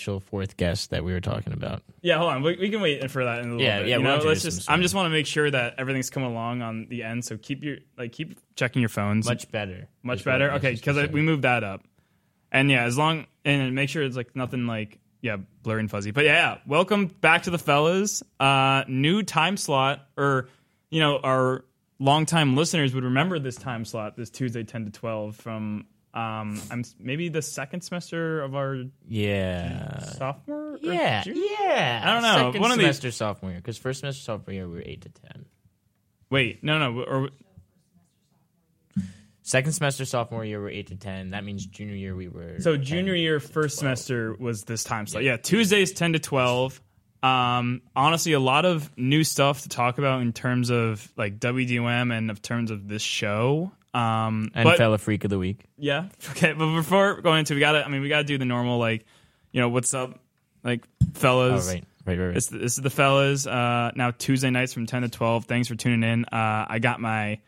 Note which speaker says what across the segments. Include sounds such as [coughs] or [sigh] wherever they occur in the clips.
Speaker 1: actual fourth guest that we were talking about.
Speaker 2: Yeah, hold on. We, we can wait for that in a little
Speaker 1: Yeah,
Speaker 2: bit.
Speaker 1: yeah,
Speaker 2: You
Speaker 1: we'll
Speaker 2: know,
Speaker 1: have to
Speaker 2: let's
Speaker 1: do some
Speaker 2: just.
Speaker 1: stuff.
Speaker 2: I'm just want to make sure that everything's coming along on the end. So keep your like keep checking your phones.
Speaker 1: Much better.
Speaker 2: much
Speaker 1: is what
Speaker 2: better.
Speaker 1: I was
Speaker 2: Okay,
Speaker 1: just
Speaker 2: because
Speaker 1: saying.
Speaker 2: we moved that up. And yeah, as long and make sure it's like nothing like yeah blurry and fuzzy. But yeah, yeah. welcome back to the fellas. Uh, new time slot, or you know, our longtime listeners would remember this time slot, this Tuesday ten to twelve from um, I'm maybe the second semester of our
Speaker 1: yeah.
Speaker 2: sophomore. or
Speaker 1: Uh, Yeah,
Speaker 2: junior-
Speaker 1: yeah.
Speaker 2: I don't know.
Speaker 1: Second
Speaker 2: One of these-
Speaker 1: semester sophomore year, because first semester sophomore year we were eight to ten.
Speaker 2: Wait, no, no, or
Speaker 1: Second semester sophomore year we were eight to ten. That means junior year we were
Speaker 2: So
Speaker 1: 10
Speaker 2: junior
Speaker 1: to
Speaker 2: year
Speaker 1: 12.
Speaker 2: first semester was this time slot. Yeah, Tuesdays ten to twelve. Um, honestly, a lot of new stuff to talk about in terms of like WDM and in terms of this show. Um,
Speaker 1: and
Speaker 2: but-
Speaker 1: fella freak of the week.
Speaker 2: yeah, [laughs] okay. But before going into, we gotta. I mean, we gotta do the normal like, you know, what's up, like
Speaker 1: Oh
Speaker 2: fellas.
Speaker 1: right, right, right. right.
Speaker 2: This, this is the fellas. Uh, now Tuesday nights from ten to twelve. Thanks for tuning in. Uh, I got my,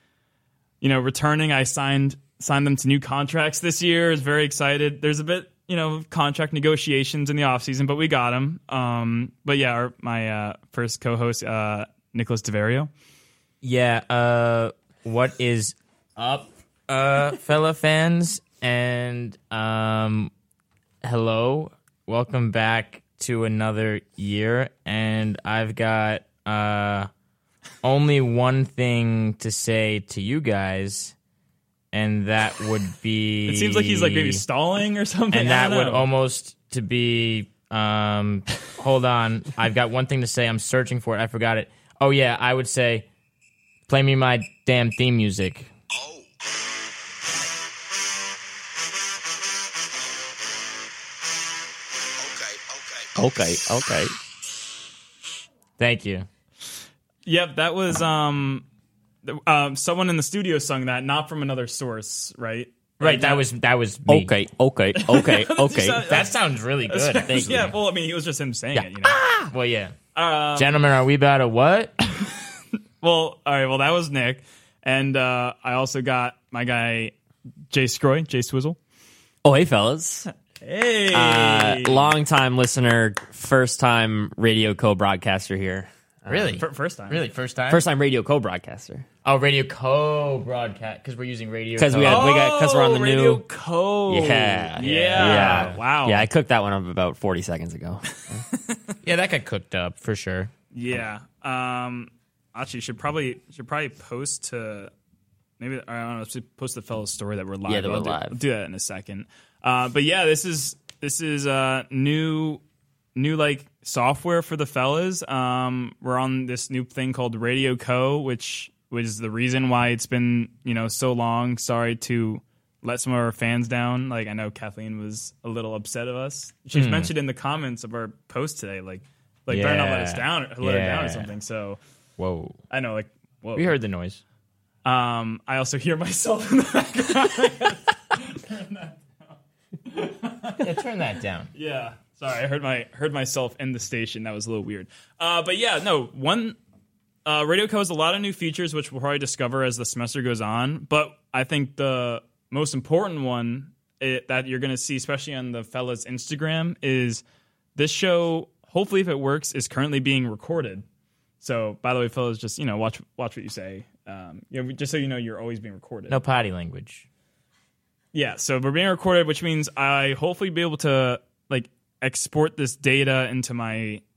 Speaker 2: you know, returning. I signed signed them to new contracts this year. I was very excited. There's a bit, you know, of contract negotiations in the off season, but we got them. Um, but yeah, our, my uh, first co-host uh, Nicholas Deverio.
Speaker 1: Yeah. Uh, what is up, uh, fella fans? And um, hello, welcome back to another year. And I've got uh, only one thing to say to you guys, and that would be.
Speaker 2: It seems like he's like maybe stalling or something.
Speaker 1: and
Speaker 2: I
Speaker 1: that
Speaker 2: don't
Speaker 1: would
Speaker 2: know.
Speaker 1: almost to be um hold on i've got one thing to say i'm searching for it i forgot it oh yeah i would say play me my damn theme music
Speaker 3: Okay, okay.
Speaker 1: thank you
Speaker 2: Yep, that was um, th- um, someone in the studio sung that, not from another source, right? uh,
Speaker 1: right that was that was me.
Speaker 3: Okay, okay,
Speaker 2: [laughs]
Speaker 3: okay, okay.
Speaker 2: sound-
Speaker 1: that sounds really good [laughs] thank you
Speaker 2: [laughs] yeah, well, I mean, he was just him saying it, you know.
Speaker 1: well yeah gentlemen are we about to what
Speaker 2: Well, all right. Well, that was Nick, and uh, I also got my guy Jay Scroy, Jay Swizzle.
Speaker 3: Oh, hey, fellas.
Speaker 2: Hey,
Speaker 3: Uh, long time listener, first time radio co broadcaster here.
Speaker 1: [coughs] really
Speaker 2: Fir- first time.
Speaker 1: really first time
Speaker 3: First time radio co broadcaster.
Speaker 1: oh radio co broadcast because we're using radio
Speaker 3: 'Cause we
Speaker 1: Co.
Speaker 3: had- we got- 'cause we're on the
Speaker 2: Oh, Radio
Speaker 3: new-
Speaker 2: Code.
Speaker 3: Yeah,
Speaker 2: yeah,
Speaker 3: yeah.
Speaker 2: Wow.
Speaker 3: Yeah, I cooked that one up about 40 seconds ago.
Speaker 2: [laughs]
Speaker 1: yeah that got cooked up for sure
Speaker 2: yeah. Um, actually, should probably should probably post to maybe I don't know. should Post the fellow story that we're live.
Speaker 3: Yeah, that
Speaker 2: I'll
Speaker 3: we're
Speaker 2: do,
Speaker 3: live.
Speaker 2: I'll do that in a second. Uh, but yeah, this is this is uh, new new like software for the fellas. Um, we're on this new thing called Radio Co, which which is the reason why it's been you know so long. Sorry to let some of our fans down. Like I know Kathleen was a little upset of us. She's
Speaker 3: Hmm.
Speaker 2: mentioned in the comments of our post today. Like like better not let us
Speaker 1: Yeah.
Speaker 2: down, or let her down
Speaker 1: Yeah.
Speaker 2: or something. So
Speaker 1: whoa
Speaker 2: I know like. Whoa.
Speaker 1: we heard the noise
Speaker 2: Um, I also hear [laughs] myself in the
Speaker 1: yeah turn that down
Speaker 2: Yeah. Sorry, I heard my heard myself in the station. That was a little weird. Uh, but yeah, no one. Uh, Radio Co has a lot of new features, which we'll probably discover as the semester goes on. But I think the most important one it, that you're going to see, especially on the fellas Instagram, is this show. Hopefully, if it works, is currently being recorded. So, by the way, fellas, just you know, watch watch what you say. Um, you know, just so you know, you're always being recorded.
Speaker 1: no potty language
Speaker 2: Yeah, so we're being recorded, which means I hopefully be able to like export this data into my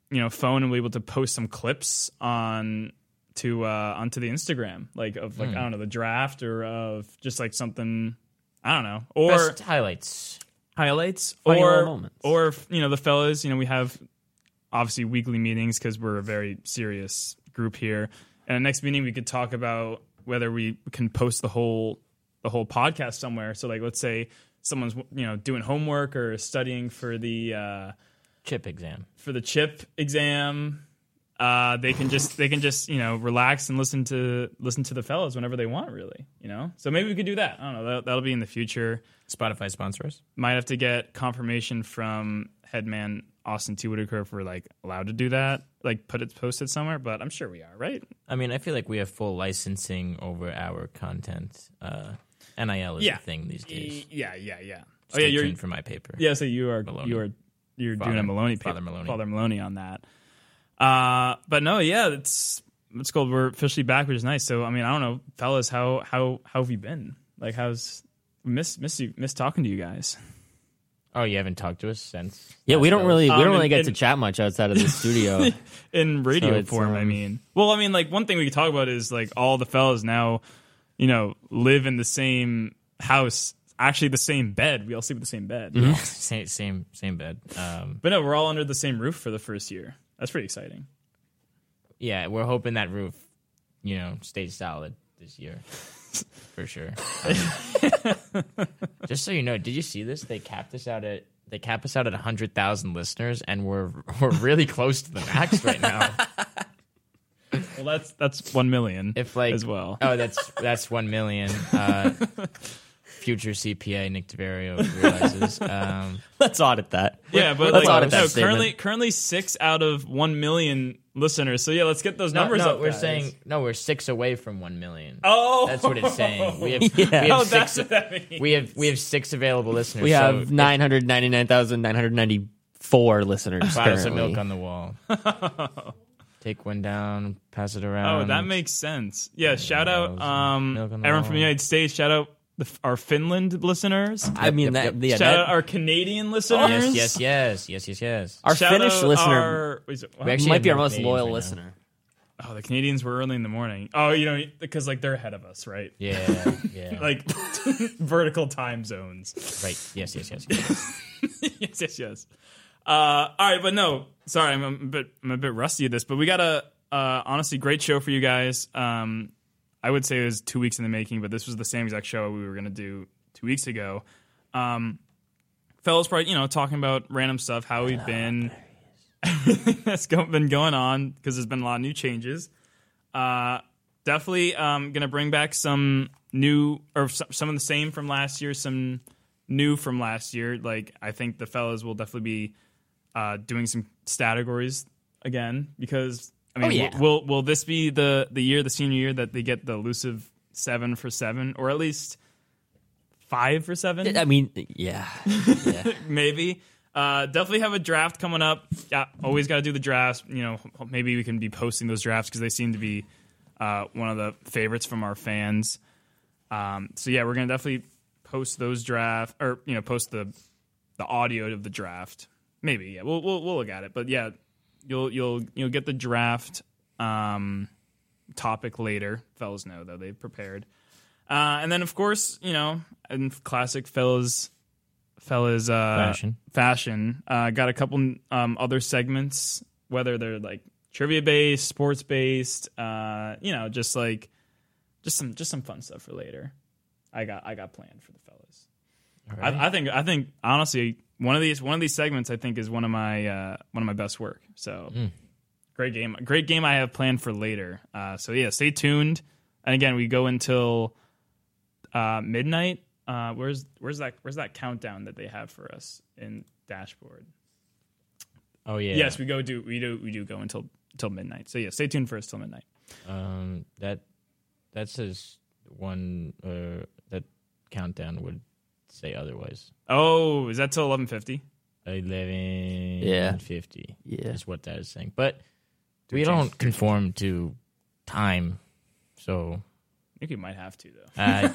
Speaker 2: you know phone and be able to post some clips on to uh, onto the Instagram, like of like I don't know the draft or of just like something I don't know or
Speaker 1: Best highlights.
Speaker 2: highlights
Speaker 3: Funny
Speaker 2: or
Speaker 3: little moments.
Speaker 2: or you know the fellas you know we have obviously weekly meetings because we're a very serious group here and the next meeting we could talk about whether we can post the whole the whole podcast somewhere so like let's say someone's you know doing homework or studying for the uh
Speaker 1: Chip exam.
Speaker 2: for the chip exam uh they can just they can just you know relax and listen to listen to the fellas whenever they want really you know so maybe we could do that i don't know that, that'll be in the future
Speaker 1: Spotify sponsors.
Speaker 2: might have to get confirmation from headman Austin T. Whitaker if we're like allowed to do that, like put it posted somewhere, but I'm sure we are, right?
Speaker 1: I mean, I feel like we have full licensing over our content. Uh, NIL is
Speaker 2: Yeah.
Speaker 1: a thing these days.
Speaker 2: Yeah, yeah, yeah.
Speaker 1: Stay
Speaker 2: oh yeah, you're
Speaker 1: tuned for my paper.
Speaker 2: yeah, so you are
Speaker 1: Maloney.
Speaker 2: you are you're
Speaker 1: Father-
Speaker 2: doing a Maloney
Speaker 1: Father
Speaker 2: paper-
Speaker 1: Maloney.
Speaker 2: Father Maloney on that. Uh, but no, yeah, it's it's cool. We're officially back, which is nice. So I mean, I don't know, fellas, how how how have you been? Like, how's miss miss you miss talking to you guys?
Speaker 1: Oh, you haven't talked to us since. [laughs]
Speaker 3: Yeah, we don't really we
Speaker 2: Um,
Speaker 3: don't really
Speaker 2: and-
Speaker 3: get to
Speaker 2: and-
Speaker 3: chat much outside
Speaker 2: [laughs]
Speaker 3: of the studio.
Speaker 2: in radio
Speaker 3: it's,
Speaker 2: form. I
Speaker 3: um,
Speaker 2: mean, well, I mean, like one thing we could talk about is like all the fellas now, you know, live in the same house, actually the same bed. We all sleep in the same bed.
Speaker 1: Mm-hmm. same same same bed. Um,
Speaker 2: But no, we're all under the same roof for the first year. That's pretty exciting.
Speaker 1: yeah, we're hoping that roof, you know, stays solid this
Speaker 2: [laughs]
Speaker 1: year, for sure. Um, [laughs] just so you know, did you see this? They capped us out at they cap us out at hundred thousand listeners, and we're we're really close to the max right now.
Speaker 2: Well, that's that's one million.
Speaker 1: If like
Speaker 2: as well.
Speaker 1: Oh, that's that's one million.
Speaker 2: [laughs]
Speaker 1: Uh, future CPA Nick Tavario realizes. Um,
Speaker 3: Let's audit that.
Speaker 2: yeah, but
Speaker 3: let's
Speaker 2: like
Speaker 3: audit that
Speaker 2: no,
Speaker 3: statement.
Speaker 2: currently currently six out of one million listeners. So yeah, let's get those
Speaker 1: no,
Speaker 2: [laughs] numbers
Speaker 1: no,
Speaker 2: up.
Speaker 1: we're
Speaker 2: guys.
Speaker 1: saying no. We're six away from one million.
Speaker 2: oh,
Speaker 1: That's what it's saying. We have, we
Speaker 3: Yeah.
Speaker 1: have
Speaker 2: [laughs] Oh,
Speaker 1: six.
Speaker 2: that's what that means.
Speaker 1: we have we have six available listeners.
Speaker 3: We
Speaker 1: so
Speaker 3: have
Speaker 1: it
Speaker 3: nine hundred ninety nine thousand nine hundred ninety four listeners
Speaker 1: bottles of
Speaker 3: currently.
Speaker 1: milk on the wall.
Speaker 2: [laughs]
Speaker 1: Take one down, pass it around.
Speaker 2: Oh, that makes sense. Yeah, shout
Speaker 1: Milk
Speaker 2: out
Speaker 1: on
Speaker 2: um,
Speaker 1: the
Speaker 2: everyone
Speaker 1: wall.
Speaker 2: from the United States. Shout out the, our Finland listeners.
Speaker 3: I
Speaker 1: Yep,
Speaker 3: mean that,
Speaker 1: yep,
Speaker 3: yeah,
Speaker 2: shout
Speaker 3: that-
Speaker 2: out our Canadian listeners.
Speaker 1: yes, yes, yes, yes, yes, yes.
Speaker 3: our
Speaker 2: Shout
Speaker 3: Finnish
Speaker 2: out
Speaker 3: listener
Speaker 2: our- wait, so-
Speaker 1: We actually
Speaker 3: might
Speaker 1: have
Speaker 3: be our
Speaker 1: no
Speaker 3: most
Speaker 1: Canadians
Speaker 3: loyal
Speaker 1: right now.
Speaker 3: listener.
Speaker 2: oh, the Canadians were early in the morning. Oh, you know, because like they're ahead of us, right?
Speaker 1: Yeah, yeah.
Speaker 2: [laughs] Like vertical time zones.
Speaker 1: right. Yes, yes, yes. [laughs] yes.
Speaker 2: yes, yes, yes. Uh, all right, but no, sorry, I'm a bit, I'm a bit rusty at this, but we got a uh, honestly great show for you guys. Um, I would say it was two weeks in the making, but this was the same exact show we were gonna do two weeks ago. Um, fellas, probably you know talking about random stuff, how
Speaker 3: Oh,
Speaker 2: we've been, [laughs] everything that's go- been going on because there's been a lot of new changes. Uh, definitely um, gonna bring back some new or some, some of the same from last year, some new from last year. Like I think the fellas will definitely be uh, doing some categories again because I mean,
Speaker 3: Oh, yeah.
Speaker 2: w- will will this be the the year, the senior year that they get the elusive seven for seven, or at least five for seven?
Speaker 3: I mean, yeah,
Speaker 2: maybe. Uh, definitely have a draft coming up. Yeah, always got to do the drafts. You know, ho- maybe we can be posting those drafts because they seem to be uh, one of the favorites from our fans. Um, so yeah, we're gonna definitely post those draft or you know post the the audio of the draft. Maybe yeah, we'll we'll, we'll look at it. But yeah, you'll you'll you'll get the draft um, topic later. Fellas know though they've prepared. Uh, and then of course you know in classic fellas fellas uh,
Speaker 1: Fashion.
Speaker 2: fashion uh, got a couple um, other segments whether they're like trivia based sports based uh, you know just like just some just some fun stuff for later. I got I got planned for the fellas. I, I think I think honestly one of these one of these segments I think is one of my uh, one of my best work. So great game, great game I have planned for later. Uh, so yeah, stay tuned. And again, we go until uh, midnight. Uh, where's where's that where's that countdown that they have for us in dashboard?
Speaker 1: Oh yeah.
Speaker 2: Yes, we go do we do we do go until until midnight. So yeah, stay tuned for us till midnight.
Speaker 1: Um, that that says one. Uh, that countdown would say otherwise.
Speaker 2: Oh, is that till eleven fifty?
Speaker 1: Eleven
Speaker 3: Yeah.
Speaker 1: fifty.
Speaker 3: Yeah.
Speaker 1: is what that is saying. But we don't conform to time, so
Speaker 2: I think we might have to though.
Speaker 1: uh,
Speaker 3: Uh,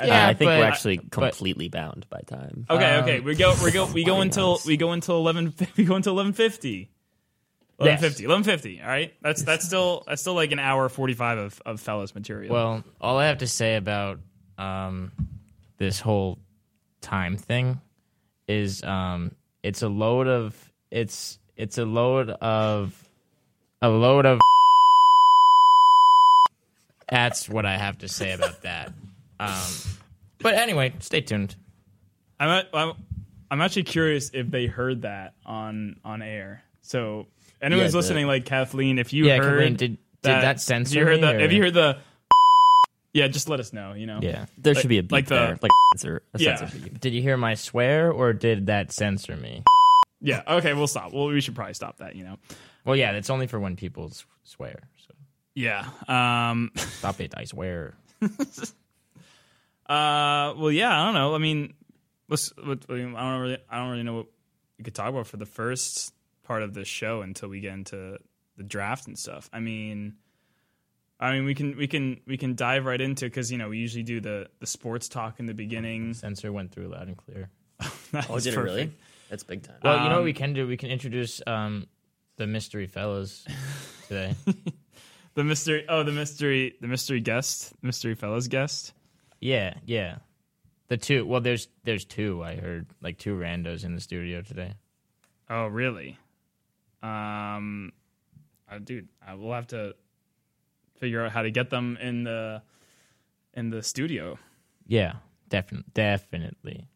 Speaker 3: I think
Speaker 1: but-
Speaker 3: we're actually
Speaker 1: but-
Speaker 3: completely bound by time.
Speaker 2: Okay,
Speaker 1: Um,
Speaker 2: okay. We go we go we go until we go until eleven [laughs] we go until eleven fifty. Eleven fifty. Eleven fifty. All right. That's that's still that's still like an hour forty five of, of fellas material.
Speaker 1: Well, all I have to say about um, this whole time thing is um, it's a load of it's it's a load of a load of. That's what I have to say about that. Um, but anyway, stay tuned.
Speaker 2: I'm, a- I'm I'm actually curious if they heard that on on air. So anyone's
Speaker 3: Yeah, the-
Speaker 2: listening, like Kathleen, if you
Speaker 1: Yeah,
Speaker 2: heard
Speaker 1: Kathleen, did- did that
Speaker 2: if
Speaker 1: censor
Speaker 2: you heard
Speaker 1: me,
Speaker 2: the
Speaker 1: or-
Speaker 2: if you heard the [laughs] yeah, just let us know. You know.
Speaker 1: Yeah.
Speaker 3: There
Speaker 2: Like-
Speaker 3: should be a beep
Speaker 2: like the-
Speaker 3: there, like censor, a
Speaker 2: Yeah.
Speaker 3: censor beep.
Speaker 1: Did you hear my swear, or did that censor me?
Speaker 2: Yeah. Okay. We'll stop. Well, we should probably stop that. You know.
Speaker 1: Well, yeah, that's only for when people s- swear. So
Speaker 2: Yeah. Um. [laughs]
Speaker 1: stop it, I swear.
Speaker 2: Uh, well, yeah, I don't know. I mean, let's. What, I don't really. I don't really know what we could talk about for the first part of this show until we get into the draft and stuff. I mean, I mean, we can we can we can dive right into because you know we usually do the the sports talk in the beginning. [laughs]
Speaker 1: Sensor went through loud and clear.
Speaker 2: That
Speaker 4: [laughs] Oh,
Speaker 2: was
Speaker 4: did it really?
Speaker 2: perfect.
Speaker 4: That's big time.
Speaker 1: Well, you know what
Speaker 2: Um,
Speaker 1: we can do? We can introduce um, the mystery fellows
Speaker 2: [laughs]
Speaker 1: today.
Speaker 2: The mystery. Oh, the mystery. The mystery guest. Mystery fellas guest.
Speaker 1: yeah, yeah. The two. Well, there's there's two. I heard like two randos in the studio today.
Speaker 2: Oh, really? Um, uh, dude, I will have to figure out how to get them in the in the studio.
Speaker 1: Yeah, definitely, definitely.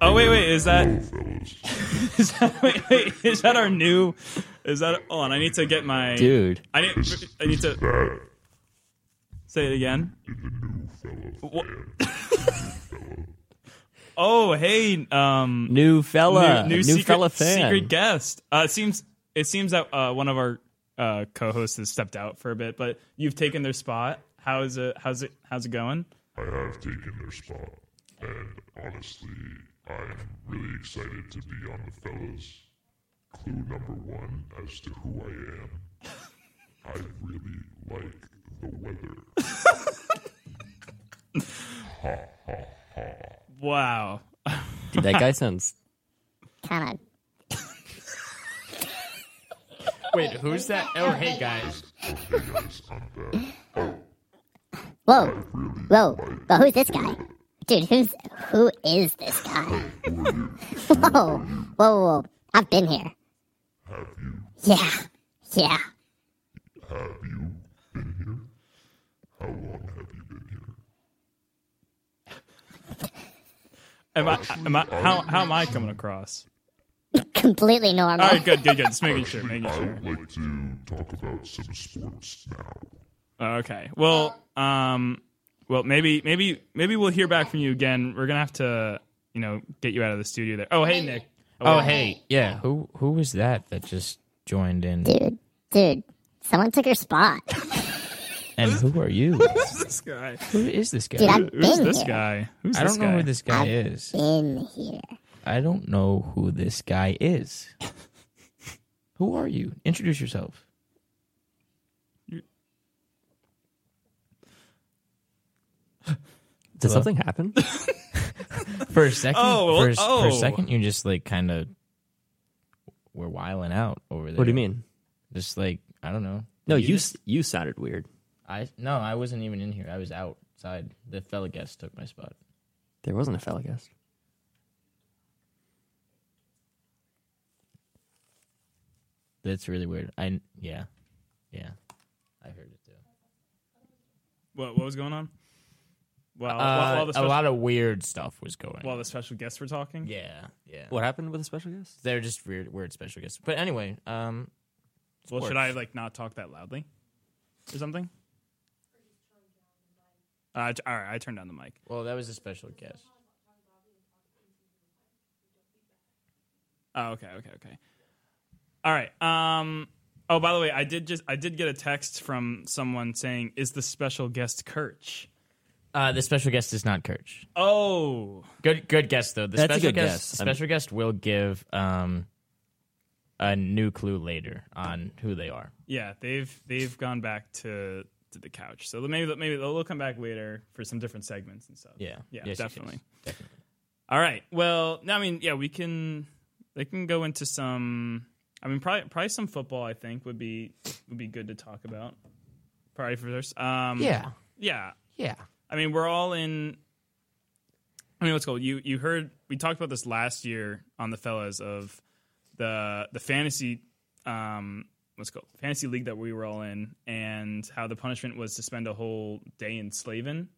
Speaker 2: Oh wait, wait, is that [laughs] is that wait, wait, is that our new? Is that hold on? I need to get my
Speaker 3: Dude.
Speaker 2: I need I need to say it again. Wha- [laughs] oh hey, um,
Speaker 3: New fella.
Speaker 2: new, new secret,
Speaker 3: fella fan.
Speaker 2: [laughs] secret guest. Uh, it seems it seems that uh, one of our uh, co-hosts has stepped out for a bit, but you've taken their spot. How's it? How's it? How's it going?
Speaker 5: I have taken their spot, and honestly, I'm really excited to be on the fellas. Clue number one as to who I am. I really like the weather.
Speaker 2: [laughs] Wow.
Speaker 3: Dude, that guy sounds.
Speaker 6: kind of
Speaker 1: Wait, who's that? Oh, hey guys.
Speaker 5: Okay, guys, I'm back.
Speaker 6: whoa, whoa. But who's this guy, dude? Who's who is this guy? [laughs] whoa, whoa, whoa, whoa! I've been here.
Speaker 5: Have you?
Speaker 6: Yeah, yeah.
Speaker 5: Have you been here? How long have you been here?
Speaker 2: Am I? Am I? How how am I coming across?
Speaker 6: Completely normal.
Speaker 2: All right, good, good, good. Just making sure, making
Speaker 5: I
Speaker 2: sure.
Speaker 5: would like to talk about some sports now.
Speaker 2: Okay. Well, um, well, maybe, maybe, maybe we'll hear back from you again. We're gonna have to, you know, get you out of the studio there. Oh, hey, Nick. [laughs]
Speaker 1: Oh, hey, yeah. Who who was that that just joined in?
Speaker 6: dude, dude. Someone took your spot,
Speaker 1: And who are you?
Speaker 2: this guy.
Speaker 1: Who is this
Speaker 6: dude.
Speaker 1: guy?
Speaker 6: I've
Speaker 2: Who's
Speaker 6: been
Speaker 2: this
Speaker 6: here.
Speaker 2: guy? Who's
Speaker 1: I
Speaker 2: this
Speaker 1: don't
Speaker 2: guy?
Speaker 1: know who this guy is.
Speaker 6: Been here.
Speaker 1: I don't know who this guy is. Who are you? Introduce yourself.
Speaker 3: Did something happen?
Speaker 1: For a second,
Speaker 2: Oh,
Speaker 1: for, a s- for
Speaker 2: oh.
Speaker 1: a second, you just like kind of were wiling out over there.
Speaker 3: What do you mean?
Speaker 1: Just like I don't know.
Speaker 3: No, you s- you sounded weird.
Speaker 1: I no, I wasn't even in here. I was outside. The fella guest took my spot.
Speaker 3: There wasn't a fella guest.
Speaker 1: That's really weird. I yeah, yeah. I heard it too.
Speaker 2: What, what was going on? Well, while, while
Speaker 1: Uh,
Speaker 2: the
Speaker 1: a
Speaker 2: special,
Speaker 1: lot of weird stuff was going.
Speaker 2: while the special guests were talking.
Speaker 1: yeah, yeah.
Speaker 3: What happened with a special guest?
Speaker 1: They're just weird, weird special guests. But anyway, um,
Speaker 2: Well, should
Speaker 1: sports.
Speaker 2: I like not talk that loudly or something? Uh, t- all right, I turned down the mic.
Speaker 1: well, that was a special guest.
Speaker 2: Oh, okay, okay, okay. All right. Um. Oh, by the way, I did just I did get a text from someone saying, "Is the special guest Kirch?"
Speaker 1: Uh, the special guest is not Kirch.
Speaker 2: Oh,
Speaker 1: Good, good guess though. The
Speaker 3: That's a
Speaker 1: special
Speaker 3: good
Speaker 1: guest,
Speaker 3: guess.
Speaker 1: the special guest will give um a new clue later on who they are.
Speaker 2: yeah. They've they've gone back to to the couch. So maybe maybe they'll come back later for some different segments and stuff.
Speaker 1: Yeah,
Speaker 2: Yeah,
Speaker 1: Yes, yes,
Speaker 2: definitely.
Speaker 1: yes.
Speaker 2: All right. Well, no, I mean, yeah, we can they can go into some. I mean, probably probably some football. I think would be would be good to talk about. Probably first. Um,
Speaker 1: Yeah,
Speaker 2: Yeah.
Speaker 1: yeah.
Speaker 2: I mean, we're all in. I mean, what's cool? You you heard we talked about this last year on the fellas of the the fantasy um what's it called fantasy league that we were all in, and how the punishment was to spend a whole day in Slavin.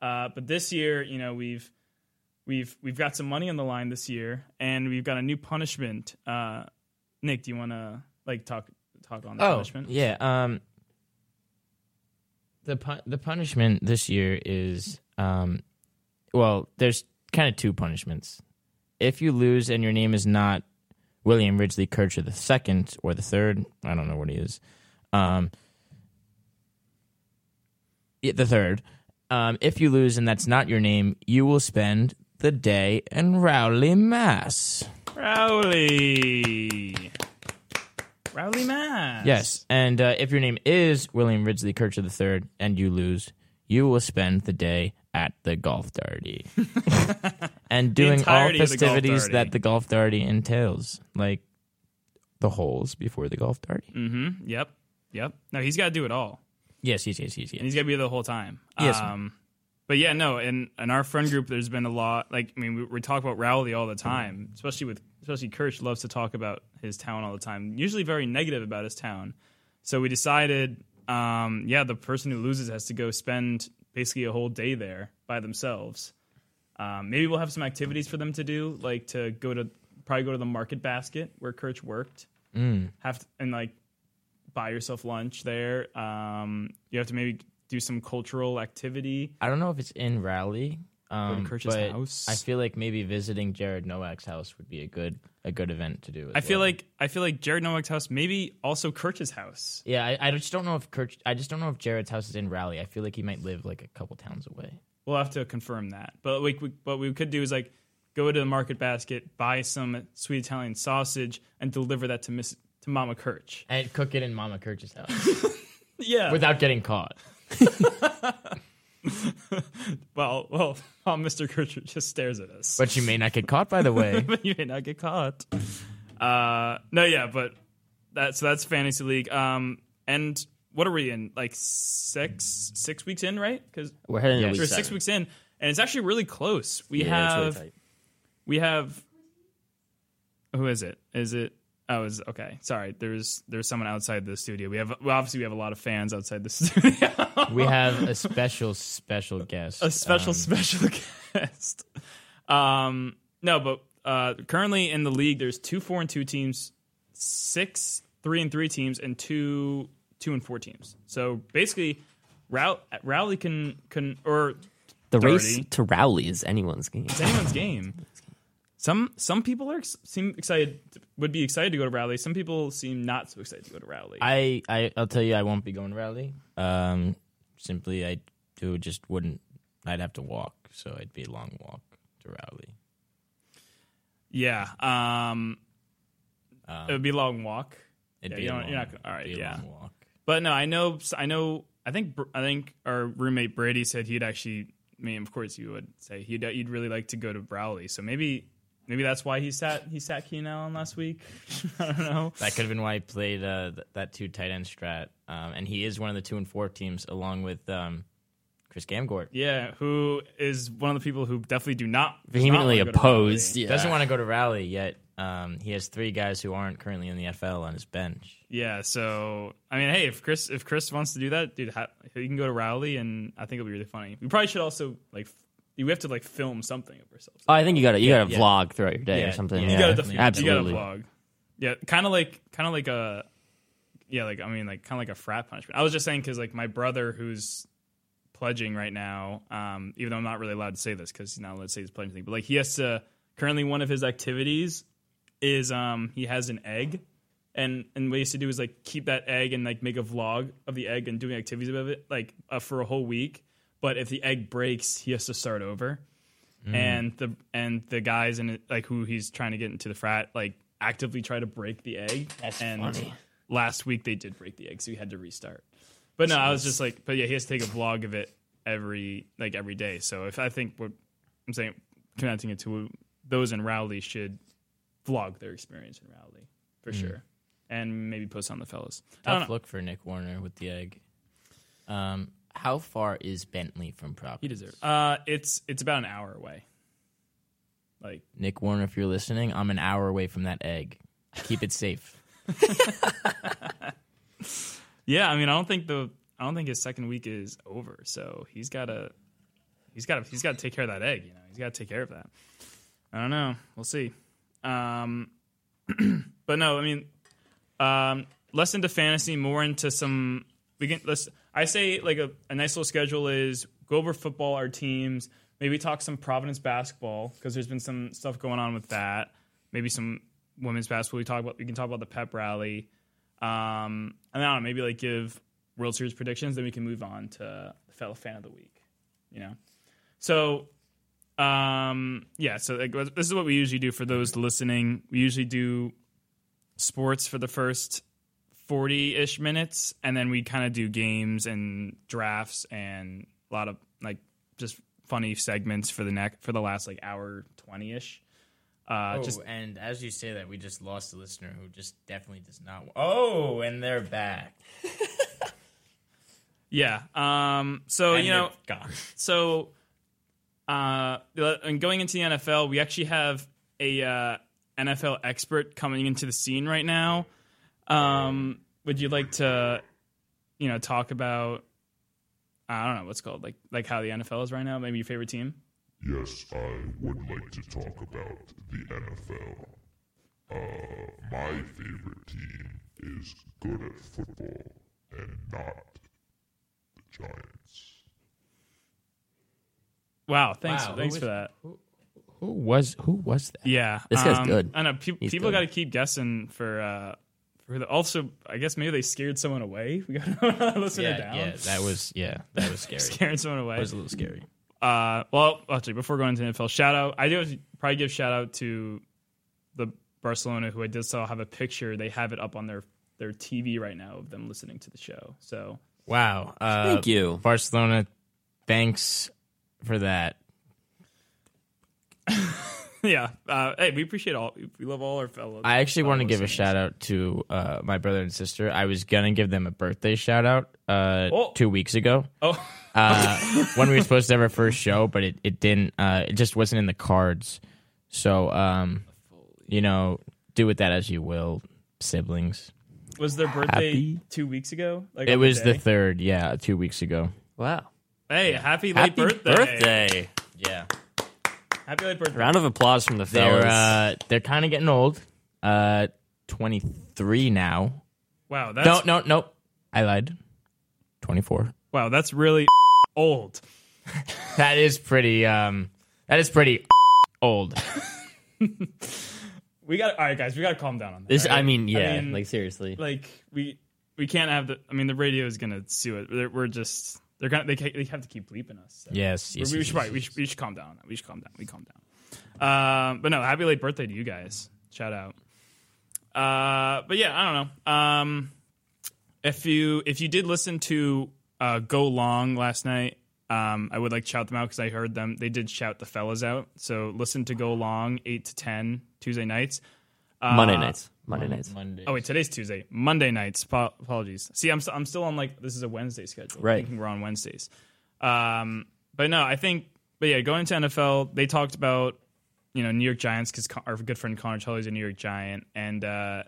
Speaker 2: Uh, but this year, you know, we've we've we've got some money on the line this year, and we've got a new punishment. Uh, Nick, do you want to like talk talk on the
Speaker 1: Oh,
Speaker 2: punishment?
Speaker 1: yeah. Um, the pu- the punishment this year is um, well, there's kind of two punishments. If you lose and your name is not William Ridgely Kircher the second or the third, I don't know what he is. Um, yeah, the third, Um, if you lose and that's not your name, you will spend the day in Rowley, Mass.
Speaker 2: Rowley. Rowley Mass.
Speaker 1: Yes, and uh, if your name is William Ridley Kircher III and you lose, you will spend the day at the golf derby
Speaker 2: [laughs]
Speaker 1: and doing all
Speaker 2: entirety of the golf
Speaker 1: festivities
Speaker 2: derby.
Speaker 1: that the golf derby entails, like the holes before the golf derby.
Speaker 2: Mm. Yep. Yep. No, he's got to do it all.
Speaker 1: Yes, yes, yes, yes,
Speaker 2: and
Speaker 1: yes.
Speaker 2: he's got to be there the whole time.
Speaker 1: Yes.
Speaker 2: Um, but yeah, no, in in our friend group, there's been a lot. Like, I mean, we, we talk about Rowley all the time, especially with especially Kirsch loves to talk about his town all the time. Usually very negative about his town. So we decided, um, yeah, the person who loses has to go spend basically a whole day there by themselves. Um, maybe we'll have some activities for them to do, like to go to probably go to the market basket where Kirch worked. Have to, and like buy yourself lunch there. Um, you have to maybe do some cultural activity.
Speaker 1: I don't know if it's in Rowley. Um,
Speaker 2: Kirch's
Speaker 1: but
Speaker 2: house.
Speaker 1: I feel like maybe visiting Jared Nowak's house would be a good a good event to do. as
Speaker 2: I feel
Speaker 1: well.
Speaker 2: like I feel like Jared Nowak's house, maybe also Kirch's house.
Speaker 1: yeah, I, I just don't know if Kirch. I just don't know if Jared's house is in Raleigh. I feel like he might live like a couple towns away.
Speaker 2: We'll have to confirm that. But like, we, what we could do is like go to the market basket, buy some sweet Italian sausage, and deliver that to Miss to Mama Kirch.
Speaker 1: And cook it in Mama Kirch's house [laughs]
Speaker 2: Yeah.
Speaker 1: without getting caught.
Speaker 2: well, well, [laughs] while Mr. Kirch just stares at us.
Speaker 1: But you may not get caught, by the way. [laughs]
Speaker 2: but [laughs] you may not get caught. Uh, no, yeah, but that's that's fantasy league. Um, and what are we in? Like six six weeks in, right? Because
Speaker 3: We're heading
Speaker 1: Yes.
Speaker 3: to
Speaker 2: we're
Speaker 3: week
Speaker 2: six
Speaker 3: seven.
Speaker 2: weeks in, and it's actually really close. We
Speaker 3: Yeah,
Speaker 2: have
Speaker 3: it's really tight.
Speaker 2: we have who is it? Is it? Oh, is okay. Sorry, there's there's someone outside the studio. We have well, obviously we have a lot of fans outside the [laughs] studio.
Speaker 1: We have a special, special guest.
Speaker 2: a special
Speaker 1: Um,
Speaker 2: special [laughs] guest. Um, no, but uh, currently in the league, there's two four and two teams, six three and three teams, and two two and four teams. So basically, Row- Rowley can can or
Speaker 1: [sighs]
Speaker 3: The
Speaker 2: Dirty.
Speaker 3: race to Rowley is anyone's game.
Speaker 2: it's anyone's game. Some some people are ex- seem excited would be excited to go to Rowley. Some people seem not so excited to go to Rowley.
Speaker 1: I, I, I'll tell you, I won't be going to Raleigh. Um, simply, I do just wouldn't. I'd have to walk, so it'd be a long walk to Raleigh.
Speaker 2: yeah, um,
Speaker 1: Um,
Speaker 2: it would be a long walk.
Speaker 1: It'd
Speaker 2: Yeah,
Speaker 1: be
Speaker 2: you
Speaker 1: a
Speaker 2: don't-
Speaker 1: long,
Speaker 2: you're not gonna- all right,
Speaker 1: be a
Speaker 2: yeah.
Speaker 1: long walk.
Speaker 2: But no, I know, I know, I think, I think our roommate Brady said he'd actually. I mean, of course, you would say he'd he'd really like to go to Browley. So maybe maybe that's why he sat he sat Keenan Allen last week. [laughs] I don't know.
Speaker 1: That could have been why he played uh, th- that two tight end strat, um, and he is one of the two and four teams, along with um, Chris Gamgort.
Speaker 2: Yeah, who is one of the people who definitely do not does not
Speaker 3: Vehemently
Speaker 2: wanna go to Rowley.
Speaker 3: opposed. Yeah.
Speaker 1: Doesn't want to go to Raleigh yet. Um, he has three guys who aren't currently in the NFL on his bench.
Speaker 2: Yeah, so I mean, hey, if Chris if Chris wants to do that, dude, ha- he can go to Rowley, and I think it'll be really funny. We probably should also like. f- We have to like film something of ourselves.
Speaker 3: Oh, I think you got to you got to
Speaker 1: yeah.
Speaker 3: vlog throughout your day
Speaker 1: Yeah,
Speaker 3: or something.
Speaker 1: you
Speaker 3: yeah.
Speaker 2: You gotta
Speaker 1: definitely-
Speaker 2: definitely
Speaker 3: absolutely.
Speaker 2: You gotta vlog. Yeah, kind of like kind of like a yeah, like I mean, like kind of like a frat punishment. I was just saying because like my brother who's pledging right now, um, even though I'm not really allowed to say this because he's not allowed to say he's pledging thing, but like he has to currently one of his activities is um he has an egg. And and what he has to do is like keep that egg and like make a vlog of the egg and doing activities of it like uh, for a whole week. But if the egg breaks, he has to start over and the and the guys in it, like who he's trying to get into the frat like actively try to break the egg. That's and
Speaker 3: funny.
Speaker 2: Last week they did break the egg, so he had to restart. But no, I was just like, but yeah, he has to take a vlog of it every like every day. So if I think what I'm saying, connecting it to those in Rowley should vlog their experience in Rowley for sure, and maybe post on the fellas. I don't
Speaker 1: Tough
Speaker 2: know.
Speaker 1: look for Nick Warner with the egg. Um, how far is Bentley from Providence?
Speaker 2: He deserves. Uh, it's it's about an hour away. Like
Speaker 1: Nick Warner, if you're listening, I'm an hour away from that egg. Keep it
Speaker 2: [laughs]
Speaker 1: safe.
Speaker 2: Yeah, I mean, I don't think the I don't think his second week is over, so he's got to he's got to he's got to take care of that egg. You know, he's got to take care of that. I don't know. We'll see. Um, [clears throat] but no, I mean, um, less into fantasy, more into some. We can let's. I say like a, a nice little schedule is go over football, our teams. Maybe talk some Providence basketball because there's been some stuff going on with that. Maybe some women's basketball. We talk about. We can talk about the pep rally. Um, and I don't know. Maybe like give World Series predictions. Then we can move on to fellow fan of the week. you know. So, um, yeah. So like, this is what we usually do for those listening. We usually do sports for the first forty-ish minutes, and then we kind of do games and drafts and a lot of like just funny segments for the neck for the last like hour twenty-ish. Uh,
Speaker 1: Oh,
Speaker 2: just
Speaker 1: and as you say that, we just lost a listener who just definitely does not. Oh, and they're back.
Speaker 2: yeah. Um, so
Speaker 1: And
Speaker 2: you know,
Speaker 1: they're gone. [laughs]
Speaker 2: so uh, and going into the NFL, we actually have a uh, NFL expert coming into the scene right now. Um, would you like to, you know, talk about? I don't know what's called like like how the NFL is right now. Maybe your favorite team.
Speaker 5: Yes, I would like to talk about the NFL. Uh, my favorite team is good at football and not the Giants.
Speaker 2: Wow, thanks,
Speaker 1: Wow, who
Speaker 2: thanks
Speaker 1: was-
Speaker 2: for that.
Speaker 1: Who was who was that?
Speaker 2: Yeah, um,
Speaker 3: This guy's good.
Speaker 2: I know pe- people
Speaker 3: good.
Speaker 2: got to keep guessing for. uh for the, also, I guess maybe they scared someone away. [laughs] We got to listen
Speaker 1: Yeah,
Speaker 2: down.
Speaker 1: yeah, that was yeah, that was
Speaker 2: [laughs]
Speaker 1: scary.
Speaker 2: Scared someone away.
Speaker 1: That was a little scary.
Speaker 2: Uh, well, actually, before going into NFL, shout out. I do have to probably give shout out to the Barcelona, who I did saw have a picture. They have it up on their their TV right now of them listening to the show. So [laughs]
Speaker 1: Wow. Uh,
Speaker 3: Thank you.
Speaker 1: Barcelona. Thanks for that.
Speaker 2: yeah, uh, hey, we appreciate all. We love all our fellow.
Speaker 1: I actually want to
Speaker 2: fellow
Speaker 1: give a
Speaker 2: listeners.
Speaker 1: shout out to uh, my brother and sister. I was gonna give them a birthday shout out uh,
Speaker 2: Oh.
Speaker 1: two weeks ago
Speaker 2: Oh, [laughs]
Speaker 1: uh, when we were supposed to have our first show, but it it didn't. Uh, it just wasn't in the cards. So um, you know, do with that as you will, siblings.
Speaker 2: was their birthday
Speaker 1: Happy?
Speaker 2: two weeks ago? Like
Speaker 1: It
Speaker 2: on the
Speaker 1: was the
Speaker 2: day?
Speaker 1: third, yeah, two weeks ago.
Speaker 3: Wow.
Speaker 2: hey, happy late
Speaker 3: Happy
Speaker 2: birthday!
Speaker 3: birthday.
Speaker 1: Yeah,
Speaker 2: Happy late birthday!
Speaker 3: Round of applause from the fellas.
Speaker 1: they're uh, they're kind of getting old. Uh, twenty three now.
Speaker 2: Wow, that's
Speaker 1: No, no, no. I lied. Twenty four.
Speaker 2: wow, that's really [laughs] old.
Speaker 1: That is pretty. Um, that is pretty old.
Speaker 2: We got all right, guys. We got to calm down on that.
Speaker 3: this,
Speaker 2: all right?
Speaker 3: I mean, yeah,
Speaker 2: mean-
Speaker 3: like seriously.
Speaker 2: like we we can't have the. I mean, the radio is gonna sue it. They're, we're just they're gonna they, ca- they have to keep bleeping us. so.
Speaker 1: Yes. yes,
Speaker 2: we, we
Speaker 1: yes,
Speaker 2: should
Speaker 1: yes.
Speaker 2: probably we should, we should calm down. on that. We should calm down. We calm down. Um, but no, happy late birthday to you guys. Shout out. Uh, but yeah, I don't know. Um, if you if you did listen to uh, Go Long last night, um, I would like to shout them out because I heard them. They did shout the fellas out. So listen to Go Long eight to ten Tuesday nights. Uh,
Speaker 3: Monday nights. Monday nights.
Speaker 1: Monday.
Speaker 2: Oh wait, today's Tuesday. Monday nights. Po- apologies. See, I'm st- I'm still on like this is a Wednesday schedule.
Speaker 3: Right.
Speaker 2: Thinking we're on Wednesdays. Um, but no, I think. But yeah, going to NFL, they talked about you know New York Giants because our good friend Connor Tully's a New York Giant, and uh,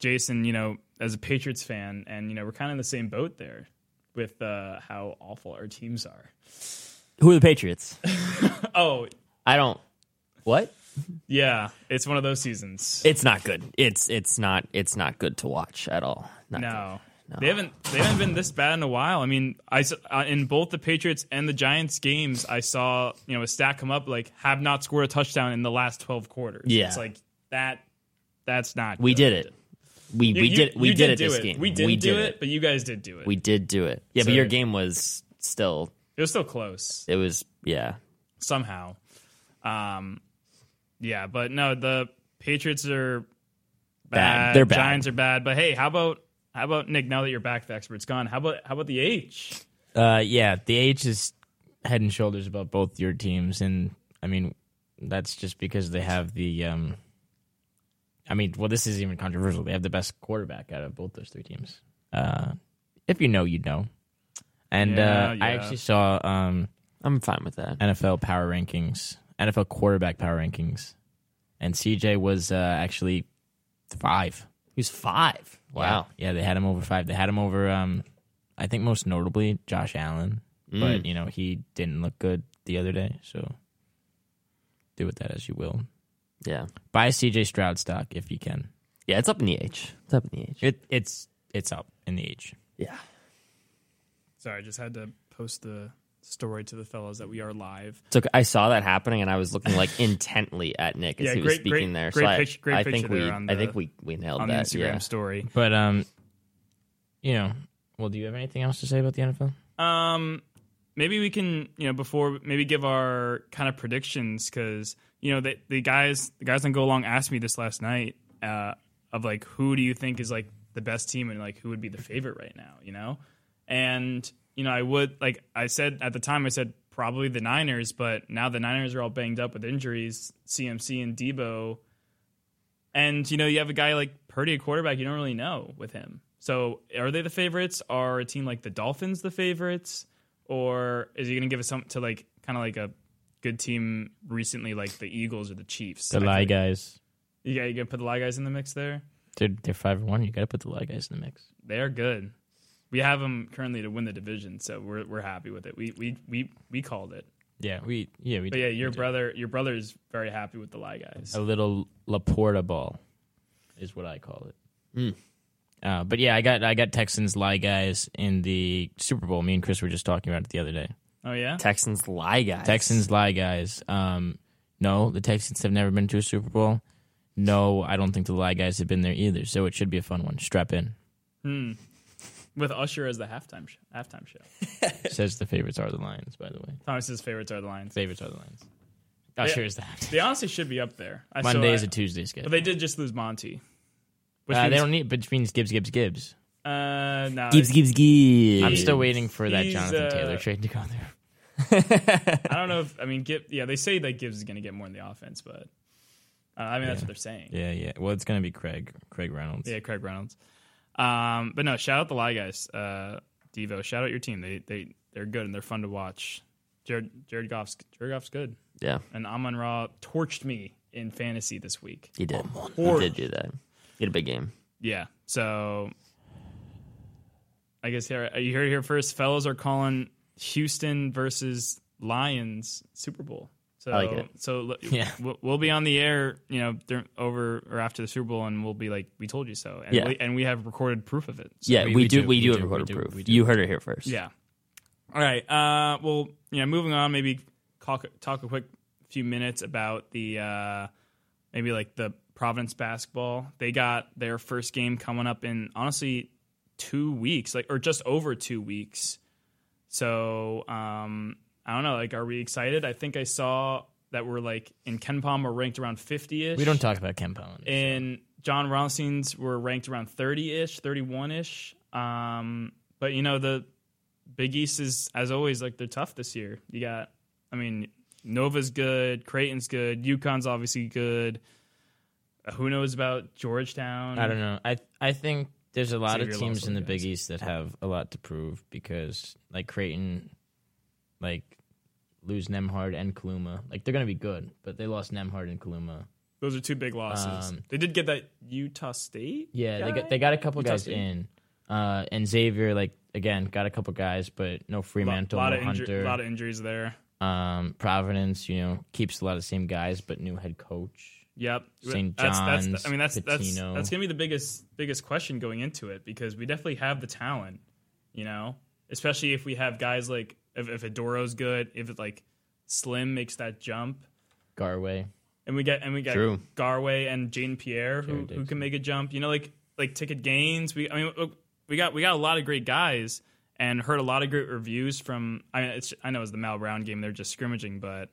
Speaker 2: Jason, you know, as a Patriots fan, and you know we're kind of in the same boat there with uh, how awful our teams are.
Speaker 3: Who are the Patriots?
Speaker 2: Oh
Speaker 3: I don't. What?
Speaker 2: yeah, it's one of those seasons.
Speaker 3: It's not good. It's it's not it's not good to watch at all. Not
Speaker 2: No.
Speaker 3: No.
Speaker 2: They haven't they haven't been this bad in a while. I mean, I s- uh, in both the Patriots and the Giants games, I saw, you know, a stat come up like have not scored a touchdown in the last 12 quarters.
Speaker 3: Yeah.
Speaker 2: It's like that that's not
Speaker 3: We
Speaker 2: good.
Speaker 3: did it. We
Speaker 2: You-
Speaker 3: we
Speaker 2: you-
Speaker 3: did we
Speaker 2: you
Speaker 3: did, it
Speaker 2: do
Speaker 3: this game.
Speaker 2: We did do it, but you guys did do it.
Speaker 3: We did do it. Yeah,
Speaker 2: So-
Speaker 3: but your game was still
Speaker 2: it was still close
Speaker 3: it was yeah.
Speaker 2: somehow. Um yeah, but no, the Patriots are bad.
Speaker 3: They're bad.
Speaker 2: Giants are bad. But hey, how about how about Nick, now that your back the expert's gone, how about how about the H?
Speaker 1: Uh, yeah, the age is head and shoulders above both your teams, and I mean that's just because they have the. Um, I mean, well, this is even controversial. They have the best quarterback out of both those three teams. Uh, if you know, you know. And
Speaker 2: Yeah,
Speaker 1: uh,
Speaker 2: yeah.
Speaker 1: I actually saw um,
Speaker 3: I'm fine with that.
Speaker 1: NFL power rankings, NFL quarterback power rankings, and CJ was uh, actually five.
Speaker 3: He was five. Wow.
Speaker 1: Yeah. Yeah, they had him over five. They had him over, um, I think most notably Josh Allen, but you know he didn't look good the other day. So do with that as you will.
Speaker 3: Yeah.
Speaker 1: Buy CJ Stroud stock if you can.
Speaker 3: Yeah, it's up in the H. It's up in the H.
Speaker 1: It it's it's up in the age.
Speaker 3: Yeah.
Speaker 2: Sorry, I just had to post the story to the fellows that we are live.
Speaker 3: So I saw that happening, and I was looking
Speaker 2: [laughs]
Speaker 3: like intently at Nick as
Speaker 2: Yeah,
Speaker 3: he was
Speaker 2: great- great-
Speaker 3: speaking there.
Speaker 2: great
Speaker 3: so I,
Speaker 2: pic- great
Speaker 3: I think
Speaker 2: picture
Speaker 3: we,
Speaker 2: there on
Speaker 3: I think
Speaker 2: the-
Speaker 3: we, we nailed
Speaker 2: On
Speaker 3: that.
Speaker 2: the Instagram
Speaker 3: yeah.
Speaker 2: story.
Speaker 1: But um, you know, well, do you have anything else to say about the NFL?
Speaker 2: Um maybe we can you know before maybe give our kind of predictions because you know the, the guys the guys on go along asked me this last night uh, of like who do you think is like the best team and like who would be the favorite right now you know and you know i would like i said at the time i said probably the niners but now the niners are all banged up with injuries cmc and debo and you know you have a guy like purdy a quarterback you don't really know with him so are they the favorites are a team like the dolphins the favorites or is he going to give us something to like kind of like a good team recently, like the Eagles or the Chiefs?
Speaker 1: The lie guys.
Speaker 2: Yeah, you going to put the lie guys in the mix there.
Speaker 1: They're, they're 5 and 1. You got to put the lie guys in the mix.
Speaker 2: They are good. We have them currently to win the division, so we're we're happy with it. We we we we called it.
Speaker 1: Yeah, we yeah, we Oh.
Speaker 2: But yeah, your brother your brother is very happy with the lie guys.
Speaker 1: a little Laporta ball is what I call it. Uh, but yeah, I got I got Texans lie guys in the Super Bowl. Me and Chris were just talking about it the other day.
Speaker 2: Oh yeah,
Speaker 3: Texans lie guys.
Speaker 1: Texans lie guys. Um, no, the Texans have never been to a Super Bowl. No, I don't think the lie guys have been there either. So it should be a fun one. Strap [laughs] in,
Speaker 2: with Usher as the halftime show, halftime show.
Speaker 1: says the favorites are the Lions. By the way,
Speaker 2: Thomas's favorites are the Lions.
Speaker 1: favorites are the Lions. Oh, sure is
Speaker 2: [laughs]
Speaker 1: that.
Speaker 2: They honestly should be up there. I saw-
Speaker 1: Monday is
Speaker 2: I-
Speaker 1: a Tuesday
Speaker 2: But
Speaker 1: schedule.
Speaker 2: they did just lose Monty. Which
Speaker 1: Uh, they
Speaker 2: means-
Speaker 1: don't need, which means Gibbs, Gibbs, Gibbs.
Speaker 2: Uh, no,
Speaker 3: Gibbs, Gibbs.
Speaker 1: I'm still waiting for that
Speaker 2: He's,
Speaker 1: Jonathan
Speaker 2: uh,
Speaker 1: Taylor trade to go through.
Speaker 2: I don't know if I mean Gibbs. Yeah, they say that Gibbs is going to get more in the offense, but uh, I mean that's what they're saying. Yeah,
Speaker 1: Yeah, yeah. Well, it's gonna be Craig, Craig Reynolds.
Speaker 2: Craig Reynolds. Um, but no, shout out the Lie Guys, uh, Devo. Shout out your team. They they they're good and they're fun to watch. Jared Jared Goff's Jared Goff's good,
Speaker 3: Yeah,
Speaker 2: and Amon Ra torched me in fantasy this week.
Speaker 3: he did. He did do that. He had a big game.
Speaker 2: Yeah, so I guess here uh, you heard it here first. Fellows are calling Houston versus Lions Super Bowl. So
Speaker 3: like it. [laughs]
Speaker 2: so l-
Speaker 1: Yeah.
Speaker 2: we'll, we'll be on the air, you know, dur over or after the Super Bowl, and we'll be like, "We told you so," and,
Speaker 3: Yeah.
Speaker 2: we, and we have recorded proof of it. So,
Speaker 3: Yeah,
Speaker 1: we-
Speaker 3: we,
Speaker 1: we
Speaker 3: do,
Speaker 1: do,
Speaker 3: We
Speaker 1: we
Speaker 3: do
Speaker 1: do,
Speaker 3: have
Speaker 1: we
Speaker 3: recorded
Speaker 1: do,
Speaker 3: proof.
Speaker 1: we do.
Speaker 3: You heard it here first.
Speaker 2: yeah. All right. Uh, well, you know, moving on. Maybe talk talk a quick few minutes about the uh, maybe like the Providence basketball. They got their first game coming up in honestly two weeks, like or just over two weeks. So um, I don't know. Like, are we excited? I think I saw that we're like in Ken Palm we're ranked around fifty ish.
Speaker 1: We don't talk about Ken Palm.
Speaker 2: And John Ronstein's were ranked around 30 ish, 31 ish. Um, but you know, the Big East is, as always, like they're tough this year. You got, I mean, Nova's good, Creighton's good, UConn's obviously good. Uh, Who knows about Georgetown?
Speaker 1: I don't know. I I think there's a lot
Speaker 2: Xavier
Speaker 1: of teams
Speaker 2: Lawson,
Speaker 1: in the
Speaker 2: guys.
Speaker 1: Big East that have a lot to prove because like Creighton, like lose Nemhard and Kaluma. Like they're gonna be good, but they lost Nemhard and Kaluma.
Speaker 2: Those are two big losses.
Speaker 1: Um,
Speaker 2: they did get that Utah State.
Speaker 1: Yeah, they
Speaker 2: guy?
Speaker 1: got they got a couple
Speaker 2: Utah
Speaker 1: guys
Speaker 2: State.
Speaker 1: in. Uh, and Xavier, like again, got a couple guys, but no Fremantle,
Speaker 2: lot,
Speaker 1: no
Speaker 2: of
Speaker 1: Hunter.
Speaker 2: inju- lot of injuries there.
Speaker 1: um, Providence, you know, keeps a lot of same guys, but new head coach.
Speaker 2: Yep.
Speaker 1: St.
Speaker 2: That's, that's,
Speaker 1: John's,
Speaker 2: I mean, that's that's
Speaker 1: Patino.
Speaker 2: that's gonna be the biggest biggest question going into it because we definitely have the talent, you know, especially if we have guys like if if Adoro's good, if it like Slim makes that jump,
Speaker 1: Garway.
Speaker 2: and we get and we got
Speaker 3: True.
Speaker 2: Garway and Jane Pierre who,
Speaker 1: Jared
Speaker 2: who can
Speaker 1: Dixon.
Speaker 2: make a jump. You know, like like ticket gains. We I mean look, we got we got a lot of great guys and heard a lot of great reviews from. I mean, it's, I know it was the Mal Brown game; they're just scrimmaging, but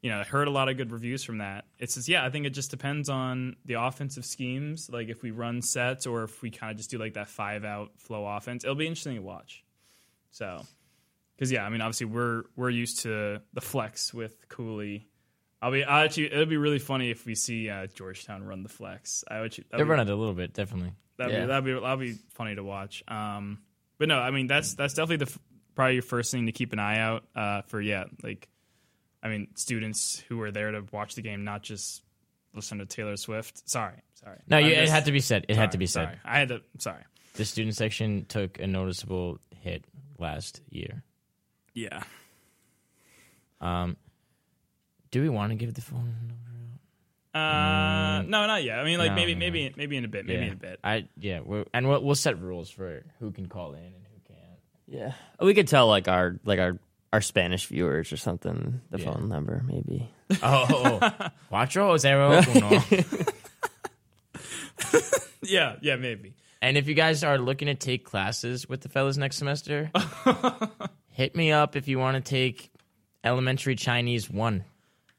Speaker 2: you know, I heard a lot of good reviews from that. It's just yeah, I think it just depends on the offensive schemes. Like if we run sets or if we kind of just do like that five out flow offense, it'll be interesting to watch. So. Because yeah, I mean, obviously we're we're used to the flex with Cooley I'll be I'll actually. It'll be really funny if we see uh, Georgetown run the flex. I would. that'd
Speaker 1: They
Speaker 2: be-
Speaker 1: run it a little bit, definitely.
Speaker 2: That'd,
Speaker 3: yeah.
Speaker 2: be, that'd be that'd be funny to watch. Um, but no, I mean that's that's definitely the f- probably your first thing to keep an eye out uh, for. Yeah, like I mean, students who are there to watch the game, not just listen to Taylor Swift. Sorry, sorry.
Speaker 1: No,
Speaker 2: I'm
Speaker 1: you, it
Speaker 2: just-
Speaker 1: had to be said. It had to be said.
Speaker 2: sorry, sorry. I had to. Sorry.
Speaker 1: The student section took a noticeable hit last year.
Speaker 2: Yeah.
Speaker 1: Um, do we want to give the phone number?
Speaker 2: Uh, no, not yet. I mean, like
Speaker 1: Mm. No,
Speaker 2: maybe
Speaker 1: no,
Speaker 2: maybe maybe in a bit. Maybe
Speaker 1: yeah.
Speaker 2: in a bit.
Speaker 1: I yeah, we're, and we'll, we'll set rules for who can call in and who can't.
Speaker 3: yeah. We could tell like our like our our Spanish viewers or something the
Speaker 1: Yeah.
Speaker 3: phone number maybe.
Speaker 1: Oh, [laughs] cuatro [laughs] zero uno.
Speaker 2: Yeah, yeah, maybe. [laughs]
Speaker 1: And if you guys are looking to take classes with the fellas next semester, hit me up if you want to take elementary Chinese one.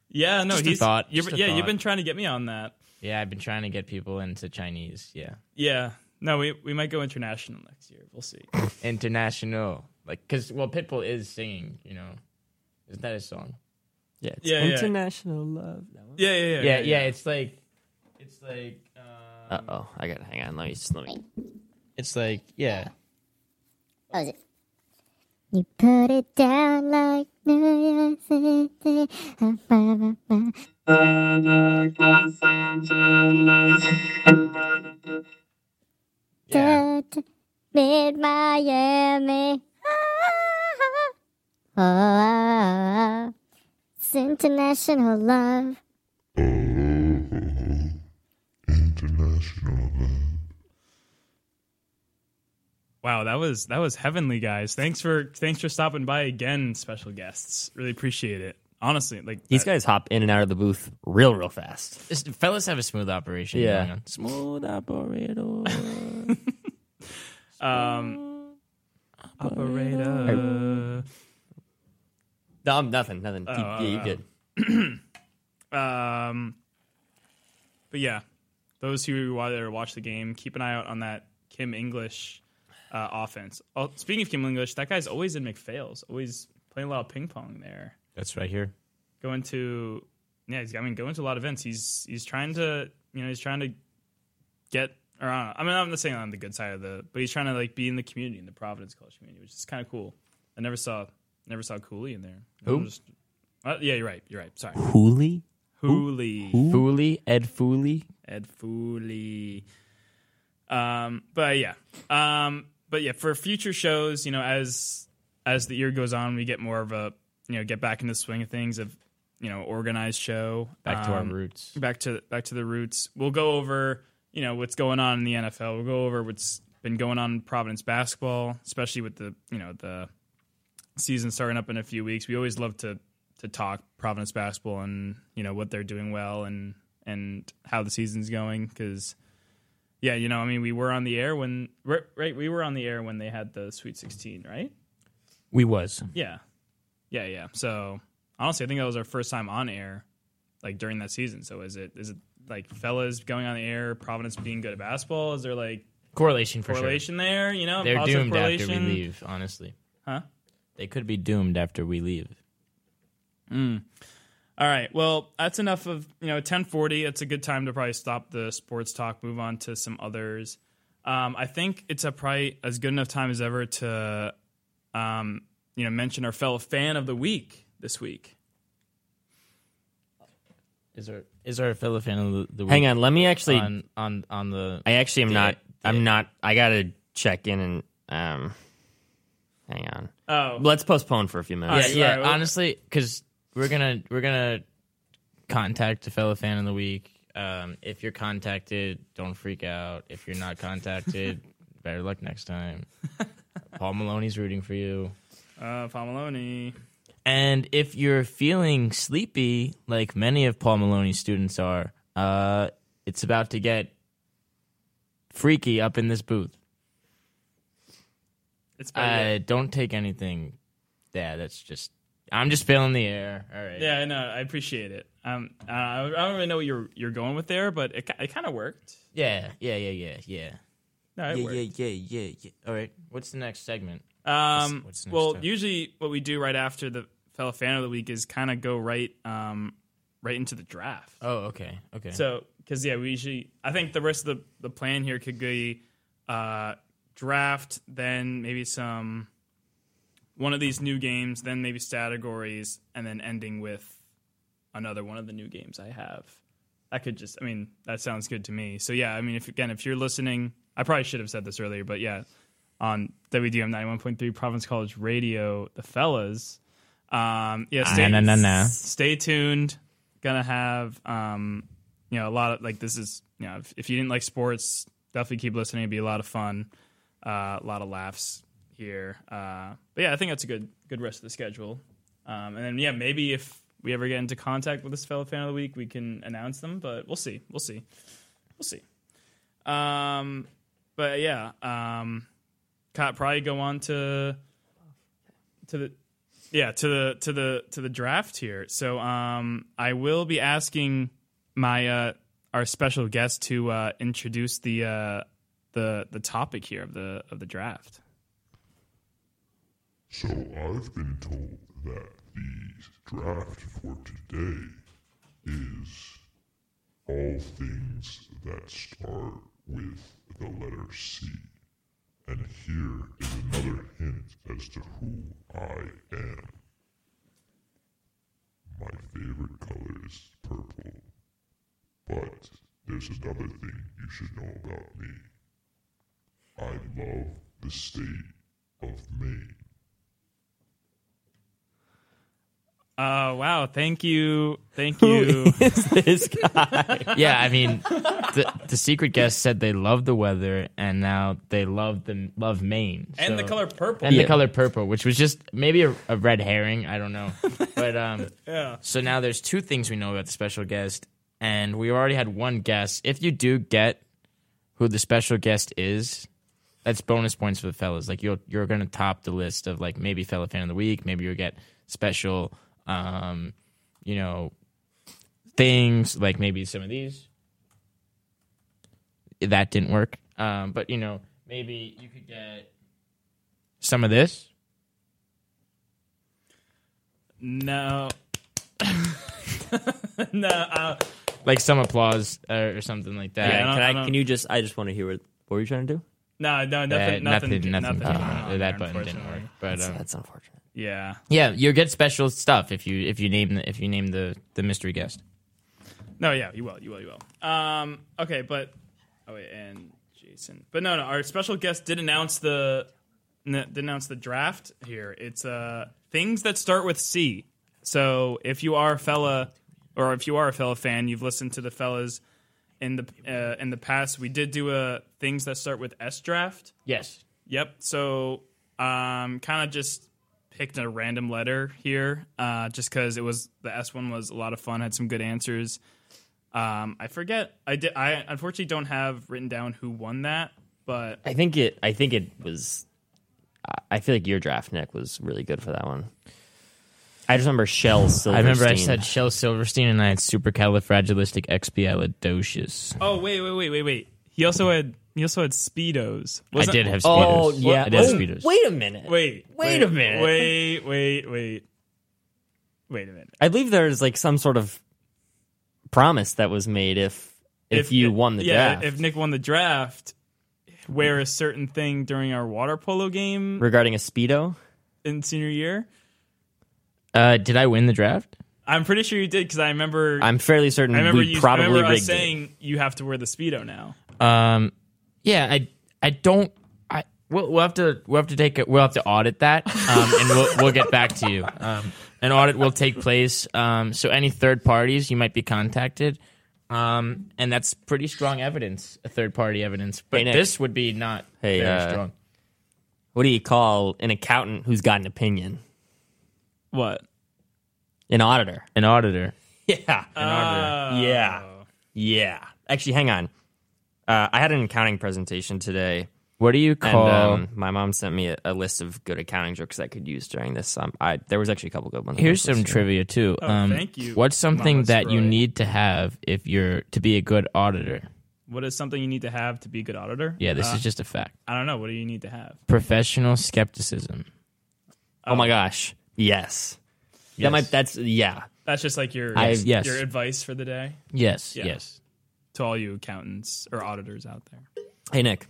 Speaker 2: Yeah, no,
Speaker 1: Just a
Speaker 2: he's
Speaker 1: thought,
Speaker 2: you've-
Speaker 1: just a
Speaker 2: yeah,
Speaker 1: thought.
Speaker 2: you've been trying to get me on that.
Speaker 1: Yeah, I've been trying to get people into Chinese. Yeah,
Speaker 2: Yeah. No, we we might go international next year.
Speaker 1: [laughs]
Speaker 2: We'll see.
Speaker 1: international. Like, cause well, Pitbull is singing. You know, isn't that his song?
Speaker 3: Yeah, it's
Speaker 2: Yeah, yeah.
Speaker 3: international love.
Speaker 2: Yeah, yeah, yeah.
Speaker 1: Yeah, yeah. It's like, it's like, uh,
Speaker 3: Uh oh, I gotta hang on. Let me just let me.
Speaker 1: it's like, yeah.
Speaker 6: What was Oh, it? You put it down like New York City.
Speaker 1: Yeah.
Speaker 6: Mid Miami. Oh, oh, oh. It's international love.
Speaker 5: Oh, international love.
Speaker 2: Wow, that was that was heavenly, guys. Thanks for thanks for stopping by again, special guests. Really appreciate it. Honestly, like
Speaker 3: These
Speaker 2: that-
Speaker 3: guys hop in and out of the booth real, real fast.
Speaker 1: This, fellas have a smooth operation.
Speaker 3: Yeah.
Speaker 1: Going on.
Speaker 3: Smooth [laughs] operator.
Speaker 2: Um, operator.
Speaker 3: no, I'm nothing. Nothing. You- yeah, you good?
Speaker 2: Um, but yeah, those who rather watch the game, keep an eye out on that Kim English uh, offense. Oh, speaking of Kim English, that guy's always in McPhail's, always playing a lot of ping pong there.
Speaker 1: That's right here.
Speaker 2: going to yeah he's, i mean going to a lot of events he's he's trying to you know he's trying to get or I, don't know, I mean i'm not saying on the good side of the but he's trying to like be in the community in the providence college community which is kind of cool i never saw never saw cooley in there
Speaker 1: Who?
Speaker 2: I'm just- uh, yeah you're right you're right sorry
Speaker 3: Hooli?
Speaker 2: cooley
Speaker 1: Fooley, Ed Fooley.
Speaker 2: ed fooley um but yeah um but yeah for future shows you know as as the year goes on we get more of a you know get back into the swing of things of you know organized show
Speaker 1: Back to our
Speaker 2: Um,
Speaker 1: roots.
Speaker 2: back to back to the roots. We'll go over you know what's going on in the NFL. We'll go over what's been going on in Providence basketball, especially with the you know the season starting up in a few weeks. We always love to to talk Providence basketball and you know what they're doing well and and how the season's going because. Yeah, you know, I mean, we were on the air when ri- right. We were on the air when they had the Sweet Sixteen, right?
Speaker 1: We was.
Speaker 2: Yeah. Yeah, yeah. So honestly, I think that was our first time on air, like during that season. So is it is it like fellas going on the air, Providence being good at basketball? Is there like
Speaker 1: Correlation for
Speaker 2: correlation there? You know,
Speaker 1: sure. They're
Speaker 2: positive
Speaker 1: doomed after we
Speaker 2: correlation?
Speaker 1: leave, honestly.
Speaker 2: Huh?
Speaker 1: They could be doomed after we leave.
Speaker 2: All right. Well, that's enough of you know ten forty. It's a good time to probably stop the sports talk. Move on to some others. Um, I think it's a probably as good enough time as ever to, um, you know, mention our fellow fan of the week this week.
Speaker 1: Is there is there a fellow fan of the, the week
Speaker 3: Hang on. Let me actually.
Speaker 1: on on on the
Speaker 3: I actually am
Speaker 1: The-
Speaker 3: not.
Speaker 1: the-
Speaker 3: I'm not. I gotta check in and um. Hang on.
Speaker 2: Oh,
Speaker 3: Let's postpone for a few minutes.
Speaker 1: yeah
Speaker 2: Alright,
Speaker 1: yeah
Speaker 2: alright, well-
Speaker 1: honestly because we're gonna we're gonna contact a fellow fan of the week. Um, if you're contacted, don't freak out. If you're not contacted, better luck next time. Paul Maloney's rooting for you.
Speaker 2: uh, Paul Maloney.
Speaker 1: And if you're feeling sleepy, like many of Paul Maloney's students are, uh, it's about to get freaky up in this booth.
Speaker 2: It's about it.
Speaker 1: Uh, don't take anything. Yeah, that's just. I'm just filling the air. All right.
Speaker 2: Yeah, I know. I appreciate it. Um, uh, I I don't really know what you're you're going with there, but it ki- it kind of worked.
Speaker 1: Yeah. Yeah. Yeah. Yeah. Yeah.
Speaker 2: No, it
Speaker 1: Yeah,
Speaker 2: worked.
Speaker 1: yeah, yeah, yeah, yeah. All right. What's the next segment?
Speaker 2: Um,
Speaker 1: What's- what's next
Speaker 2: well,
Speaker 1: up?
Speaker 2: usually what we do right after the fellow fan of the week is kind of go right um right into the draft.
Speaker 1: Oh, okay. Okay. [laughs]
Speaker 2: So because yeah, we usually I think the rest of the the plan here could be uh draft, then maybe some one of these new games, then maybe categories, and then ending with another one of the new games I have. I could just, I mean, that sounds good to me. So yeah, I mean, if again, if you're listening, I probably should have said this earlier, but yeah, on WDM ninety one point three Province College Radio, the fellas. Um, yeah, stay,
Speaker 1: Ah, na, na, na.
Speaker 2: stay tuned. Gonna have um, you know, a lot of like this is you know, if, if you didn't like sports, definitely keep listening. It'd be a lot of fun, uh, a lot of laughs here. Uh, but yeah, I think that's a good good rest of the schedule. Um, and then yeah, maybe if we ever get into contact with this fellow fan of the week, we can announce them. But we'll see. We'll see. We'll see. Um, but yeah, um, Kat probably go on to to the yeah to the to the to the draft here. So um, I will be asking my uh, our special guest to uh, introduce the uh, the the topic here of the of the draft.
Speaker 5: So I've been told that the draft for today is all things that start with the letter C. And here is another hint as to who I am. My favorite color is purple. But there's another thing you should know about me. I love the state of Maine.
Speaker 2: Uh, wow! Thank you, thank
Speaker 3: Who
Speaker 2: [laughs] you.
Speaker 3: is this guy?
Speaker 1: [laughs] Yeah, I mean, the, the secret guest said they love the weather, and now they love the love Maine
Speaker 2: and the
Speaker 1: so-
Speaker 2: color purple.
Speaker 1: and
Speaker 3: Yeah.
Speaker 1: the color purple, which was just maybe a, a red herring. I don't know, but um,
Speaker 2: Yeah.
Speaker 1: So now there's two things we know about the special guest, and we already had one guess. If you do get who the special guest is, that's bonus points for the fellas. Like you're you're gonna top the list of like maybe fella fan of the week. Maybe you'll get special, um, you know, things like maybe some of these. That didn't work, um, but you know maybe you could get some of this.
Speaker 2: No. [laughs] no. Uh,
Speaker 1: like some applause uh, or something like that.
Speaker 2: Yeah, I
Speaker 3: can
Speaker 2: don't-
Speaker 3: I?
Speaker 2: I don't-
Speaker 3: Can you just? I just want to hear what. What were you trying to do?
Speaker 2: no. No. Nothing.
Speaker 1: Uh,
Speaker 2: nothing.
Speaker 1: came
Speaker 2: Nothing. going
Speaker 1: out. that
Speaker 2: on there,
Speaker 1: button didn't work.
Speaker 2: unfortunately.
Speaker 1: But
Speaker 3: That's,
Speaker 1: um,
Speaker 3: that's unfortunate.
Speaker 2: Yeah.
Speaker 1: yeah, you'll get special stuff if you if you name the, if you name the the mystery guest.
Speaker 2: No, yeah, you will, you will, you will. Um, okay, but oh wait, and Jason, but no, no, our special guest did announce the n- did announce the draft here. It's uh things that start with C. So if you are a fella, or if you are a fella fan, you've listened to the fellas in the uh, in the past. We did do a things that start with S draft.
Speaker 1: Yes.
Speaker 2: Yep. So, um, kind of just picked a random letter here, uh, just because it was the S one was a lot of fun, had some good answers. Um, I forget. I did. I unfortunately don't have written down who won that, but
Speaker 3: I think it. I think it was. I- I feel like your draft, Nick, was really good for that one. I just remember Shell Silverstein.
Speaker 1: I remember I said Shel Silverstein and I had supercalifragilisticexpialidocious.
Speaker 2: oh wait, wait, wait, wait, wait. He also had he also had speedos.
Speaker 1: I
Speaker 2: Wasn't-
Speaker 1: did have Speedos.
Speaker 3: Oh yeah.
Speaker 1: I did have
Speaker 3: Oh,
Speaker 1: Speedos.
Speaker 3: wait a minute.
Speaker 2: Wait,
Speaker 3: Wait a minute.
Speaker 2: Wait, wait, wait. Wait a minute.
Speaker 3: I believe there's like some sort of promise that was made if if, you won the
Speaker 2: yeah,
Speaker 3: draft
Speaker 2: if Nick won the draft, wear a certain thing during our water polo game
Speaker 3: regarding a speedo.
Speaker 2: in senior year.
Speaker 1: Uh, did I win the draft?
Speaker 2: I'm pretty sure you did because I remember. i
Speaker 3: I'm fairly certain
Speaker 2: remember
Speaker 3: we
Speaker 2: you.
Speaker 3: probably
Speaker 2: I remember
Speaker 3: rigged
Speaker 2: us saying you have to wear the speedo now.
Speaker 1: Um, yeah, I I don't. I we'll, we'll have to we'll have to take a, we'll have to audit that, um, and we'll we'll get back to you. Um, an audit will take place. Um, so any third parties you might be contacted, um, and that's pretty strong evidence, a third party evidence. But
Speaker 3: Hey, Nick.
Speaker 1: this would be not
Speaker 3: Hey,
Speaker 1: very
Speaker 3: uh,
Speaker 1: strong.
Speaker 3: it. What do you call an accountant who's got an opinion?
Speaker 2: What? [laughs]
Speaker 3: An auditor.
Speaker 1: An auditor. Uh,
Speaker 3: Yeah. yeah. Yeah. Actually, hang on. Uh, I had an accounting presentation today,
Speaker 1: What do you
Speaker 3: and
Speaker 1: call?
Speaker 3: um, my mom sent me a, a list of good accounting jokes I could use during this. Um, I there was actually a couple good ones.
Speaker 1: Here's
Speaker 3: Let's
Speaker 1: some
Speaker 3: see.
Speaker 1: trivia too. um,
Speaker 2: Oh, thank you,
Speaker 1: What's something
Speaker 2: Mama
Speaker 1: that you
Speaker 2: Sproy.
Speaker 1: need to have if you're to be a good auditor?
Speaker 2: What is something you need to have to be a good auditor? Uh,
Speaker 1: Yeah, this is just a fact.
Speaker 2: I don't know. What do you need to have?
Speaker 1: Professional skepticism.
Speaker 3: Oh my gosh. Yes. That might. That's yeah.
Speaker 2: That's just like your
Speaker 3: I-
Speaker 1: yes.
Speaker 2: your advice for the day
Speaker 1: Yes.
Speaker 2: Yeah.
Speaker 1: Yes.
Speaker 2: to all you accountants or auditors out there.
Speaker 3: Hey Nick,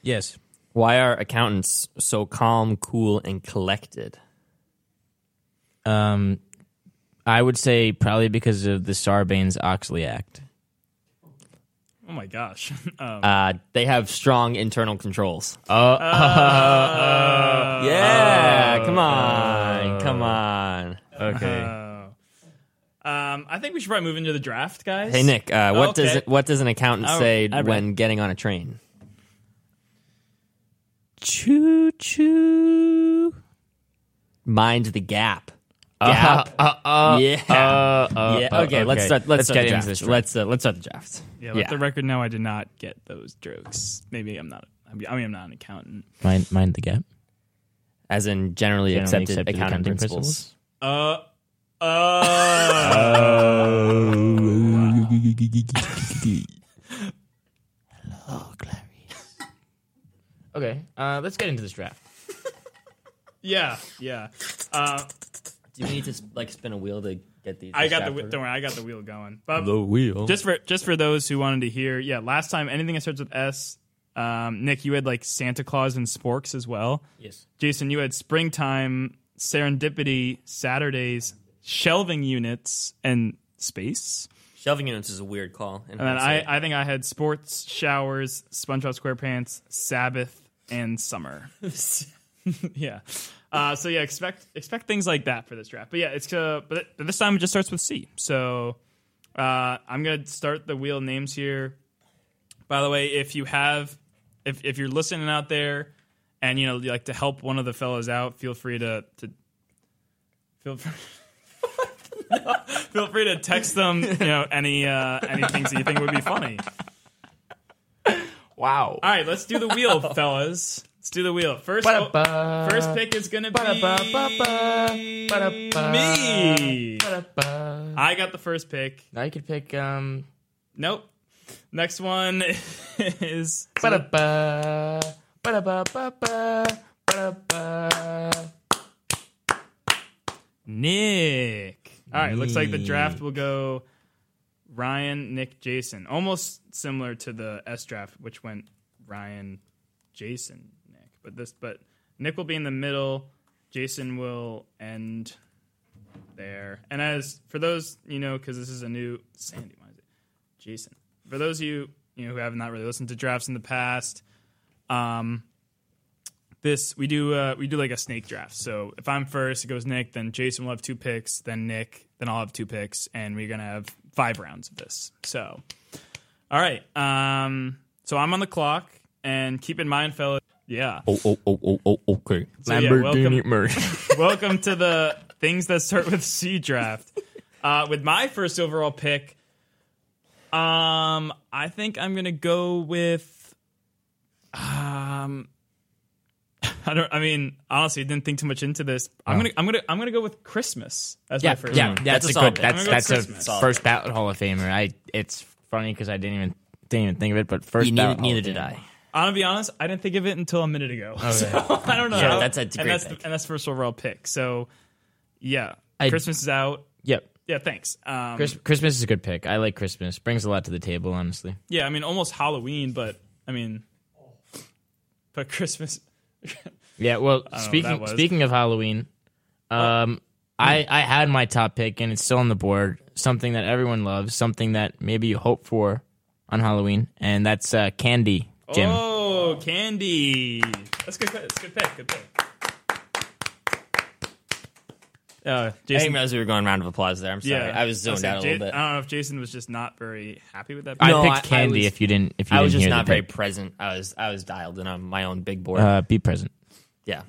Speaker 1: Yes.
Speaker 3: why are accountants so calm, cool, and collected?
Speaker 1: Um, I would say probably because of the Sarbanes Oxley Act.
Speaker 2: Oh my gosh. [laughs] Um,
Speaker 3: Uh, they have strong internal controls.
Speaker 2: uh,
Speaker 3: [laughs] yeah. come on. come on.
Speaker 1: Okay.
Speaker 2: um, I think we should probably move into the draft, guys.
Speaker 3: Hey Nick, uh, what
Speaker 2: Okay.
Speaker 3: does what does an accountant
Speaker 2: All
Speaker 3: say
Speaker 2: right, all right.
Speaker 3: when getting on a train?
Speaker 1: Choo choo.
Speaker 3: Mind the gap. Gap. yeah. yeah.
Speaker 1: uh,
Speaker 3: okay, let's
Speaker 1: okay.
Speaker 3: start. Let's,
Speaker 1: Let's get
Speaker 3: start the
Speaker 1: into
Speaker 3: draft.
Speaker 1: this draft.
Speaker 3: Let's uh, let's start the draft.
Speaker 2: Yeah, let the record know I did not get those jokes. Maybe I'm not. I mean, I'm not an accountant.
Speaker 1: Mind, mind the gap.
Speaker 3: as in generally,
Speaker 1: Generally
Speaker 3: accepted,
Speaker 1: accepted
Speaker 3: accounting,
Speaker 1: accounting
Speaker 3: principles.
Speaker 2: Uh, uh,
Speaker 1: [laughs] Okay, uh, let's get into this draft.
Speaker 2: yeah, yeah. Uh,
Speaker 3: Do we need to like spin a wheel to get these?
Speaker 2: I got the whe- don't worry, I got the wheel going. But
Speaker 3: wheel.
Speaker 2: just for just for those who wanted to hear, yeah, last time anything that starts with S, um, Nick, you had like Santa Claus and sporks as well.
Speaker 3: yes.
Speaker 2: Jason, you had springtime, serendipity, Saturdays, shelving units, and space.
Speaker 3: Shelving units is a weird call.
Speaker 2: And then I, I think I had sports, showers, SpongeBob SquarePants, Sabbath, and summer. yeah. Uh, so yeah, expect expect things like that for this draft. But yeah, it's uh, but, but this time it just starts with C. So uh, I'm gonna start the wheel names here. By the way, if you have if if you're listening out there and you know you like to help one of the fellows out, feel free to to feel [laughs] free. Feel free to text them, you know, any uh, any things that you think would be funny.
Speaker 1: Wow.
Speaker 2: All right, let's do
Speaker 1: [laughs]
Speaker 2: the wheel, fellas. Let's do the wheel. First,
Speaker 1: Ba-da-ba.
Speaker 2: first pick is gonna
Speaker 1: Ba-da-ba-ba-ba.
Speaker 2: be
Speaker 1: Ba-da-ba.
Speaker 2: me.
Speaker 1: Ba-da-ba.
Speaker 2: I got the first pick.
Speaker 1: Now you could pick um.
Speaker 2: Nope. Next one [laughs] is
Speaker 1: Ba-da-ba. Ba-da-ba-ba-ba. Ba-da-ba.
Speaker 2: Nick. All right, looks like the draft will go Ryan, Nick, Jason. Almost similar to the S draft, which went Ryan, Jason, Nick. But this, but Nick will be in the middle. Jason will end there. And as for those you know, because this is a new Sandy, why is it Jason? For those of you you know who have not really listened to drafts in the past, um, this we do uh, we do like a snake draft. So if I'm first, it goes Nick, then Jason will have two picks, then Nick, then I'll have two picks, and we're gonna have five rounds of this. So, all right. Um, so I'm on the clock, and keep in mind, fellas. Yeah.
Speaker 3: Oh oh oh oh oh. Okay.
Speaker 2: So, yeah, welcome-
Speaker 1: Murray.
Speaker 2: Welcome to the things that start with C draft. Uh, with my first overall pick, um, I think I'm gonna go with, um, [laughs] I don't. I mean, honestly, I didn't think too much into this. I'm gonna, I'm gonna, I'm gonna go with Christmas as
Speaker 1: Yeah,
Speaker 2: my first.
Speaker 1: yeah,
Speaker 2: one.
Speaker 1: that's,
Speaker 3: That's a
Speaker 1: a good.
Speaker 3: solid pick.
Speaker 1: That's
Speaker 2: I'm gonna go
Speaker 1: that's a
Speaker 2: Christmas.
Speaker 1: first ballot Hall of Famer. I. It's funny because I didn't even didn't even think of it, but first
Speaker 3: You
Speaker 1: ballot Hall
Speaker 3: neither,
Speaker 1: of
Speaker 3: neither did
Speaker 1: Famer.
Speaker 3: I.
Speaker 2: I'm gonna be honest. I didn't think of it until a minute ago. [laughs] So I don't know.
Speaker 3: Yeah, that's a great
Speaker 2: and that's
Speaker 3: pick.
Speaker 2: The, and that's first overall pick. So yeah,
Speaker 1: I-
Speaker 2: Christmas is out.
Speaker 1: Yep.
Speaker 2: Yeah, thanks. Um,
Speaker 1: Chris, Christmas is a good pick. I like Christmas. Brings a lot to the table, honestly.
Speaker 2: Yeah, I mean almost Halloween, but I mean, but
Speaker 3: [laughs]
Speaker 2: Christmas.
Speaker 1: Yeah. Well,
Speaker 2: what that
Speaker 1: speaking
Speaker 2: was.
Speaker 1: speaking of Halloween, um, I I had my top pick and it's still on the board. Something that everyone loves. Something that maybe you hope for on Halloween, and that's uh, candy, Jim.
Speaker 2: Oh, candy. That's good. That's good pick. Good pick. Uh,
Speaker 3: I
Speaker 2: Jason.
Speaker 3: didn't realize we were going round of applause there. I'm sorry.
Speaker 2: yeah,
Speaker 3: I was zoned
Speaker 2: saying,
Speaker 3: out a little
Speaker 2: Ja-
Speaker 3: bit.
Speaker 2: I don't know if Jason was just not very happy with that.
Speaker 1: I
Speaker 2: pick.
Speaker 3: No, I- I
Speaker 1: picked candy.
Speaker 3: was-
Speaker 1: if you didn't, if you
Speaker 3: I
Speaker 1: didn't
Speaker 3: was just
Speaker 1: hear
Speaker 3: not
Speaker 1: the
Speaker 3: very
Speaker 1: pick.
Speaker 3: present. I was I was dialed in on my own big board.
Speaker 2: Uh-huh.
Speaker 1: Uh, be present.
Speaker 3: yeah.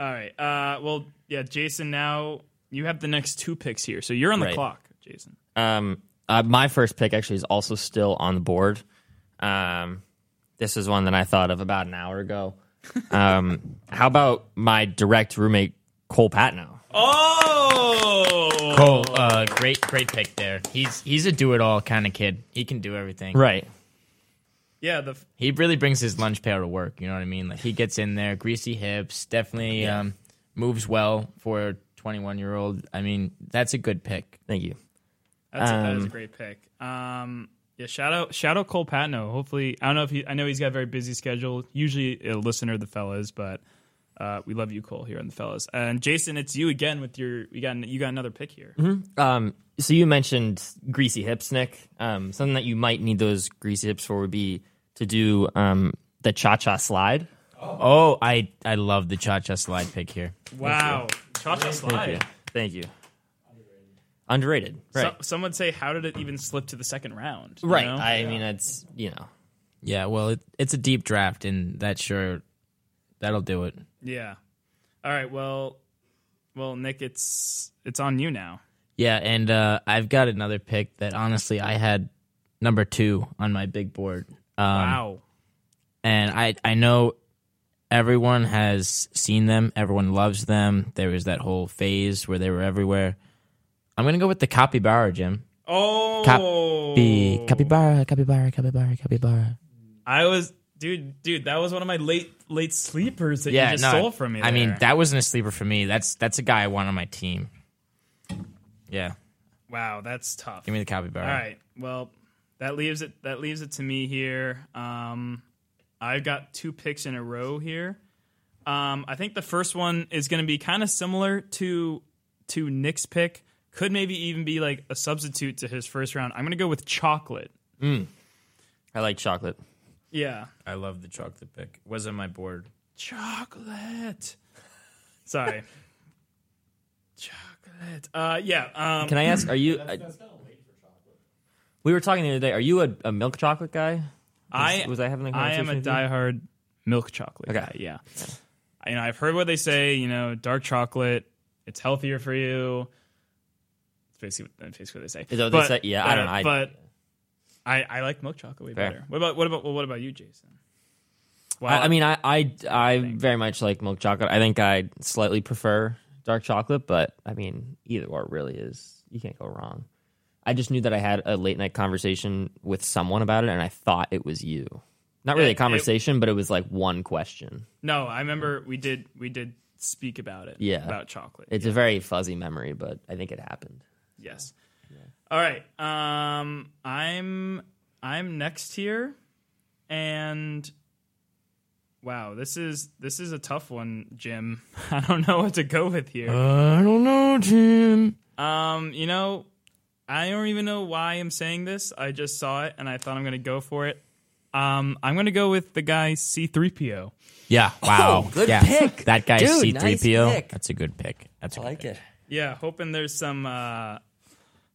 Speaker 2: All right. Uh, well, yeah, Jason. Now you have the next two picks here, so you're on the
Speaker 3: Right.
Speaker 2: clock, Jason.
Speaker 3: Um, uh, my first pick actually is also still on the board. Um, this is one that I thought of about an
Speaker 2: [laughs]
Speaker 3: hour ago. Um, how about my direct roommate Cole Patno?
Speaker 2: Oh,
Speaker 1: Cole, uh, great, great pick there. He's he's a do-it-all kind of kid. He can do everything.
Speaker 3: Right.
Speaker 2: yeah. The
Speaker 1: He really brings his lunch pail to work. You know what I mean? Like he gets in there, greasy hips, definitely um, moves well for a 21-year-old. I mean, that's a good pick.
Speaker 3: Thank you.
Speaker 2: That's a, that is a
Speaker 3: Um,
Speaker 2: great pick. Um, yeah, shout out, shout out Cole Patno. Hopefully, I don't know if he, I know he's got a very busy schedule. Usually a listener of the fellas, but uh, we love you, Cole, here on the fellas. And Jason, it's you again with your, you got, you got another pick here.
Speaker 3: Um, so you mentioned greasy hips, Nick. Um, something that you might need those greasy hips for would be to do um, the cha cha slide.
Speaker 1: Oh, I I love the cha-cha slide pick here.
Speaker 2: Wow, cha cha
Speaker 3: Thank you.
Speaker 2: slide.
Speaker 3: Thank you. Underrated.
Speaker 2: So,
Speaker 3: Right.
Speaker 2: some would say, how did it even slip to the second round? you
Speaker 3: right.
Speaker 2: know?
Speaker 3: I mean, it's you know.
Speaker 1: Yeah, well, it, it's a deep draft, and that sure that'll do it.
Speaker 2: yeah. All right. Well, well, Nick, it's it's on you now.
Speaker 1: Yeah, and uh, I've got another pick that honestly I had number two on my big board. Um,
Speaker 2: Wow.
Speaker 1: and I I know everyone has seen them. Everyone loves them. There was that whole phase where they were everywhere. I'm gonna go with the capybara, Jim.
Speaker 2: Oh,
Speaker 1: Capi, capybara, capybara, capybara, capybara.
Speaker 2: I was, dude, dude. That was one of my late, late sleepers that you just stole from me.
Speaker 1: I mean,
Speaker 2: there.
Speaker 1: that wasn't a sleeper for me. That's that's a guy I want on my team. Yeah,
Speaker 2: wow, that's tough.
Speaker 1: give me the capybara.
Speaker 2: All right. Well, that leaves it. That leaves it to me here. Um, I've got two picks in a row here. Um, I think the first one is going to be kind of similar to to Nick's pick. Could maybe even be like a substitute to his first round. I'm going to go with chocolate.
Speaker 3: I like chocolate.
Speaker 2: Yeah,
Speaker 1: I love the chocolate pick. Was on my board.
Speaker 2: chocolate. Sorry. [laughs] chocolate. Uh, yeah. Um,
Speaker 3: Can I ask? Are you? we were talking the other day. Are you a, a milk chocolate guy?
Speaker 2: I
Speaker 3: was I having that
Speaker 2: I am a
Speaker 3: conversation
Speaker 2: diehard milk chocolate guy. Yeah, you know I've heard what they say. You know, dark chocolate, it's healthier for you. It's basically that's basically what they say.
Speaker 3: Is that what they say? Yeah, I don't know. I-
Speaker 2: but I, I like milk chocolate way
Speaker 3: Fair.
Speaker 2: better. What about what about well, what about you, Jason? Wow,
Speaker 3: I, I mean, I, I I very much like milk chocolate. I think I slightly prefer dark chocolate, but I mean, either or really is you can't go wrong. I just knew that I had a late night conversation with someone about it, and I thought it was you. Not really
Speaker 2: It-
Speaker 3: a
Speaker 2: it-
Speaker 3: conversation, but it was like one question.
Speaker 2: no, I remember we did we did speak about it.
Speaker 3: Yeah.
Speaker 2: about chocolate.
Speaker 3: It's a very fuzzy memory, but I think it happened.
Speaker 2: Yes. All right. Um, I'm I'm next here, and wow, this is this is a tough one, Jim. [laughs] I don't know what to go with here.
Speaker 1: I don't know, Jim.
Speaker 2: Um, you know, I don't even know why I'm saying this. I just saw it, and I thought I'm gonna go for it. Um, I'm gonna go with the guy C3PO.
Speaker 1: Yeah. Wow.
Speaker 3: good
Speaker 1: yeah.
Speaker 3: pick.
Speaker 1: That guy
Speaker 3: Dude,
Speaker 1: C three PO.
Speaker 3: nice pick.
Speaker 1: That's a good pick. That's a good pick.
Speaker 2: Yeah, hoping there's some uh,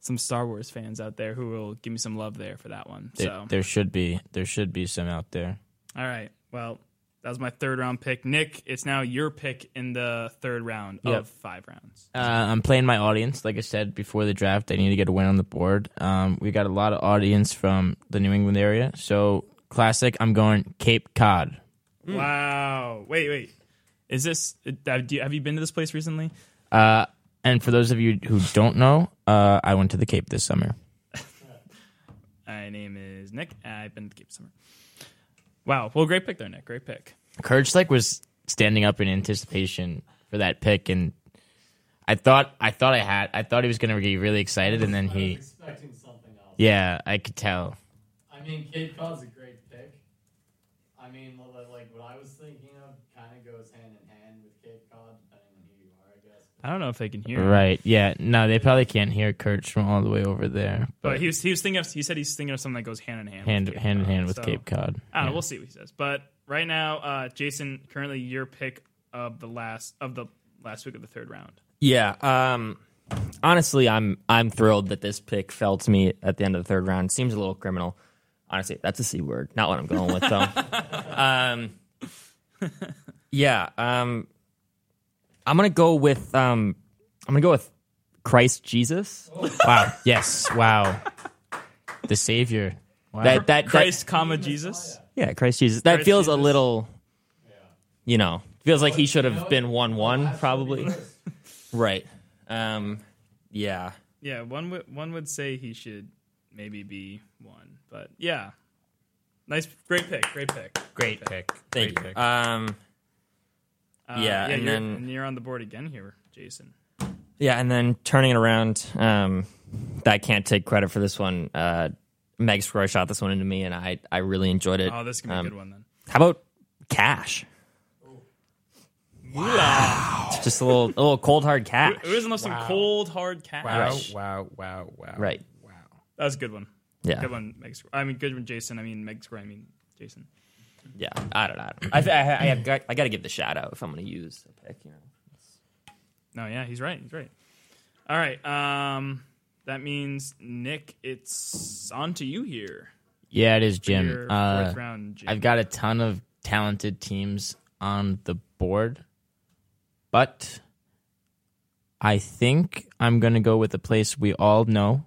Speaker 2: some Star Wars fans out there who will give me some love there for that one.
Speaker 1: There,
Speaker 2: so
Speaker 1: there should be there should be some out there.
Speaker 2: All right. Well, that was my third round pick. Nick, it's now your pick in the third round
Speaker 1: Yep.
Speaker 2: of five rounds.
Speaker 1: Uh, I'm playing my audience. Like I said before the draft, I need to get a win on the board. Um, we got a lot of audience from the New England area. So classic. I'm going Cape Cod. Hmm.
Speaker 2: Wow. Wait, wait. Is this? Have you, have you been to this place recently?
Speaker 1: Uh, and for those of you who don't know, uh, I went to the Cape this summer.
Speaker 2: My name is Nick. I've been to Cape Summer. Wow. Well, great pick there, Nick. Great pick.
Speaker 1: Courage like was standing up in anticipation for that pick, and I thought I thought I had I thought he was going to be really excited, and then he
Speaker 4: expecting something else.
Speaker 1: yeah I could tell.
Speaker 4: I mean, Cape Cod's a great pick. I mean, li- li- like what I was thinking of kind of goes hand in hand with Cape Cod, depending on who you are, I guess.
Speaker 2: I don't know if they can hear. Right.
Speaker 1: Right? Yeah. No, they probably can't hear Kurtz from all the way over there.
Speaker 2: But he was he was thinking. Of, he said he's thinking of something that goes hand in hand.
Speaker 1: hand
Speaker 2: with Cape
Speaker 1: hand in
Speaker 2: Cod.
Speaker 1: hand with
Speaker 2: So,
Speaker 1: Cape Cod.
Speaker 2: I don't know. We'll see what he says. But right now, uh, Jason, currently your pick of the last of the last week of the third round.
Speaker 3: Yeah. Um, honestly, I'm I'm thrilled that this pick fell to me at the end of the third round. Seems a little criminal. Honestly, that's a c word. Not what I'm going
Speaker 2: [laughs]
Speaker 3: with though. um, yeah. Um, I'm gonna go with um, I'm gonna go with Christ Jesus.
Speaker 2: Oh.
Speaker 1: [laughs] Wow. Yes. Wow. The savior. Wow.
Speaker 3: That that, that
Speaker 2: Christ, comma Jesus.
Speaker 3: yeah, Christ Jesus. That
Speaker 2: Christ
Speaker 3: feels a
Speaker 2: Jesus.
Speaker 3: little, you know, feels like he should have been one one probably. [laughs] Right. Um, yeah.
Speaker 2: Yeah, one would one would say he should maybe be one, but yeah, nice, great pick, great pick.
Speaker 1: great pick.
Speaker 3: Thank
Speaker 1: Great
Speaker 3: you.
Speaker 1: pick.
Speaker 3: Um.
Speaker 2: Uh,
Speaker 3: Yeah, and
Speaker 2: you're,
Speaker 3: then-
Speaker 2: you're on the board again here, Jason.
Speaker 3: Yeah, and then turning it around, um, I can't take credit for this one. Uh, Meg Scroy shot this one into me, and I, I really enjoyed it.
Speaker 2: Oh, this is gonna be
Speaker 3: Um,
Speaker 2: a good one then.
Speaker 3: How about cash? Wow. Just a little a little cold hard cash.
Speaker 2: It was almost some cold hard cash.
Speaker 1: Wow. Wow. Wow.
Speaker 3: Right.
Speaker 2: That was a good one.
Speaker 3: Yeah.
Speaker 2: Good one, Meg. Squ- I mean, good one, Jason. I mean, Meg. Squ- I mean, Jason.
Speaker 3: Yeah. I don't know. I I, I, I, got, I got to give the shout out if I'm going to use a pick. You know.
Speaker 2: No, yeah, he's right. He's right. All right. Um, that means Nick. It's on to you here.
Speaker 1: Yeah, it is Jim.
Speaker 2: Your
Speaker 1: Uh,
Speaker 2: fourth round. Jim.
Speaker 1: I've got a ton of talented teams on the board, but I think I'm going to go with a place we all know,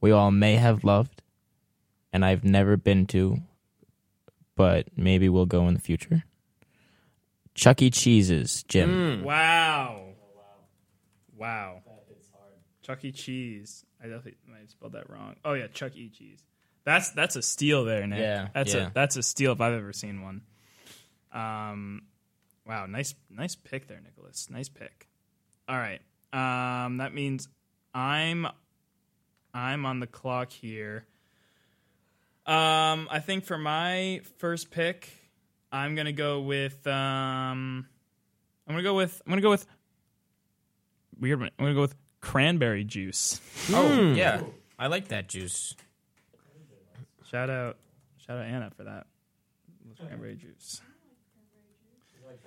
Speaker 1: we all may have loved, and I've never been to, but maybe we'll go in the future. Chuck E. Cheese's, Jim.
Speaker 2: Wow. Wow. Chuck E. Cheese. I definitely might have spelled that wrong. Oh yeah, Chuck E. Cheese. That's that's a steal there, Nick.
Speaker 1: Yeah,
Speaker 2: That's
Speaker 1: yeah.
Speaker 2: a that's a steal if I've ever seen one. Um wow, nice nice pick there, Nicholas. Nice pick. All right. Um that means I'm I'm on the clock here. Um I think for my first pick, I'm gonna go with um I'm gonna go with I'm gonna go with weird one. I'm gonna go with cranberry juice. Mm,
Speaker 1: Oh, yeah. I like that juice.
Speaker 2: Shout out, shout out Anna for that. With cranberry juice.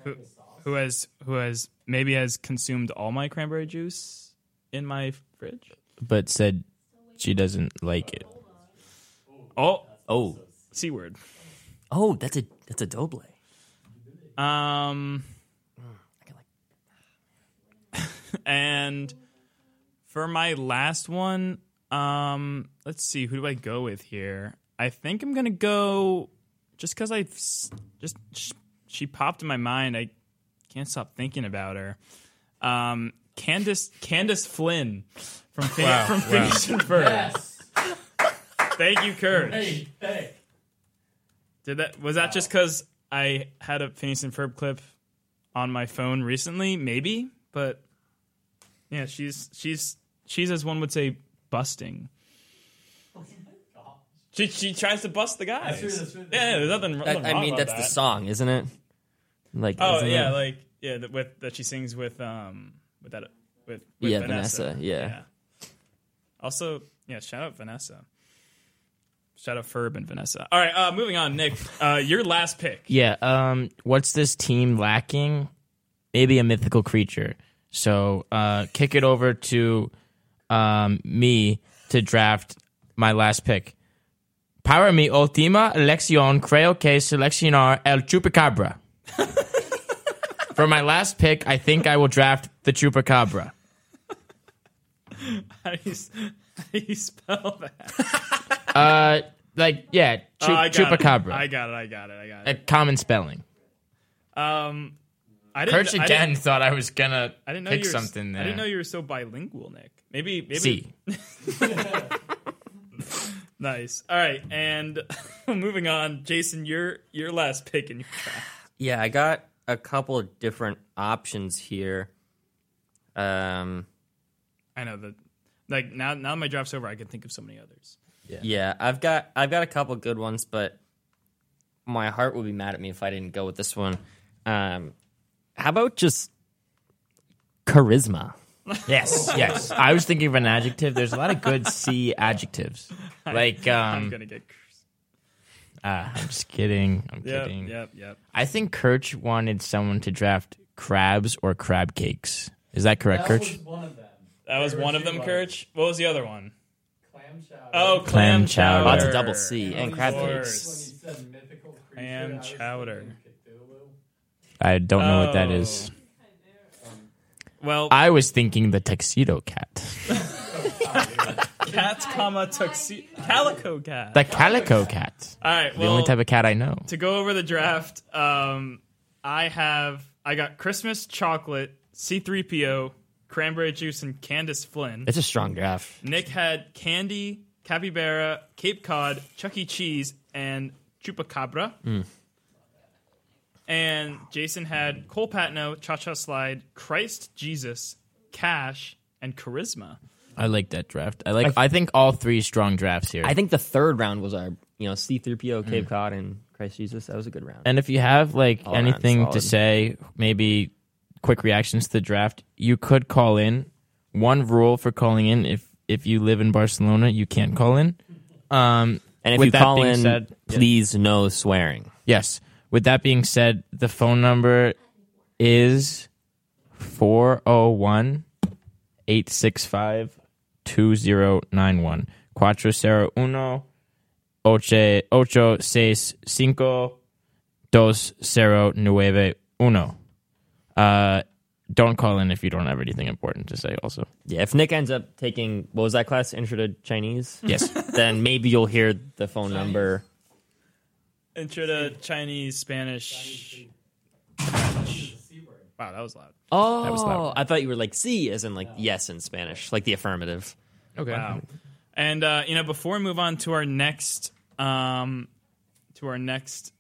Speaker 2: Who, who has who has maybe has consumed all my cranberry juice in my fridge?
Speaker 1: But said she doesn't like it.
Speaker 2: Oh,
Speaker 3: Oh,
Speaker 2: c word.
Speaker 3: oh, that's a that's a doble.
Speaker 2: Um, and for my last one, um, let's see, who do I go with here? I think I'm gonna go just because I just sh- she popped in my mind. I can't stop thinking about her. Um, Candace Candace Flynn from fin- from Phineas and Ferb. Thank you, Kurt.
Speaker 4: Hey, hey.
Speaker 2: Did that was that just because I had a Phineas and Ferb clip on my phone recently? Maybe, but yeah, she's she's she's as one would say busting. She she tries to bust the guys.
Speaker 4: true, Oh, that's true.
Speaker 2: Yeah, yeah, there's nothing. nothing
Speaker 3: I
Speaker 2: wrong
Speaker 3: mean,
Speaker 2: about
Speaker 3: that's the
Speaker 2: that.
Speaker 3: song, isn't it? Like,
Speaker 2: Oh
Speaker 3: isn't
Speaker 2: yeah,
Speaker 3: it?
Speaker 2: like yeah, that with that she sings with um with that with, with
Speaker 3: Yeah,
Speaker 2: Vanessa.
Speaker 3: Vanessa, yeah.
Speaker 2: Also, yeah, shout out Vanessa. Shout out Ferb and Vanessa. All right, uh, moving on, Nick. Uh, your last pick.
Speaker 1: Yeah. Um, what's this team lacking? Maybe a mythical creature. So uh, kick it over to um, me to draft my last pick. Para mi última elección creo que seleccionar el chupacabra. [laughs] For my last pick, I think I will draft the chupacabra.
Speaker 2: How do you, s- how do you spell
Speaker 3: [laughs]
Speaker 2: that?
Speaker 1: Uh, like yeah, chu-
Speaker 2: Oh, I got it.
Speaker 1: chupacabra.
Speaker 2: I got it. I got it. I got
Speaker 1: a
Speaker 2: it.
Speaker 1: common spelling.
Speaker 2: Um, I didn't.
Speaker 1: Kirch
Speaker 2: I
Speaker 1: again
Speaker 2: Didn't,
Speaker 1: thought I was gonna
Speaker 2: I didn't know
Speaker 1: pick
Speaker 2: you were, s-
Speaker 1: something there.
Speaker 2: I didn't know you were so bilingual, Nick. Maybe. Maybe.
Speaker 1: See.
Speaker 2: Nice. All right, and [laughs] moving on, Jason. Your your last pick in your draft.
Speaker 3: Yeah, I got a couple of different options here. Um,
Speaker 2: I know that. Like now, now that my draft's over, I can think of so many others.
Speaker 3: yeah, I've got I've got a couple good ones, but my heart would be mad at me if I didn't go with this one. Um, how about just [laughs] charisma?
Speaker 1: Yes, yes. I was thinking of an adjective. There's a lot of good C adjectives. Like,
Speaker 2: I'm
Speaker 1: um,
Speaker 2: gonna get.
Speaker 1: ah, I'm just kidding. I'm
Speaker 2: Yep,
Speaker 1: kidding.
Speaker 2: yep, yep.
Speaker 1: I think Kirch wanted someone to draft crabs or crab cakes. Is that correct,
Speaker 4: That
Speaker 1: Kirch?
Speaker 4: was one of them.
Speaker 2: That was
Speaker 4: There
Speaker 2: one
Speaker 4: were
Speaker 2: of
Speaker 4: two
Speaker 2: them,
Speaker 4: others.
Speaker 2: Kirch. What was the other one?
Speaker 4: Clam chowder.
Speaker 2: Oh, clam,
Speaker 1: Clam
Speaker 2: chowder.
Speaker 1: chowder.
Speaker 3: Lots of double C and
Speaker 2: Of
Speaker 3: crab
Speaker 2: course.
Speaker 4: When
Speaker 3: cakes.
Speaker 4: you said mythical creature,
Speaker 2: Clam
Speaker 4: I was
Speaker 2: chowder.
Speaker 4: thinking Cthulhu.
Speaker 1: I don't know what that is.
Speaker 2: Well,
Speaker 1: I was thinking the tuxedo cat,
Speaker 2: cats, comma tuxedo, calico cat.
Speaker 1: the calico cat,
Speaker 2: All right.
Speaker 1: the
Speaker 2: Uh, Well,
Speaker 1: only type of cat I know.
Speaker 2: to go over the draft, um, I have I got Christmas chocolate, C3PO, cranberry juice, and Candace Flynn.
Speaker 3: It's a strong draft.
Speaker 2: Nick had candy, capybara, Cape Cod, Chuck E. Cheese, and chupacabra. And Jason had Cole Patno, Cha Cha Slide, Christ Jesus, Cash, and Charisma.
Speaker 1: I like that draft. I like. I think all three strong drafts here.
Speaker 3: I think the third round was our, you know, C3PO, Cape Cod, and Christ Jesus. That was a good round.
Speaker 1: And if you have like
Speaker 3: around
Speaker 1: anything to
Speaker 3: solid.
Speaker 1: say, maybe quick reactions to the draft, you could call in. One rule for calling in if if you live in Barcelona, you can't call in. Um,
Speaker 3: And if
Speaker 1: with
Speaker 3: you
Speaker 1: that
Speaker 3: call
Speaker 1: being
Speaker 3: in,
Speaker 1: said,
Speaker 3: please no swearing.
Speaker 1: yes. With that being said, the phone number is 401 865 2091. Cuatro cero uno ocho ocho seis cinco dos cero nueve uno. Uh, don't call in if you don't have anything important to say, also.
Speaker 3: Yeah, if Nick ends up taking what was that class, intro to Chinese,
Speaker 1: Yes.
Speaker 3: then maybe you'll hear the phone number.
Speaker 2: Intro to Chinese, Spanish, Wow, that was loud.
Speaker 3: Oh,
Speaker 1: was loud.
Speaker 3: I thought you were like "sí" as in like yes in Spanish, like the affirmative.
Speaker 1: Okay.
Speaker 2: Wow. And uh, you know, before we move on to our next um, to our next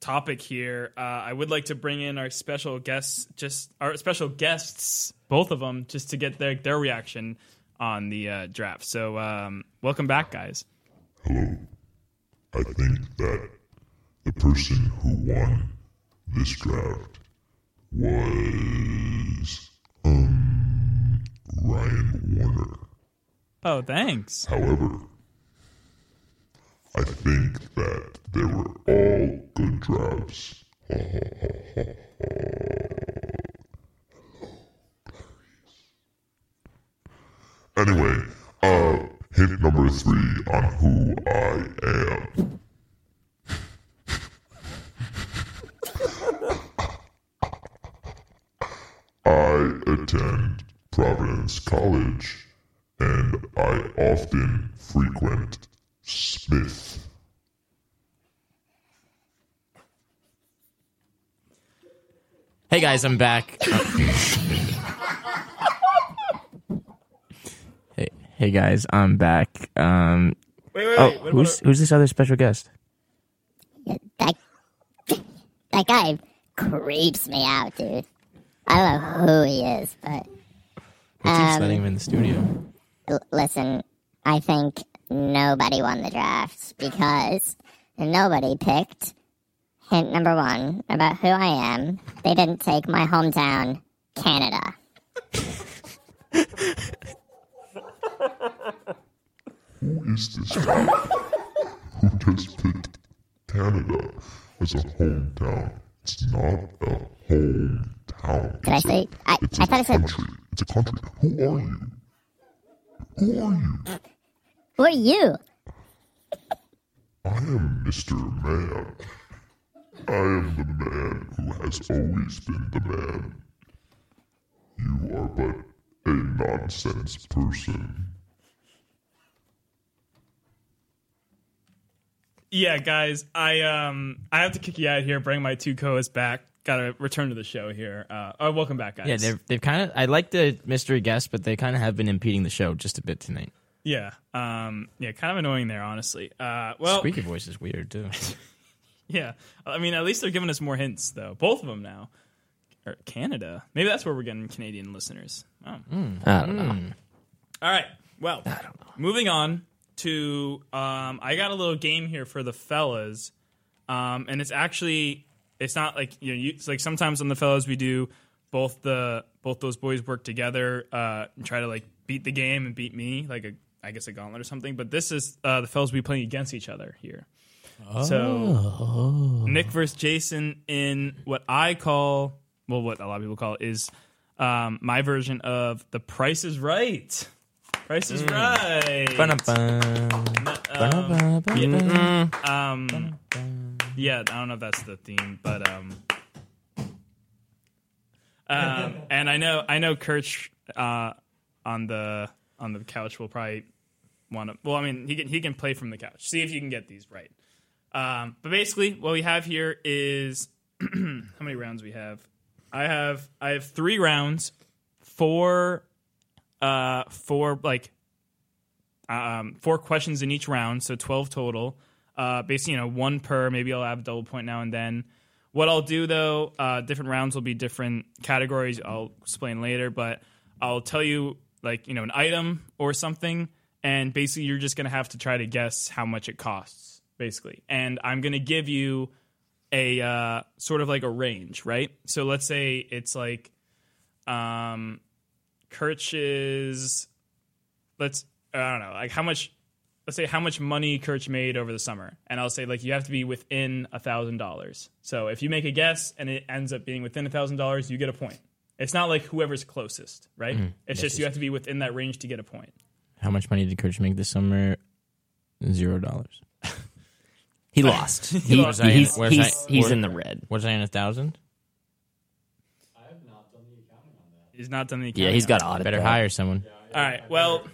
Speaker 2: topic here, uh, I would like to bring in our special guests, just our special guests, both of them, just to get their their reaction on the uh, draft. So, um, welcome back, guys.
Speaker 5: Hello. I think that the person who won this draft was um Ryan Warner.
Speaker 2: Oh, thanks.
Speaker 5: However, I think that they were all good drafts. anyway, uh, hint number three on who I am. I attend Providence College and I often frequent Smith. [laughs]
Speaker 1: Hey guys, I'm back. hey, hey guys, I'm back. Um,
Speaker 2: Wait, wait, wait.
Speaker 1: oh, who's who's this other special guest?
Speaker 6: That that guy creeps me out, dude. I don't know who he is, but
Speaker 1: We keep
Speaker 6: Um,
Speaker 1: letting him in the studio.
Speaker 6: l- listen, I think nobody won the draft because nobody picked hint number one about who I am. They didn't take my hometown, Canada.
Speaker 5: Who is this guy who just picked Canada as a hometown? It's not a hometown.
Speaker 6: Did I
Speaker 5: It's a,
Speaker 6: say? I,
Speaker 5: it's
Speaker 6: I
Speaker 5: a
Speaker 6: thought I said.
Speaker 5: country. It's a country. Who are you? Who are you?
Speaker 6: Who are you?
Speaker 5: I am Mr. Man. I am the man who has always been the man. You are but a nonsense person.
Speaker 2: Yeah, guys, I um I have to kick you out here. Bring my two co-hosts back. Got to return to the show here. Uh, oh, welcome back, guys.
Speaker 1: Yeah, they've they've kind of. I like the mystery guest, but they kind of have been impeding the show just a bit tonight.
Speaker 2: yeah, um, yeah, kind of annoying there, honestly. Uh, well,
Speaker 1: Squeaky voice is weird [laughs] too.
Speaker 2: Yeah, I mean, at least they're giving us more hints, though. Both of them now. Or Canada. Maybe that's where we're getting Canadian listeners. Oh.
Speaker 3: I don't know.
Speaker 2: All right. Well, moving on to um, I got a little game here for the fellas, um, and it's actually it's not like you know you, it's like sometimes on the fellas we do both the both those boys work together uh, and try to like beat the game and beat me like a I guess a gauntlet or something. But this is uh, the fellas we playing against each other here. So Nick versus Jason in what I call well what a lot of people call is um, my version of the Price is Right. Price is right. Um,
Speaker 3: Mm.
Speaker 2: um, yeah, I don't know if that's the theme, but um, um, and I know I know Kirch uh, on the on the couch will probably want to. Well, I mean, he can he can play from the couch. See if you can get these right. Um, but basically, what we have here is [clears throat] how many rounds we have. I have I have three rounds, four, uh, four like um, four questions in each round, so twelve total. Uh, basically, you know, one per. Maybe I'll have a double point now and then. What I'll do though, uh, different rounds will be different categories. I'll explain later, but I'll tell you like you know an item or something, and basically you're just gonna have to try to guess how much it costs, basically. And I'm gonna give you a uh, sort of like a range, right? So let's say it's like um, Kirch's let's I don't know, like how much let's say how much money Kirch made over the summer. And I'll say like you have to be within a thousand dollars. So if you make a guess and it ends up being within a thousand dollars, you get a point. It's not like whoever's closest, right?
Speaker 1: Mm-hmm.
Speaker 2: it's just you have to be within that range to get a point.
Speaker 1: How much money did Kirch make this summer? Zero dollars.
Speaker 3: He lost. [laughs]
Speaker 2: He
Speaker 3: He-
Speaker 2: lost.
Speaker 3: he's
Speaker 1: Where's
Speaker 3: he's,
Speaker 1: I-
Speaker 3: he's
Speaker 1: where-
Speaker 3: in the red.
Speaker 1: Was I in a thousand?
Speaker 4: I have not done the accounting on that.
Speaker 2: He's not done the
Speaker 3: Yeah,
Speaker 2: accounting.
Speaker 3: he's got audit.
Speaker 1: Better
Speaker 3: that.
Speaker 1: hire someone.
Speaker 2: All right. Well,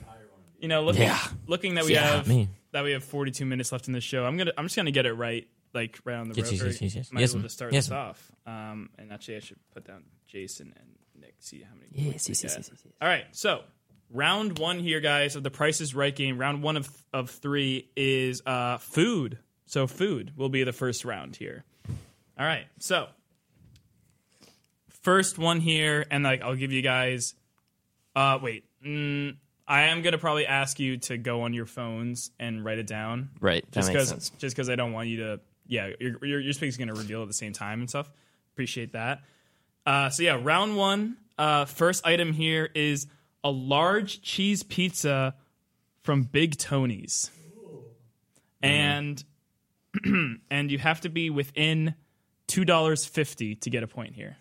Speaker 2: you know, looking
Speaker 3: Yeah.
Speaker 2: looking that we
Speaker 3: Yeah,
Speaker 2: have
Speaker 1: me.
Speaker 2: that we have 42 minutes left in the show, I'm gonna I'm just gonna get it right like right on the
Speaker 1: Yes,
Speaker 2: road.
Speaker 1: yes,
Speaker 2: or
Speaker 1: yes, yes, yes.
Speaker 2: Might
Speaker 1: Yes,
Speaker 2: as well
Speaker 1: ma'am.
Speaker 2: just start
Speaker 1: Yes,
Speaker 2: this
Speaker 1: ma'am.
Speaker 2: off. Um, and actually, I should put down Jason and Nick. See how many. points we get. All right, so round one here, guys, of the Price is Right game. Round one of of three is uh, food. So food will be the first round here. All right, so first one here, and like I'll give you guys. Uh, wait, mm, I am gonna probably ask you to go on your phones and write it down,
Speaker 3: Right. That
Speaker 2: Just
Speaker 3: makes
Speaker 2: because,
Speaker 3: sense.
Speaker 2: just because I don't want you to. Yeah, your your, your speak's gonna reveal at the same time and stuff. Appreciate that. Uh, so yeah, round one. Uh, first item here is a large cheese pizza from Big Tony's, and [clears throat] and you have to be within two dollars fifty to get a point here,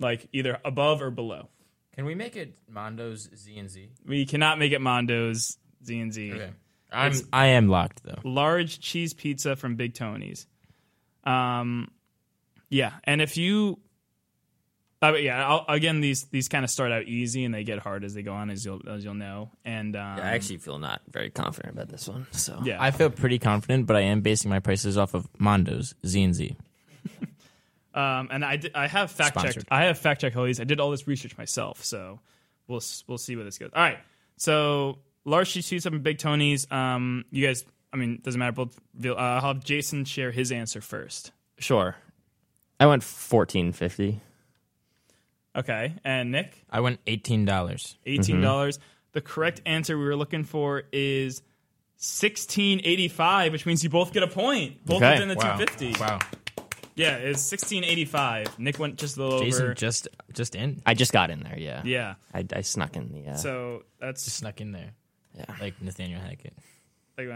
Speaker 2: like either above or below.
Speaker 1: Can we make it Mondo's Z and Z?
Speaker 2: We cannot make it Mondo's Z and Z.
Speaker 1: Okay. I'm I am locked though.
Speaker 2: large cheese pizza from Big Tony's. Um, yeah, and if you, uh, but yeah, I'll, again these these kind of start out easy and they get hard as they go on, as you'll as you'll know. And um,
Speaker 3: I actually feel not very confident about this one. So
Speaker 2: yeah,
Speaker 1: I feel pretty confident, but I am basing my prices off of Mondo's Z and Z.
Speaker 2: um, and I did, I have fact
Speaker 1: Sponsored.
Speaker 2: checked. I have fact checked all these. I did all this research myself, so we'll s- we'll see where this goes. All right, so large cheese pizza from Big Tony's. Um, you guys, I mean, doesn't matter. Both, uh, I'll have Jason share his answer first.
Speaker 3: sure. I went fourteen fifty.
Speaker 2: Okay, and Nick.
Speaker 1: I went eighteen dollars.
Speaker 2: eighteen dollars. The correct answer we were looking for is sixteen eighty five, which means you both get a point. Both
Speaker 3: Okay.
Speaker 2: within the two fifty.
Speaker 1: Wow.
Speaker 2: Yeah, it's sixteen eighty five. Nick went just a little
Speaker 1: Jason
Speaker 2: over.
Speaker 1: just just in.
Speaker 3: I just got in there. Yeah.
Speaker 2: yeah.
Speaker 3: I, I snuck in the. Uh,
Speaker 2: So that's
Speaker 1: Snuck in there.
Speaker 3: Yeah.
Speaker 1: Like Nathaniel Hackett.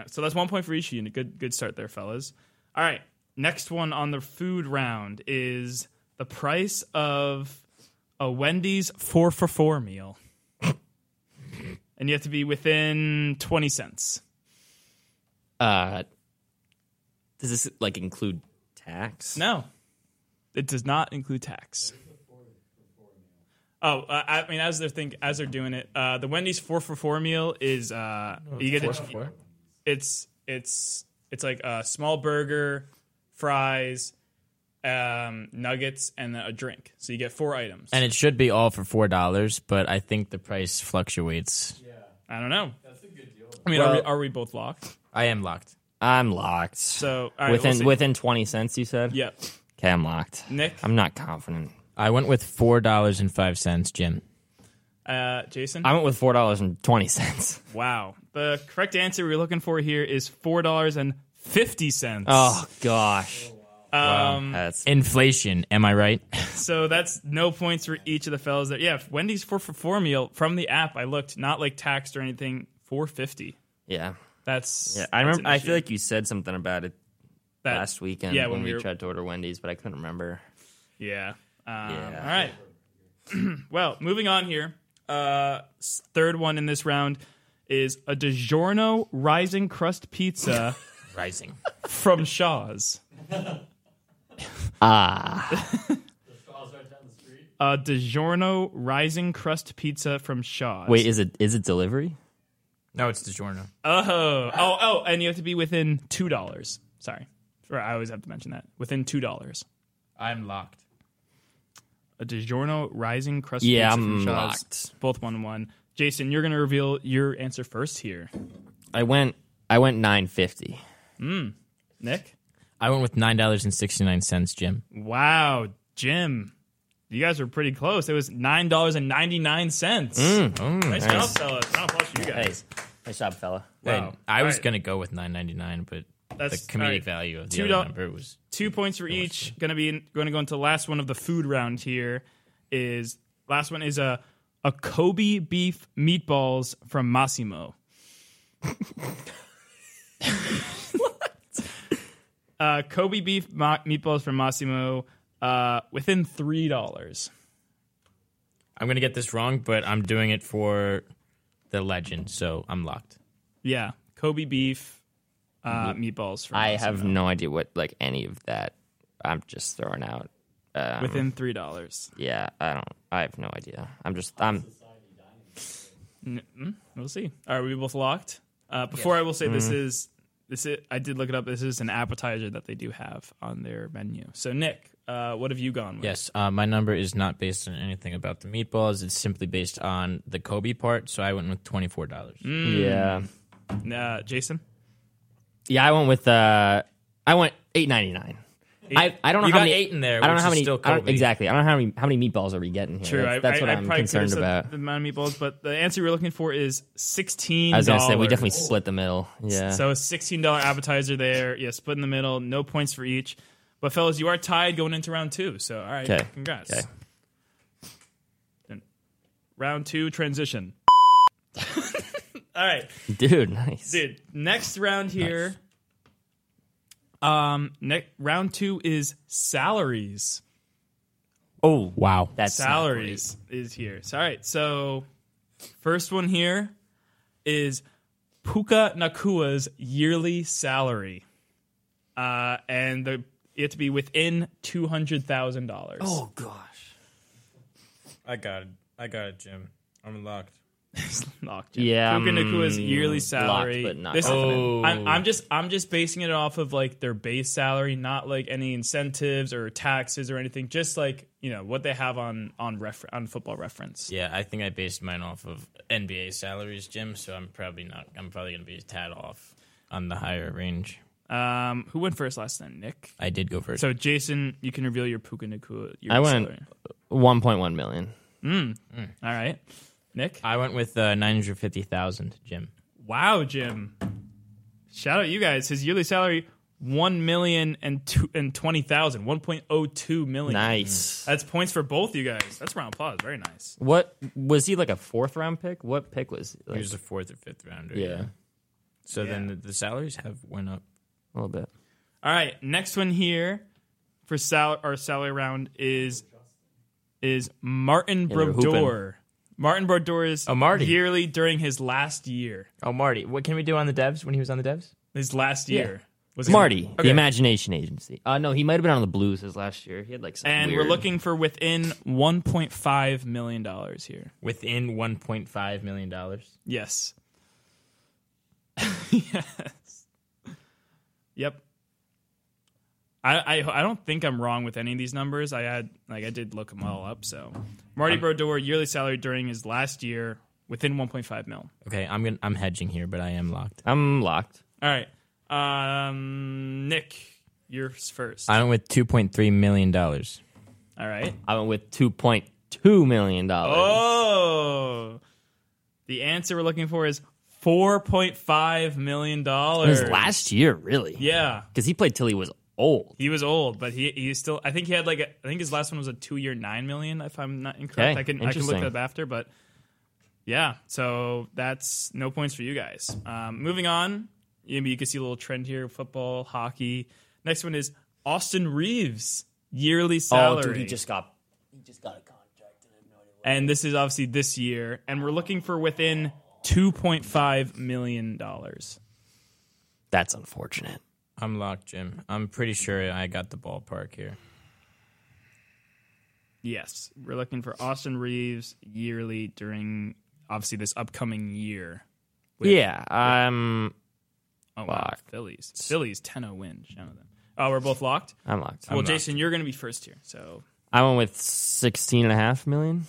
Speaker 2: so that's one point for each of you. Good good start there, fellas. All right. Next one on the food round is the price of a Wendy's four for four meal. and you have to be within twenty cents.
Speaker 3: uh, does this like include tax?
Speaker 2: No, it does not include tax. Oh, uh, I mean, as they're think as they're doing it, uh, the Wendy's four for four meal is uh, you get to- it's it's it's like a small burger, fries, um, nuggets, and then a drink. So you get four items.
Speaker 1: And it should be all for four dollars, but I think the price fluctuates.
Speaker 2: I don't know.
Speaker 4: That's a good deal.
Speaker 2: I mean, are, we,
Speaker 3: Well-
Speaker 2: are we both locked?
Speaker 1: I am locked.
Speaker 3: I'm locked.
Speaker 2: So all right,
Speaker 3: within
Speaker 2: we'll see.
Speaker 3: within twenty cents, you said.
Speaker 2: yeah,
Speaker 3: Okay, I'm locked.
Speaker 2: Nick,
Speaker 3: I'm not confident.
Speaker 1: I went with four dollars and five cents, Jim.
Speaker 2: uh, Jason.
Speaker 3: I went with four dollars and twenty cents.
Speaker 2: wow, the correct answer we're looking for here is four dollars and fifty cents.
Speaker 3: Oh gosh,
Speaker 2: um,
Speaker 3: that's
Speaker 1: Inflation, am I right? [laughs]
Speaker 2: So that's no points for each of the fellas. That yeah, Wendy's four for four meal from the app. I looked, not like taxed or anything. Four fifty.
Speaker 3: yeah.
Speaker 2: That's
Speaker 3: Yeah, I
Speaker 2: that's
Speaker 3: remember.
Speaker 2: an
Speaker 3: I feel
Speaker 2: issue.
Speaker 3: like you said something about it
Speaker 2: That-
Speaker 3: last weekend
Speaker 2: Uh, yeah,
Speaker 3: when,
Speaker 2: when we
Speaker 3: we
Speaker 2: were-
Speaker 3: tried to order Wendy's, but I couldn't remember.
Speaker 2: Yeah. Um,
Speaker 3: Yeah.
Speaker 2: All right. [clears throat] well, moving on here. Uh, s- third one in this round is a DiGiorno rising crust
Speaker 3: [laughs]
Speaker 2: pizza
Speaker 1: Rising.
Speaker 2: from Shaw's.
Speaker 3: Ah.
Speaker 2: [laughs]
Speaker 4: The straws right down the street.
Speaker 2: A Uh, DiGiorno rising crust pizza from Shaw's.
Speaker 3: Wait, is it is it delivery?
Speaker 1: No, it's DiGiorno.
Speaker 2: Oh, oh, oh, and you have to be within two dollars. Sorry, or I always have to mention that within two dollars.
Speaker 1: I'm locked.
Speaker 2: a DiGiorno rising crust
Speaker 3: Yeah,
Speaker 2: pizza
Speaker 3: I'm
Speaker 2: from Shaw's.
Speaker 3: locked.
Speaker 2: Both one and one. Jason, you're gonna reveal your answer first here.
Speaker 3: I went I went nine fifty.
Speaker 2: Nick.
Speaker 1: I went with nine dollars and sixty nine cents, Jim.
Speaker 2: Wow, Jim, you guys were pretty close. It was nine dollars and ninety nine cents.
Speaker 3: Mm,
Speaker 2: nice, job, fellas. Round of applause for you
Speaker 3: Hey,
Speaker 2: guys.
Speaker 3: nice job, fella.
Speaker 1: Wow.
Speaker 2: Wow.
Speaker 1: I was
Speaker 2: Alright.
Speaker 1: gonna go with nine ninety nine, but
Speaker 2: That's-
Speaker 1: the comedic
Speaker 2: alright.
Speaker 1: value of the
Speaker 2: Two
Speaker 1: other
Speaker 2: doll-
Speaker 1: number was
Speaker 2: Two points for each. Gonna be gonna go into the last one of the food round here. Is last one is a a Kobe beef meatballs from Massimo. [laughs] uh, Kobe beef ma- meatballs from Massimo uh, within three dollars.
Speaker 1: I'm gonna get this wrong, but I'm doing it for the legend, so I'm locked.
Speaker 2: Yeah, Kobe beef uh, meatballs from
Speaker 3: I
Speaker 2: Massimo
Speaker 3: have no idea what like any of that. I'm just throwing out. Um,
Speaker 2: within three dollars.
Speaker 3: yeah, I don't. I have no idea. I'm just. I'm.
Speaker 2: We'll see. Are we both locked? Uh, before I will say this is This is, I did look it up. This is an appetizer that they do have on their menu. So Nick, uh, what have you gone with?
Speaker 1: Yes, uh, my number is not based on anything about the meatballs. It's simply based on the Kobe part. So I went with twenty four dollars.
Speaker 3: Yeah.
Speaker 2: Uh, Jason.
Speaker 3: Yeah, I went with uh I went eight ninety nine. I, I don't know
Speaker 1: You
Speaker 3: how
Speaker 1: got
Speaker 3: many
Speaker 1: eight in there,
Speaker 3: I don't
Speaker 1: which
Speaker 3: know how
Speaker 1: is
Speaker 3: many
Speaker 1: still
Speaker 3: I don't-
Speaker 1: Kobe.
Speaker 3: exactly. I don't know how many how many meatballs are we getting
Speaker 2: True.
Speaker 3: here.
Speaker 2: I-
Speaker 3: That's, that's
Speaker 2: I,
Speaker 3: what
Speaker 2: I
Speaker 3: am
Speaker 2: probably could've
Speaker 3: concerned
Speaker 2: said
Speaker 3: about.
Speaker 2: The amount of meatballs, but the answer we we're looking for is sixteen.
Speaker 3: I was gonna say we definitely split the middle. Yeah.
Speaker 2: So a sixteen dollar appetizer there. Yeah, split in the middle. No points for each. But fellas, you are tied going into round two. So all right,
Speaker 3: 'Kay.
Speaker 2: congrats.
Speaker 3: 'Kay.
Speaker 2: Round two transition. [laughs] all right,
Speaker 3: dude, nice.
Speaker 2: dude. Next round here. Um, ne- round two is salaries.
Speaker 1: Oh wow,
Speaker 3: That's
Speaker 2: salaries is here. So, all right, so first one here is Puka Nakua's yearly salary, uh, and the, you have to be within two hundred thousand dollars.
Speaker 3: Oh gosh.
Speaker 1: I got it. I got it, Jim. I'm locked.
Speaker 2: locked.
Speaker 3: Yeah,
Speaker 2: Puka Nakua's
Speaker 3: mm,
Speaker 2: yearly
Speaker 3: locked,
Speaker 2: salary.
Speaker 3: but not
Speaker 2: this,
Speaker 1: confident.
Speaker 2: I'm, I'm just I'm just basing it off of like their base salary, not like any incentives or taxes or anything. Just like you know what they have on on refer- on Football Reference.
Speaker 1: Yeah, I think I based mine off of NBA salaries, Jim. So I'm probably not. I'm probably gonna be a tad off on the higher range.
Speaker 2: Um, who went first last time, Nick?
Speaker 1: I did go first.
Speaker 2: So Jason, you can reveal your Puka Nakua. Your
Speaker 3: I went-
Speaker 2: salary.
Speaker 3: One point one million.
Speaker 2: All right, Nick.
Speaker 1: I went with uh, nine hundred fifty thousand, Jim.
Speaker 2: Wow, Jim. Shout out you guys. His yearly salary one million and two and twenty thousand. One point oh two million.
Speaker 1: mm.
Speaker 3: Nice.
Speaker 2: That's points for both you guys. That's a round of applause. Very nice.
Speaker 3: What was he like a fourth round pick? What pick was
Speaker 1: He
Speaker 3: like,
Speaker 1: was a fourth or fifth rounder.
Speaker 3: yeah,
Speaker 1: So then the, the salaries have went up.
Speaker 3: a little bit.
Speaker 2: All right, next one here for sal- our salary round is is Martin
Speaker 3: Yeah, they're
Speaker 2: Brodeur. Martin Brodeur's
Speaker 1: Oh, Marty.
Speaker 2: yearly during his last year.
Speaker 1: Oh, Marty, what can we do on the devs when he was on the devs?
Speaker 2: His last year was
Speaker 3: Marty,
Speaker 2: Okay.
Speaker 3: the Imagination Agency. Uh no, he might have been on the Blues his last year. He had like some
Speaker 2: and
Speaker 3: weird-
Speaker 2: we're looking for within 1.5 million dollars here.
Speaker 1: Within one point five million dollars.
Speaker 2: Yes. [laughs] yes. Yep. I, I I don't think I'm wrong with any of these numbers. I had like I did look them all up. So Marty Brodeur yearly salary during his last year within 1.5 mil.
Speaker 1: Okay, I'm gonna I'm hedging here, but I am locked.
Speaker 3: I'm locked.
Speaker 2: All right, um, Nick, yours first.
Speaker 1: I went with two point three million dollars.
Speaker 2: all right.
Speaker 3: I went with two point two million dollars.
Speaker 2: Oh, the answer we're looking for is four point five million dollars.
Speaker 3: his last year, really?
Speaker 2: Oh, yeah,
Speaker 3: because he played till he was old.
Speaker 2: he was old, but he he still. I think he had like a, I think his last one was a two year nine million. If I'm not incorrect,
Speaker 3: Okay,
Speaker 2: I can I can look
Speaker 3: interesting.
Speaker 2: that up after. But yeah, so that's no points for you guys. Um, moving on, maybe you can see a little trend here: football, hockey. Next one is Austin Reeves yearly
Speaker 3: Oh,
Speaker 2: salary.
Speaker 3: got.
Speaker 2: and this is obviously this year, and we're looking for within two point five million dollars.
Speaker 3: That's unfortunate.
Speaker 1: I'm locked, Jim. I'm pretty sure I got the ballpark here.
Speaker 2: Yes, we're looking for Austin Reeves yearly during obviously this upcoming year.
Speaker 3: yeah, I'm.
Speaker 2: Oh, wow.
Speaker 3: Locked.
Speaker 2: Phillies, Phillies, ten zero win. Shout out them. Oh, we're both locked.
Speaker 3: I'm locked.
Speaker 2: well, Jason, you're going to be first here, so
Speaker 3: I went with sixteen and a half million.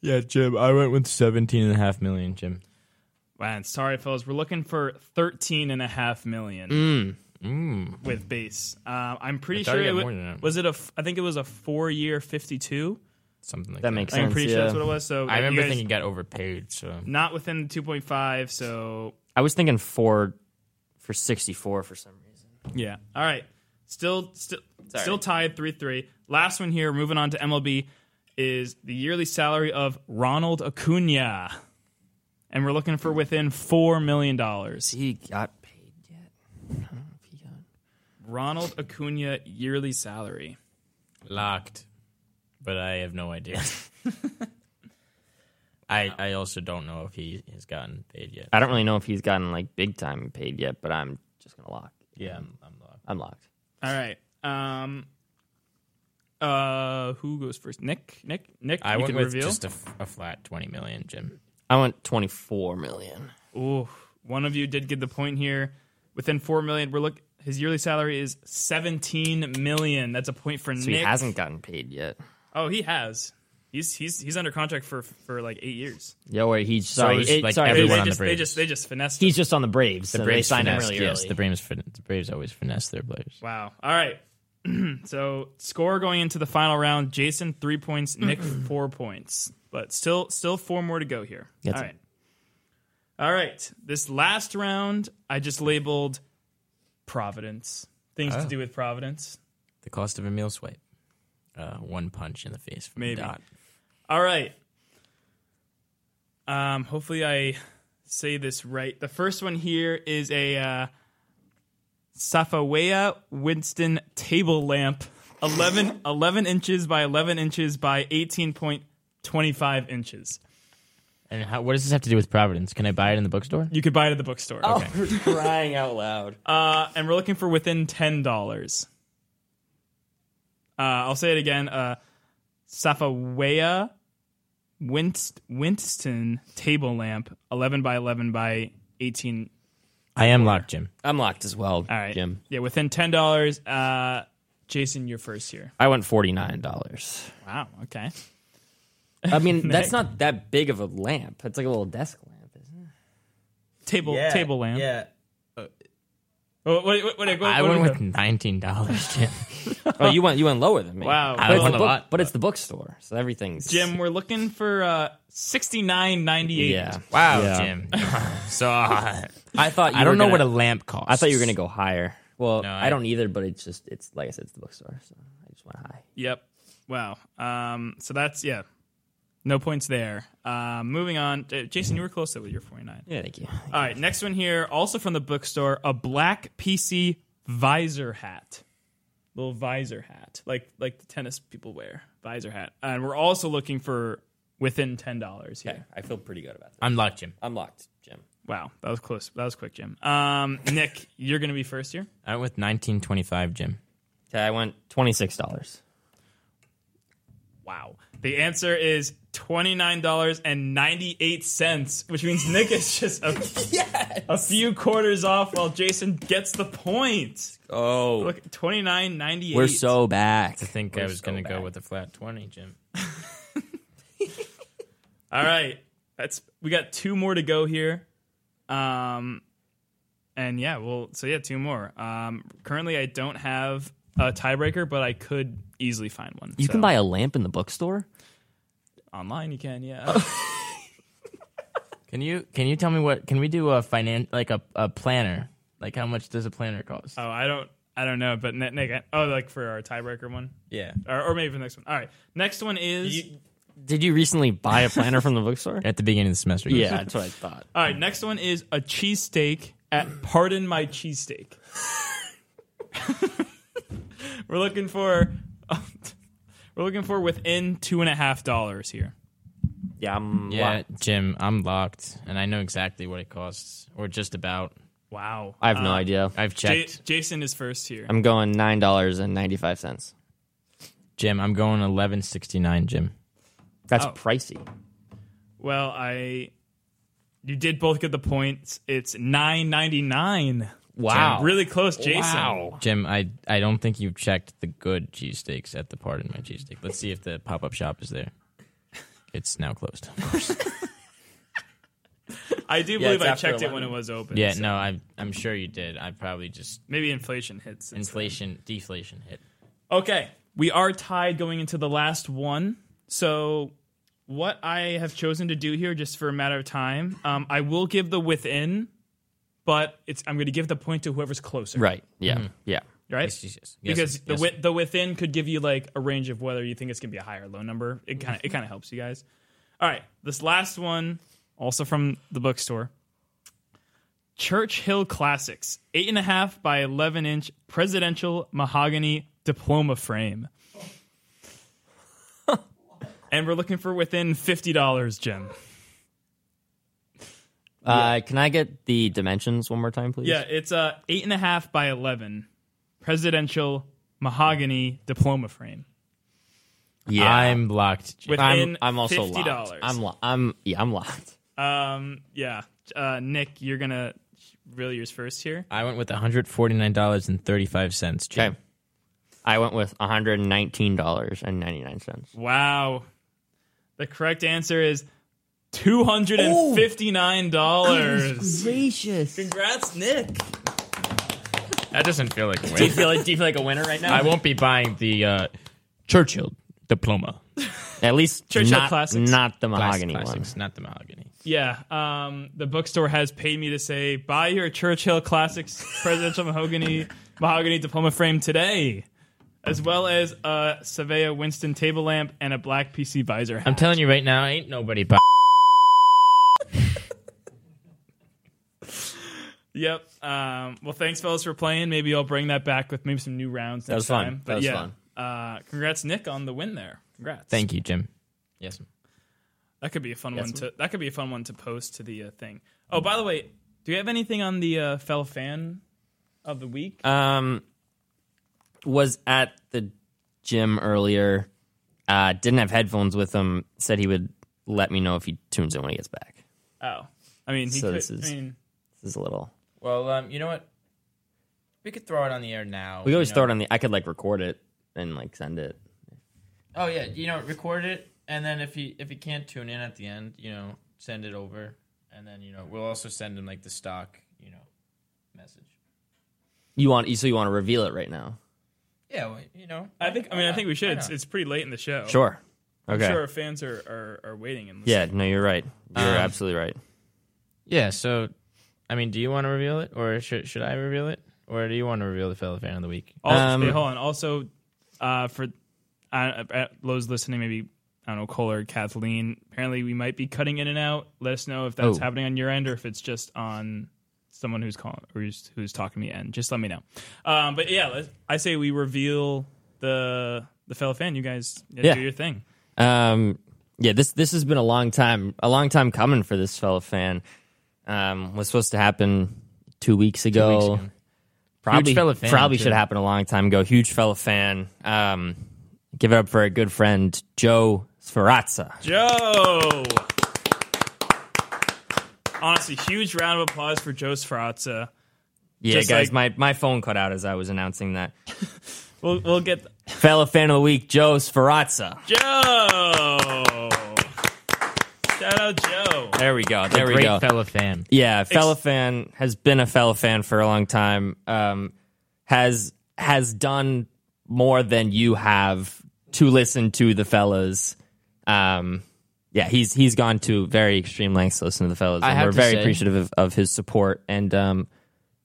Speaker 1: Yeah, Jim. I went with seventeen and a half million, Jim.
Speaker 2: man, sorry, fellas, we're looking for thirteen and a half million with base. Um, I'm pretty
Speaker 1: Mm. thought
Speaker 2: sure
Speaker 1: you
Speaker 2: it
Speaker 1: got
Speaker 2: wa-
Speaker 1: more than that.
Speaker 2: was it a. f- I think it was a four year fifty two.
Speaker 1: Something like
Speaker 3: That
Speaker 1: that.
Speaker 3: makes
Speaker 2: I'm
Speaker 3: sense.
Speaker 2: pretty
Speaker 3: yeah.
Speaker 2: sure that's what it was. So
Speaker 1: I
Speaker 2: you
Speaker 1: remember
Speaker 2: guys-
Speaker 1: thinking he got overpaid. So
Speaker 2: not within the 2.5 so
Speaker 3: I was thinking four for sixty-four for some reason.
Speaker 2: yeah all right still still still tied 3-3 last one here moving on to mlb is the yearly salary of ronald acuña and we're looking for within $4 million
Speaker 3: He got paid yet? I don't know if he got.
Speaker 2: ronald acuña yearly salary
Speaker 1: locked, but I have no
Speaker 3: [laughs]
Speaker 1: idea. [laughs] I I also don't know if he has gotten paid yet.
Speaker 3: I don't really know if he's gotten like big time paid yet, but I'm just gonna lock.
Speaker 1: Yeah, I'm, I'm locked.
Speaker 3: I'm locked.
Speaker 2: all right um uh who goes first nick nick nick
Speaker 1: I
Speaker 2: you
Speaker 1: went
Speaker 2: can
Speaker 1: with
Speaker 2: reveal
Speaker 1: just a, f- a flat twenty million, Jim.
Speaker 3: I went twenty-four million.
Speaker 2: Ooh, one of you did get the point here. Within four million, we're look. His yearly salary is seventeen million. That's a point for
Speaker 3: So
Speaker 2: Nick.
Speaker 3: he hasn't gotten paid yet.
Speaker 2: Oh, he has. He's he's he's under contract for for like eight years.
Speaker 3: Yo, wait, he's sorry.
Speaker 1: is,
Speaker 3: it-
Speaker 1: like,
Speaker 3: sorry,
Speaker 2: They,
Speaker 1: everyone
Speaker 2: they
Speaker 1: on the
Speaker 2: just they
Speaker 1: Braves.
Speaker 2: just they just finessed.
Speaker 3: he's
Speaker 2: him.
Speaker 3: just on the Braves. The Braves signed him
Speaker 1: finesse,
Speaker 3: really
Speaker 1: yes,
Speaker 3: early.
Speaker 1: the Braves, fin- the Braves always finesse their players.
Speaker 2: wow. All right. [clears throat] so score going into the final round: Jason three
Speaker 1: [clears throat]
Speaker 2: points, Nick four points, but still still four more to go here.
Speaker 1: That's
Speaker 2: All
Speaker 1: it.
Speaker 2: right. All right. This last round, I just labeled Providence. Things
Speaker 1: Oh.
Speaker 2: to do with Providence.
Speaker 1: The cost of a meal swipe. Uh, one punch in the face from
Speaker 2: Maybe.
Speaker 1: Dot.
Speaker 2: All right. Um, hopefully I say this right. The first one here is a uh, Safawea Winston table lamp, 11, 11 inches by 11 inches by 18.25 inches.
Speaker 1: And how, what does this have to do with Providence? Can I buy it in the bookstore?
Speaker 2: You could buy it at the bookstore.
Speaker 1: [laughs]
Speaker 2: Okay.
Speaker 3: [laughs] crying out loud.
Speaker 2: Uh, and we're looking for within ten dollars. Uh, I'll say it again. Uh, Safawea Winst- Winston table lamp, eleven by eleven by eighteen.
Speaker 1: I am locked, Jim.
Speaker 3: I'm locked as well,
Speaker 2: All right,
Speaker 3: Jim.
Speaker 2: Yeah, within ten dollars. Uh, Jason, you're first here.
Speaker 3: I went forty nine dollars.
Speaker 2: Wow. Okay.
Speaker 1: [laughs]
Speaker 3: I mean, that's not that big of a lamp. It's like a little desk lamp, isn't
Speaker 2: Table table lamp.
Speaker 7: Yeah.
Speaker 2: Oh, What, what, what, what,
Speaker 1: I
Speaker 2: what-
Speaker 1: went with nineteen dollars, Jim.
Speaker 3: it? Oh, you went you went lower than me.
Speaker 2: Wow.
Speaker 3: but, it's
Speaker 1: went
Speaker 3: the
Speaker 1: a
Speaker 3: book-
Speaker 1: lot,
Speaker 3: but it's the bookstore, so everything's
Speaker 2: Jim. We're looking for uh, sixty nine ninety eight.
Speaker 3: Yeah.
Speaker 1: [laughs] Wow,
Speaker 3: Yeah.
Speaker 1: Jim. [laughs] so uh,
Speaker 3: I thought you
Speaker 1: I
Speaker 3: were
Speaker 1: don't know
Speaker 3: gonna-
Speaker 1: what a lamp costs.
Speaker 3: I thought you were gonna go higher. Well,
Speaker 1: No,
Speaker 3: I,
Speaker 1: I-
Speaker 3: don't either, but it's just it's like I said, it's the bookstore, so I just went high.
Speaker 2: Yep. Wow. Um, so that's yeah. No points there. Uh, moving on, J- Jason, you were close though with your forty nine.
Speaker 3: Yeah, thank you.
Speaker 2: All right, next one here, also from the bookstore, a black PC visor hat, little visor hat, like like the tennis people wear, visor hat. And we're also looking for within ten dollars here.
Speaker 3: I feel pretty good about that.
Speaker 1: I'm locked, Jim.
Speaker 3: I'm locked, Jim.
Speaker 2: Wow, that was close. That was quick, Jim. Um, Nick, you're gonna be first here.
Speaker 1: I went with nineteen twenty-five, Jim.
Speaker 3: Okay, I went twenty six dollars.
Speaker 2: Wow. The answer is twenty nine dollars and ninety eight cents, which means Nick is just a, a few quarters off while Jason gets the point.
Speaker 3: Oh,
Speaker 2: Look, twenty nine ninety eight.
Speaker 3: we're so back.
Speaker 1: I think I was gonna go with a flat twenty, Jim.
Speaker 2: All right. That's we got two more to go here. Um and yeah, well, so yeah, two more. Um currently I don't have a tiebreaker, but I could easily find one.
Speaker 3: You
Speaker 2: So,
Speaker 3: can buy a lamp in the bookstore.
Speaker 2: online, you can,
Speaker 3: [laughs]
Speaker 2: yeah. Oh,
Speaker 1: Can you can you tell me what can we do a finan like a, a planner? Like how much does a planner cost?
Speaker 3: Uh,
Speaker 2: oh, I don't I don't know, but Nick, Nick I- oh, like for our tiebreaker one,
Speaker 1: yeah.
Speaker 2: or, or maybe for the next one. All right, next one is
Speaker 3: Did you recently buy a planner from the [laughs] bookstore?
Speaker 1: At the beginning of the semester. yes.
Speaker 3: yeah, that's what I thought.
Speaker 2: all right. Next one is a cheesesteak at Pardon My Cheesesteak. [laughs] we're looking for [laughs] we're looking for within two and a half dollars here.
Speaker 3: Yeah, I'm
Speaker 1: Yeah,
Speaker 3: locked.
Speaker 1: Jim, I'm locked and I know exactly what it costs. Or just about.
Speaker 2: Wow.
Speaker 3: uh, I have no idea.
Speaker 1: I've
Speaker 2: J-
Speaker 1: checked.
Speaker 2: Jason is first here.
Speaker 3: I'm going nine dollars and ninety five cents.
Speaker 1: Jim, I'm going eleven sixty nine, Jim.
Speaker 3: That's
Speaker 2: Oh.
Speaker 3: pricey.
Speaker 2: Well, I you did both get the points. It's nine ninety nine.
Speaker 3: Wow.
Speaker 2: Really close, Jason.
Speaker 1: Jim, I I don't think you've checked the good cheesesteaks at the pardon my cheesesteak. Let's see if the pop up shop is there. It's now closed.
Speaker 2: [laughs] I do believe
Speaker 3: it's
Speaker 2: I
Speaker 3: after
Speaker 2: checked it
Speaker 3: 11.
Speaker 2: when it was open.
Speaker 1: yeah,
Speaker 2: so
Speaker 1: no, I I'm sure you did. I probably just
Speaker 2: Maybe inflation hits. since then.
Speaker 1: inflation deflation hit.
Speaker 2: Okay, we are tied going into the last one. So, what I have chosen to do here, just for a matter of time, um, I will give the within, but it's I'm going to give the point to whoever's closer.
Speaker 3: Right. Yeah. Mm-hmm. Yeah.
Speaker 2: Right.
Speaker 1: Yes, yes, yes. Yes,
Speaker 2: because the
Speaker 1: yes.
Speaker 2: wi- the within could give you like a range of whether you think it's gonna be a high or low number. It kind of it kind of helps you guys. All right, this last one also from the bookstore. Church Hill Classics, eight and a half by eleven inch presidential mahogany diploma [laughs] frame, and we're looking for within fifty dollars, Jim.
Speaker 3: Uh, can I get the dimensions one more time, please?
Speaker 2: Yeah, it's uh eight and a half by eleven presidential mahogany diploma frame.
Speaker 3: Yeah.
Speaker 1: I'm blocked. Jim.
Speaker 2: With-
Speaker 3: I'm
Speaker 2: within
Speaker 3: I'm also
Speaker 2: $50.
Speaker 3: [laughs] locked. I'm lo- I'm yeah. I'm locked.
Speaker 2: Um, yeah. Uh, Nick, you're gonna reveal yours first here.
Speaker 1: I went with $149.35. Jim.
Speaker 3: Okay. I went with $119.99.
Speaker 2: Wow. The correct answer is two hundred and fifty nine dollars.
Speaker 3: Gracious.
Speaker 2: Congrats, Nick.
Speaker 1: That doesn't feel like a
Speaker 3: Do you
Speaker 1: win.
Speaker 3: feel like do you feel like a winner right now?
Speaker 1: I won't be buying the uh, Churchill diploma.
Speaker 3: At least
Speaker 2: Churchill
Speaker 3: not,
Speaker 2: Classics.
Speaker 3: not the
Speaker 1: Classic
Speaker 3: mahogany one.
Speaker 1: classics, not the mahogany.
Speaker 2: Yeah, um, the bookstore has paid me to say buy your Churchill Classics Presidential Mahogany Mahogany Diploma Frame today, as well as a Savea Winston table lamp and a black PC visor.
Speaker 1: I'm
Speaker 2: Hat.
Speaker 1: telling you right now, ain't nobody buying.
Speaker 2: yep. Um, well, thanks, fellas, for playing. Maybe I'll bring that back with maybe some new rounds.
Speaker 3: That
Speaker 2: next
Speaker 3: was fun.
Speaker 2: Time.
Speaker 3: That was
Speaker 2: yeah, fun. Uh, congrats, Nick, on the win there. Congrats.
Speaker 1: Thank you, Jim. Yes.
Speaker 2: That could be a fun one to. That could be a fun one to post to the uh, thing. Oh, by the way, do you have anything on the uh, fell fan of the week?
Speaker 3: Um, was at the gym earlier. Uh, didn't have headphones with him. Said he would let me know if he tunes in when he gets back.
Speaker 2: oh, I mean, he
Speaker 3: so
Speaker 2: could,
Speaker 3: this is-
Speaker 2: I mean,
Speaker 3: This is a little.
Speaker 1: Well, um, you know what? We could throw it on the air now.
Speaker 3: We always throw it on the. I could like record it and like send it.
Speaker 1: Oh yeah, you know, record it, and then if he if he can't tune in at the end, you know, send it over, and then you know we'll also send him like the stock, you know, message.
Speaker 3: You want? So you want to reveal it right now?
Speaker 1: Yeah, well, you know.
Speaker 2: I think. I mean, I think we should.
Speaker 1: Why
Speaker 2: It's,
Speaker 1: not?
Speaker 2: it's pretty late in the show.
Speaker 3: Sure. Okay.
Speaker 2: I'm sure our fans are, are, are waiting. In
Speaker 3: Yeah. No, you're right. You're
Speaker 1: Um,
Speaker 3: absolutely right.
Speaker 1: Yeah. So, I mean, do you want to reveal it, or should should I reveal it, or do you want to reveal the fellow fan of the week?
Speaker 2: Also,
Speaker 3: Um,
Speaker 2: wait, hold on. Also, uh, for uh, uh, those listening, maybe I don't know Cole or Kathleen. Apparently, we might be cutting in and out. Let us know if that's
Speaker 3: Oh.
Speaker 2: happening on your end or if it's just on someone who's calling or who's, who's talking to me. And just let me know. Um, but yeah, let I say we reveal the the fellow fan. You guys yeah,
Speaker 3: Yeah.
Speaker 2: do your thing.
Speaker 3: Um, yeah, this this has been a long time, a long time coming for this fellow fan. Um, was supposed to happen two weeks ago.
Speaker 1: weeks ago.
Speaker 3: Probably,
Speaker 1: Huge fella fan,
Speaker 3: probably
Speaker 1: too.
Speaker 3: should happen a long time ago. Huge fellow fan. Um, give it up for a good friend, Joe Sferrazza.
Speaker 2: Joe. Honestly, huge round of applause for Joe Sfrazza.
Speaker 3: Yeah,
Speaker 2: Just
Speaker 3: guys,
Speaker 2: like-
Speaker 3: my, my phone cut out as I was announcing that.
Speaker 2: We'll we'll get
Speaker 3: fellow fan of the week, Joe Sferrazza.
Speaker 2: Joe. Shout out Joe.
Speaker 3: There we go. There we
Speaker 1: Great
Speaker 3: go.
Speaker 1: fellow fan.
Speaker 3: Yeah, fellow fan has been a fellow fan for a long time. Um, has has done more than you have to listen to the fellas. Um, yeah, he's he's gone to very extreme lengths to listen to the fellas,
Speaker 1: I
Speaker 3: and
Speaker 1: have
Speaker 3: we're
Speaker 1: to
Speaker 3: very
Speaker 1: say-
Speaker 3: appreciative of, of his support. And um,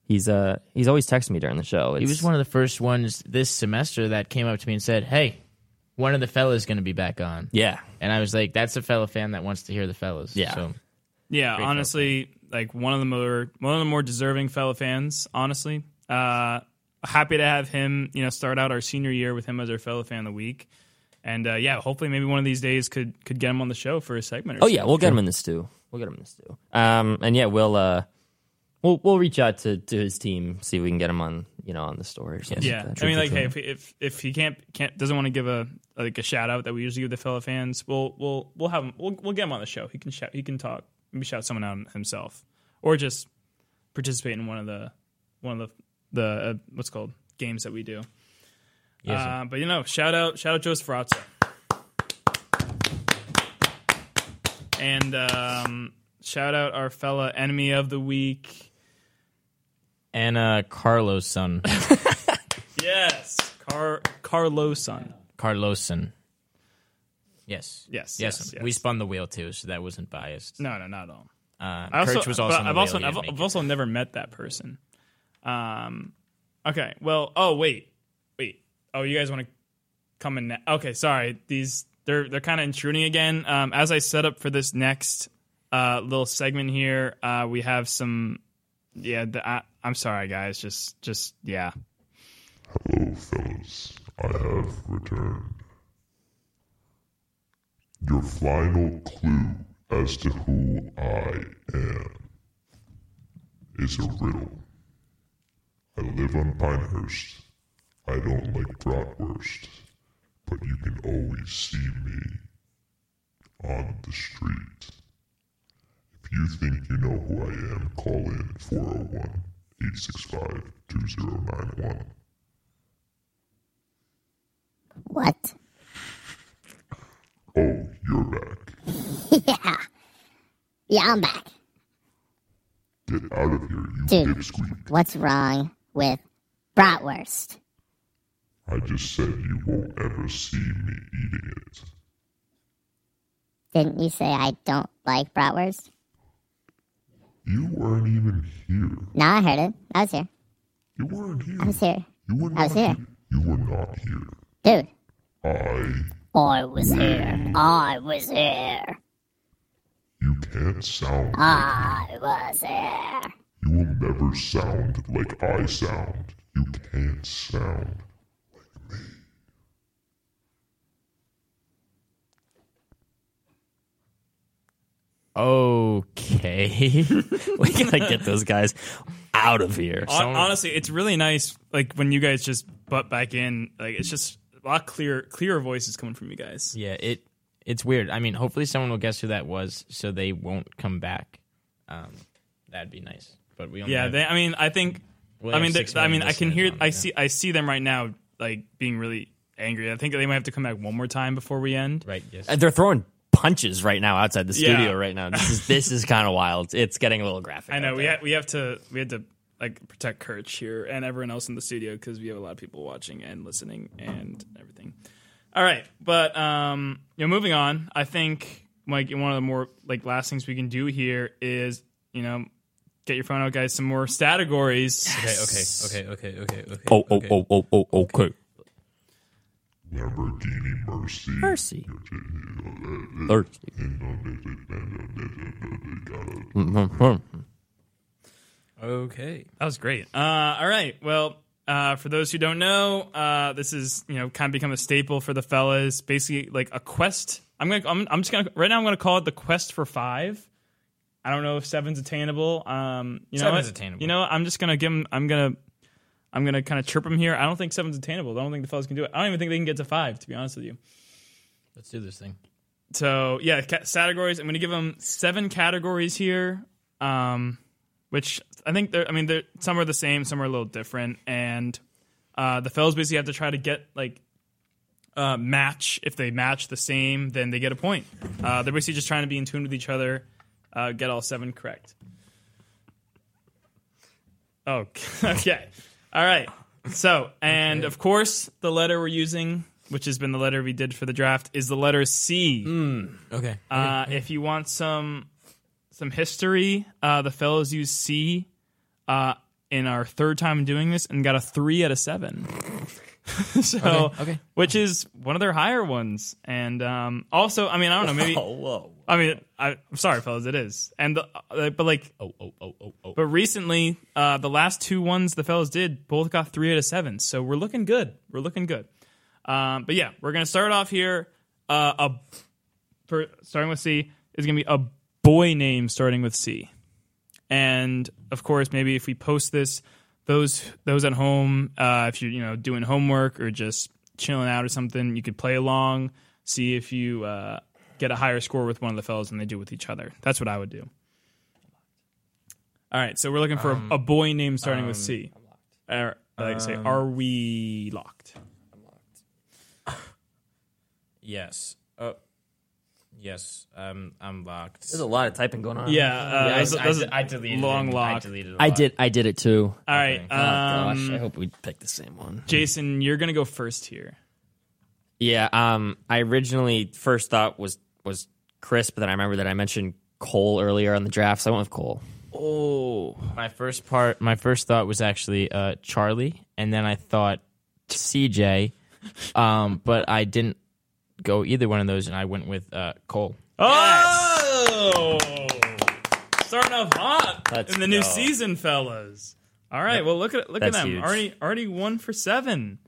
Speaker 3: he's uh he's always texting me during the show.
Speaker 1: He
Speaker 3: It's-
Speaker 1: was one of the first ones this semester that came up to me and said, "Hey, one of the fellas going to be back on."
Speaker 3: yeah,
Speaker 1: And I was like, "That's a fellow fan that wants to hear the fellas."
Speaker 3: Yeah.
Speaker 1: So
Speaker 2: Yeah, honestly, like one of the more one of the more deserving fellow fans. Honestly, uh, happy to have him. You know, start out our senior year with him as our fellow fan of the week, and uh, yeah, hopefully, maybe one of these days could could get him on the show for a segment. Or
Speaker 3: Oh yeah, we'll get him in the stew. We'll get him in the stew. Um, and yeah, we'll uh, we'll we'll reach out to, to his team, see if we can get him on you know on the story. Or something
Speaker 2: Yeah,
Speaker 3: like that.
Speaker 2: I mean, like, hey, if, if if he can't can't doesn't want to give a like a shout out that we usually give the fellow fans, we'll we'll we'll have him. We'll, we'll get him on the show. He can shout. He can talk. Maybe shout someone out himself, or just participate in one of the one of the the uh, what's it called games that we do. uh, but you know, shout out shout out Joe Sfrazza. And um, shout out our fella enemy of the week.
Speaker 1: Anna Carlos' [laughs] son,
Speaker 2: Yes, Car Carlos son.
Speaker 1: Carloson. Yes.
Speaker 2: Yes,
Speaker 1: Yes.
Speaker 2: yes,
Speaker 1: We
Speaker 2: yes.
Speaker 1: spun the wheel too, so that wasn't biased.
Speaker 2: No, no, not at all.
Speaker 1: Uh,
Speaker 2: I
Speaker 1: Kirch was also. on
Speaker 2: but
Speaker 1: the
Speaker 2: I've
Speaker 1: wheel,
Speaker 2: also
Speaker 1: he
Speaker 2: I've,
Speaker 1: didn't make
Speaker 2: I've
Speaker 1: it.
Speaker 2: also never met that person. Um, okay. Well. Oh wait, wait. Oh, you guys want to come in? Ne- okay. Sorry. These they're they're kind of intruding again. Um, as I set up for this next uh little segment here, uh, we have some. Yeah. The, I, I'm sorry, guys. Just just yeah.
Speaker 5: Hello, fellas. I have returned. Your final clue as to who I am is a riddle. I live on Pinehurst. I don't like bratwurst, but you can always see me on the street. If you think you know who I am, call in 401 865 2091.
Speaker 6: What? [laughs]
Speaker 5: Oh, you're back.
Speaker 6: Yeah. Yeah, I'm back.
Speaker 5: Get out of here, you
Speaker 6: Dude.
Speaker 5: dipsqueak.
Speaker 6: What's wrong with bratwurst?
Speaker 5: I just said you won't ever see me eating it.
Speaker 6: Didn't you say I don't like bratwurst?
Speaker 5: You weren't even here.
Speaker 6: No, I heard it. I was here.
Speaker 5: You weren't here.
Speaker 6: I was here.
Speaker 5: You
Speaker 6: I
Speaker 5: were not
Speaker 6: was here.
Speaker 5: You were not here.
Speaker 6: Dude.
Speaker 5: I.
Speaker 6: I was here. I was here.
Speaker 5: You can't sound.
Speaker 6: I was here.
Speaker 5: You will never sound like I sound. You can't sound.
Speaker 3: Okay. [laughs] we gotta get those guys out of here.
Speaker 2: Hon- honestly, it's really nice. Like when you guys just butt back in, like it's just a lot clearer, clearer voices coming from you guys.
Speaker 1: Yeah, it it's weird. I mean, hopefully someone will guess who that was, so they won't come back. Um, that'd be nice. But we only
Speaker 2: Yeah,
Speaker 1: have-
Speaker 2: they, I mean, I think,
Speaker 1: Well,
Speaker 2: I
Speaker 1: they
Speaker 2: mean,
Speaker 1: have
Speaker 2: they,
Speaker 1: six
Speaker 2: I mean,
Speaker 1: million
Speaker 2: I can hear,
Speaker 1: listeners on
Speaker 2: I
Speaker 1: it,
Speaker 2: see, I see them right now, like being really angry. I think they might have to come back one more time before we end.
Speaker 1: right. Yes.
Speaker 3: Uh, They're throwing punches right now outside the
Speaker 2: Yeah.
Speaker 3: studio right now. This is this is kind of wild. It's getting a little graphic.
Speaker 2: I
Speaker 3: out
Speaker 2: know we
Speaker 3: there.
Speaker 2: ha- we have to we had to like protect Kirch here and everyone else in the studio because we have a lot of people watching and listening and everything. All right, but um, you know, moving on. I think like one of the more like last things we can do here is you know get your phone out, guys. Some more [laughs] categories.
Speaker 1: okay. Okay. Okay. Okay. Okay.
Speaker 3: Oh, oh, oh, oh, oh, okay.
Speaker 5: Lamborghini
Speaker 6: [laughs]
Speaker 5: Mercy.
Speaker 3: Mercy. Thirsty.
Speaker 1: Okay.
Speaker 2: That was great. Uh, all right. Well, uh, for those who don't know, uh, this is you know kind of become a staple for the fellas. Basically, like a quest. I'm gonna. I'm, I'm just gonna. Right now, I'm gonna call it the quest for five. I don't know if seven's attainable. Um, you know
Speaker 1: Seven's
Speaker 2: what?
Speaker 1: attainable.
Speaker 2: You know, what? I'm just gonna give him. I'm gonna. I'm gonna kind of chirp him here. I don't think seven's attainable. I don't think the fellas can do it. I don't even think they can get to five. To be honest with you.
Speaker 1: Let's do this thing.
Speaker 2: So yeah, ca- categories. I'm going to give them seven categories here, um, which I think they're. I mean, they're, some are the same, some are a little different, and uh, the fellows basically have to try to get like uh, match. If they match the same, then they get a point. Uh, they're basically just trying to be in tune with each other, uh, get all seven correct. Oh, [laughs] okay. All right. So, and of course, the letter we're using, which has been the letter we did for the draft, is the letter C.
Speaker 1: Okay.
Speaker 2: Uh, if you want some some history, uh, the fellows use C uh, in our third time doing this and got a three out of seven. [laughs] so,
Speaker 1: Okay, okay.
Speaker 2: which is one of their higher ones. And um, also, I mean, I don't know,
Speaker 1: [laughs]
Speaker 2: maybe.
Speaker 3: whoa.
Speaker 2: I mean, I, I'm sorry, fellas, it is. And the, uh, but like,
Speaker 3: Oh, oh, oh, oh, oh.
Speaker 2: but recently, uh, the last two ones the fellas did both got three out of seven. So we're looking good. We're looking good. Um, but yeah, we're gonna start off here. Uh, a for starting with C is gonna be a boy name starting with C, and of course, maybe if we post this, those those at home, uh, if you're you know doing homework or just chilling out or something, you could play along, see if you uh, get a higher score with one of the fellas than they do with each other. That's what I would do. All right, so we're looking for a, a boy name starting with C. Or, like I say, are we locked?
Speaker 1: Yes. Uh, yes. Um, I'm locked.
Speaker 3: There's a lot of typing going on.
Speaker 2: Yeah, uh,
Speaker 1: I,
Speaker 2: that's-
Speaker 1: I,
Speaker 2: that's
Speaker 1: I deleted
Speaker 2: long
Speaker 1: it. I
Speaker 2: lock.
Speaker 1: deleted it.
Speaker 3: I did. I did it too.
Speaker 2: All right,
Speaker 3: oh gosh,
Speaker 2: um,
Speaker 3: I hope we pick the same one.
Speaker 2: Jason, you're gonna go first here.
Speaker 3: Yeah. Um. I originally first thought was was Chris, but then I remember that I mentioned Cole earlier on the draft, so I went with Cole.
Speaker 2: Oh,
Speaker 1: My first part. My first thought was actually uh, Charlie, and then I thought CJ, um, but I didn't go either one of those, and I went with uh, Cole.
Speaker 2: oh! Starting off hot
Speaker 3: Let's
Speaker 2: in the new
Speaker 3: go.
Speaker 2: season, fellas. All right, well look at look
Speaker 3: That's
Speaker 2: at them
Speaker 3: huge.
Speaker 2: already already one for seven.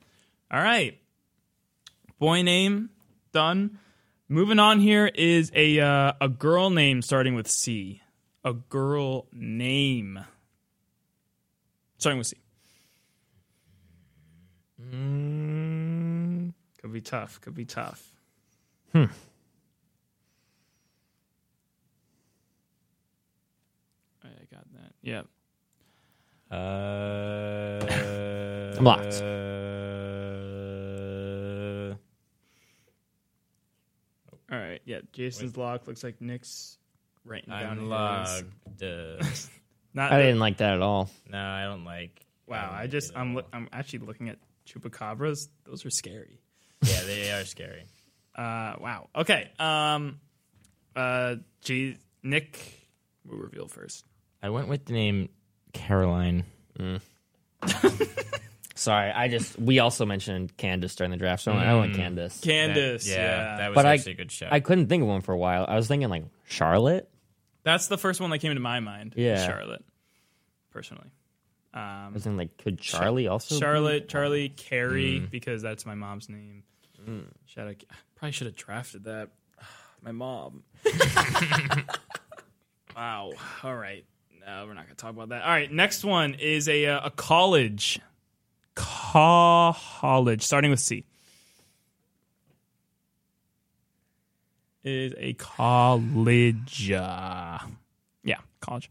Speaker 2: All right, boy name done. Moving on here is a uh, a girl name starting with C. A girl name starting with C.
Speaker 3: Mm.
Speaker 2: Could be tough. Could be tough.
Speaker 3: Hmm.
Speaker 2: got that. Yeah.
Speaker 1: Uh,
Speaker 3: I'm locked.
Speaker 1: Uh,
Speaker 2: All right. Yeah. Jason's locked. Looks like Nick's writing down.
Speaker 1: I'm
Speaker 2: his.
Speaker 1: logged. Uh,
Speaker 2: Not.
Speaker 3: I didn't like that at all.
Speaker 1: [laughs] no, I don't like.
Speaker 2: wow.
Speaker 1: don't
Speaker 2: I
Speaker 1: like
Speaker 2: just.
Speaker 1: it at
Speaker 2: I'm.
Speaker 1: all.
Speaker 2: Lo- I'm actually looking at chupacabras. Those are scary.
Speaker 1: yeah, they are scary.
Speaker 2: Uh. Wow. Okay. Um. Uh. G. Nick. We'll reveal first.
Speaker 1: I went with the name Caroline.
Speaker 3: Mm. [laughs] Sorry, I just we also mentioned Candace during the draft, so I went
Speaker 1: Mm.
Speaker 3: Candace.
Speaker 2: Candace.
Speaker 1: That-
Speaker 2: yeah.
Speaker 1: that was
Speaker 3: But I-
Speaker 1: actually a good show.
Speaker 3: I couldn't think of one for a while. I was thinking like Charlotte.
Speaker 2: That's the first one that came into my mind. is
Speaker 3: Yeah.
Speaker 2: Charlotte. Personally.
Speaker 3: I
Speaker 2: Um.
Speaker 3: was thinking like could Charlie also be-
Speaker 2: Charlotte, Charlie, Carrie, because that's my mom's name. Shout out, probably should have drafted that. [sighs] My mom. wow. All right. No, we're not gonna talk about that. All right. Next one is a uh, a college, college, starting with C. Is a college. Uh, yeah, college.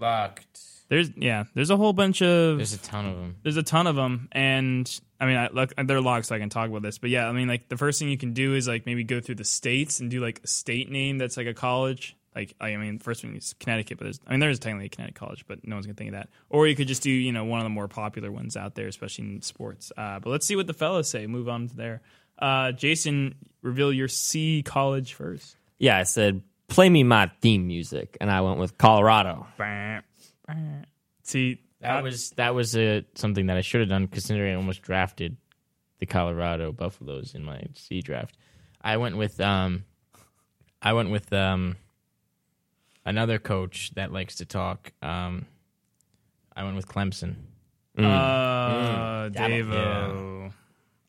Speaker 1: locked.
Speaker 2: There's yeah. There's a whole bunch of
Speaker 1: There's a ton of them.
Speaker 2: there's a ton of them and i mean I, look, they're logs so i can talk about this but yeah i mean like the first thing you can do is like maybe go through the states and do like a state name that's like a college like i mean first one is connecticut but there's i mean there is technically a connecticut college but no one's gonna think of that or you could just do you know one of the more popular ones out there especially in sports uh, but let's see what the fellas say move on to there uh, jason reveal your c college first
Speaker 3: Yeah, I said play me my theme music, and I went with Colorado.
Speaker 2: see
Speaker 1: That was that was uh something that I should have done considering I almost drafted the Colorado Buffaloes in my C draft. I went with um I went with um another coach that likes to talk. Um I went with Clemson.
Speaker 2: uh, Davo.
Speaker 1: Yeah.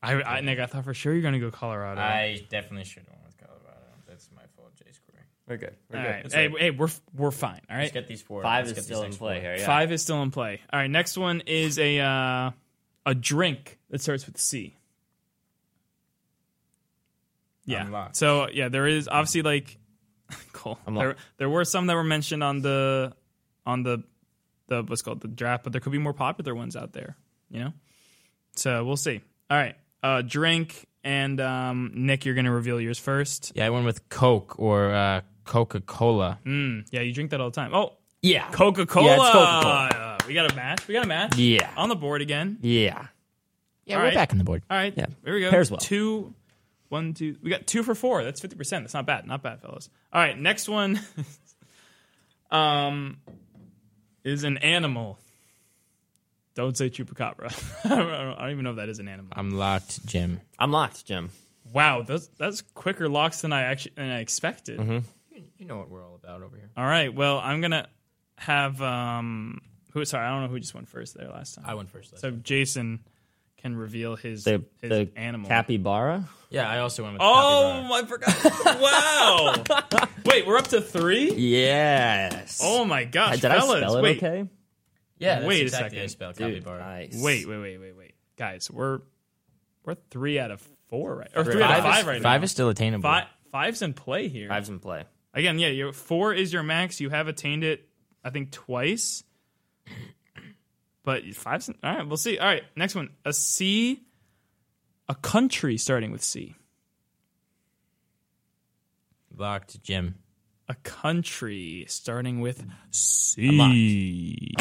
Speaker 2: I, I nick i thought for sure you're gonna go colorado
Speaker 1: I definitely should have went with Colorado. That's my fault, Jay Square.
Speaker 3: We're good. We're
Speaker 2: All right. Hey, hey, we're we're fine. All right.
Speaker 1: get these four.
Speaker 3: 5 is still in play here. Yeah.
Speaker 2: Five is still in play. All right. Next one is a uh, a drink that starts with C. Yeah.
Speaker 1: Unlocked.
Speaker 2: So yeah, there is obviously like [laughs] cool. There,
Speaker 3: locked.
Speaker 2: there were some that were mentioned on the on the the what's called the draft, but there could be more popular ones out there. You know. So we'll see. All right. Uh, drink and um, Nick, you're gonna reveal yours first.
Speaker 1: Yeah, I went with Coke or uh, Coca Cola.
Speaker 2: Mm, yeah, you drink that all the time. Oh,
Speaker 3: Yeah.
Speaker 2: Coca Cola.
Speaker 3: Yeah, it's Coca-Cola.
Speaker 2: we got a match. We got a match.
Speaker 3: Yeah.
Speaker 2: On the board again.
Speaker 3: yeah.
Speaker 1: Yeah,
Speaker 2: All
Speaker 1: we're
Speaker 2: right.
Speaker 1: back on the board.
Speaker 2: All right.
Speaker 3: Yeah.
Speaker 2: Here we go.
Speaker 3: Pairs well.
Speaker 2: Two, one, two. We got two for four. That's fifty percent. That's not bad. Not bad, fellas. All right. Next one. [laughs] um, is an animal. Don't say chupacabra. [laughs] I, don't, I don't even know if that is an animal.
Speaker 1: I'm locked, Jim.
Speaker 3: I'm locked, Jim.
Speaker 2: Wow, that's that's quicker locks than I actually than I expected.
Speaker 3: Mm-hmm.
Speaker 1: You know what we're all about over here.
Speaker 2: All right. Well, I'm gonna have um. Who? Sorry, I don't know who just went first there last time.
Speaker 1: I went first.
Speaker 2: So Jason can reveal his
Speaker 3: The
Speaker 2: his
Speaker 3: the
Speaker 2: animal.
Speaker 3: capybara.
Speaker 1: yeah, I also went with
Speaker 2: oh, I forgot! [laughs] wow. Wait, we're up to three.
Speaker 3: Yes.
Speaker 2: Oh my gosh,
Speaker 3: Did I
Speaker 2: fellas!
Speaker 3: spell it
Speaker 2: wait,
Speaker 3: okay?
Speaker 1: Yeah, that's
Speaker 2: Wait a
Speaker 1: exactly
Speaker 2: second.
Speaker 1: how you spell
Speaker 3: Dude,
Speaker 1: capybara.
Speaker 3: nice.
Speaker 2: wait, wait, wait, wait, wait, guys, we're we're three out of four right, or three, out
Speaker 1: Five,
Speaker 2: of five
Speaker 1: is,
Speaker 2: right
Speaker 1: five
Speaker 2: now.
Speaker 1: is still attainable.
Speaker 2: five, five's in play here.
Speaker 3: Five's in play.
Speaker 2: Again, yeah, you four is your max. You have attained it, I think, twice. But five's all right. We'll see. All right, next one: a C, a country starting with C.
Speaker 1: Locked Jim.
Speaker 2: a country starting with C.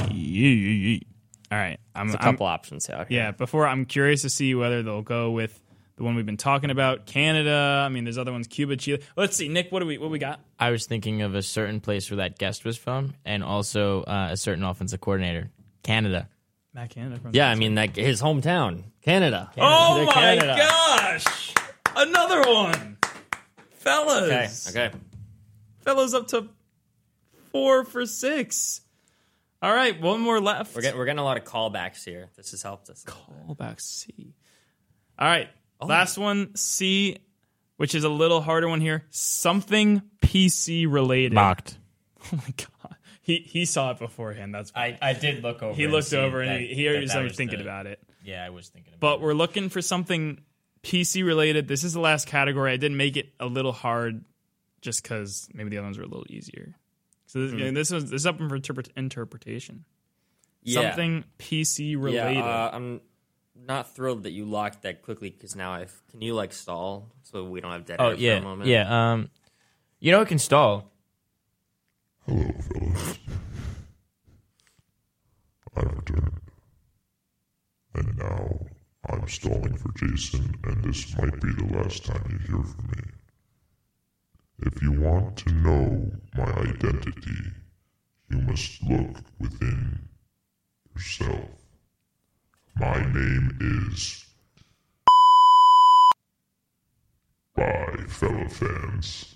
Speaker 2: All right, I'm,
Speaker 3: There's a
Speaker 2: I'm-
Speaker 3: couple options out here.
Speaker 2: yeah. Before I'm curious to see whether they'll go with the one we've been talking about, Canada. I mean, there's other ones, Cuba, Chile. Let's see, Nick, what do we what we got?
Speaker 1: I was thinking of a certain place where that guest was from, and also uh, a certain offensive coordinator, Canada.
Speaker 2: Matt Canada from
Speaker 3: Yeah, I mean, like his hometown, Canada.
Speaker 2: Oh my
Speaker 3: Canada.
Speaker 2: gosh, another one,
Speaker 3: Okay.
Speaker 2: fellas.
Speaker 3: Okay.
Speaker 2: fellas, up to four for six. All right, one more left.
Speaker 3: We're getting we're getting a lot of callbacks here. This has helped us.
Speaker 2: All back C. All right.
Speaker 1: Oh.
Speaker 2: Last one, C, which is a little harder one here. Something PC related. [laughs] Oh my god. He he saw it beforehand. That's
Speaker 1: I, I did look over.
Speaker 2: he
Speaker 1: and
Speaker 2: looked
Speaker 1: see
Speaker 2: over and
Speaker 1: that-
Speaker 2: he, he already
Speaker 1: that- that
Speaker 2: started
Speaker 1: was
Speaker 2: thinking
Speaker 1: the-
Speaker 2: about it.
Speaker 1: Yeah, I was thinking about.
Speaker 2: But
Speaker 1: it.
Speaker 2: we're looking for something PC related. This is the last category. I did make it a little hard just because maybe the other ones were a little easier. So
Speaker 1: Hmm.
Speaker 2: this, yeah, this is this is up for interpret- interpretation.
Speaker 3: Yeah.
Speaker 2: Something PC related.
Speaker 3: Yeah, uh, I'm not thrilled that you locked that quickly because now I can you like stall so we don't have dead
Speaker 1: Oh
Speaker 3: air for a
Speaker 1: yeah,
Speaker 3: moment.
Speaker 1: yeah. Um, you know it can stall.
Speaker 5: Hello, fellas. I've returned. And now I'm stalling for Jason, and this might be the last time you hear from me. If you want to know my identity, you must look within yourself. My name is. Bye, fellow fans.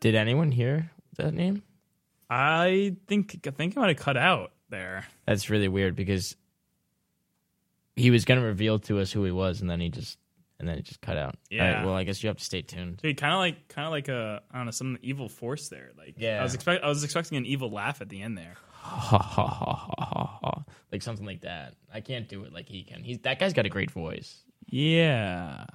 Speaker 1: Did anyone hear that name?
Speaker 2: I think I think I might have cut out there.
Speaker 1: That's really weird because he was going to reveal to us who he was, and then he just and then it just cut out.
Speaker 2: Yeah.
Speaker 1: All right, well, I guess you have to stay tuned.
Speaker 2: Dude, kind of like kind of like a I don't know some evil force there. Like
Speaker 1: Yeah.
Speaker 2: I was expect I was expecting an evil laugh at the end there.
Speaker 1: Ha ha ha ha ha ha. [laughs] Like something like that. I can't do it like he can. He's that guy's got a great voice.
Speaker 2: Yeah.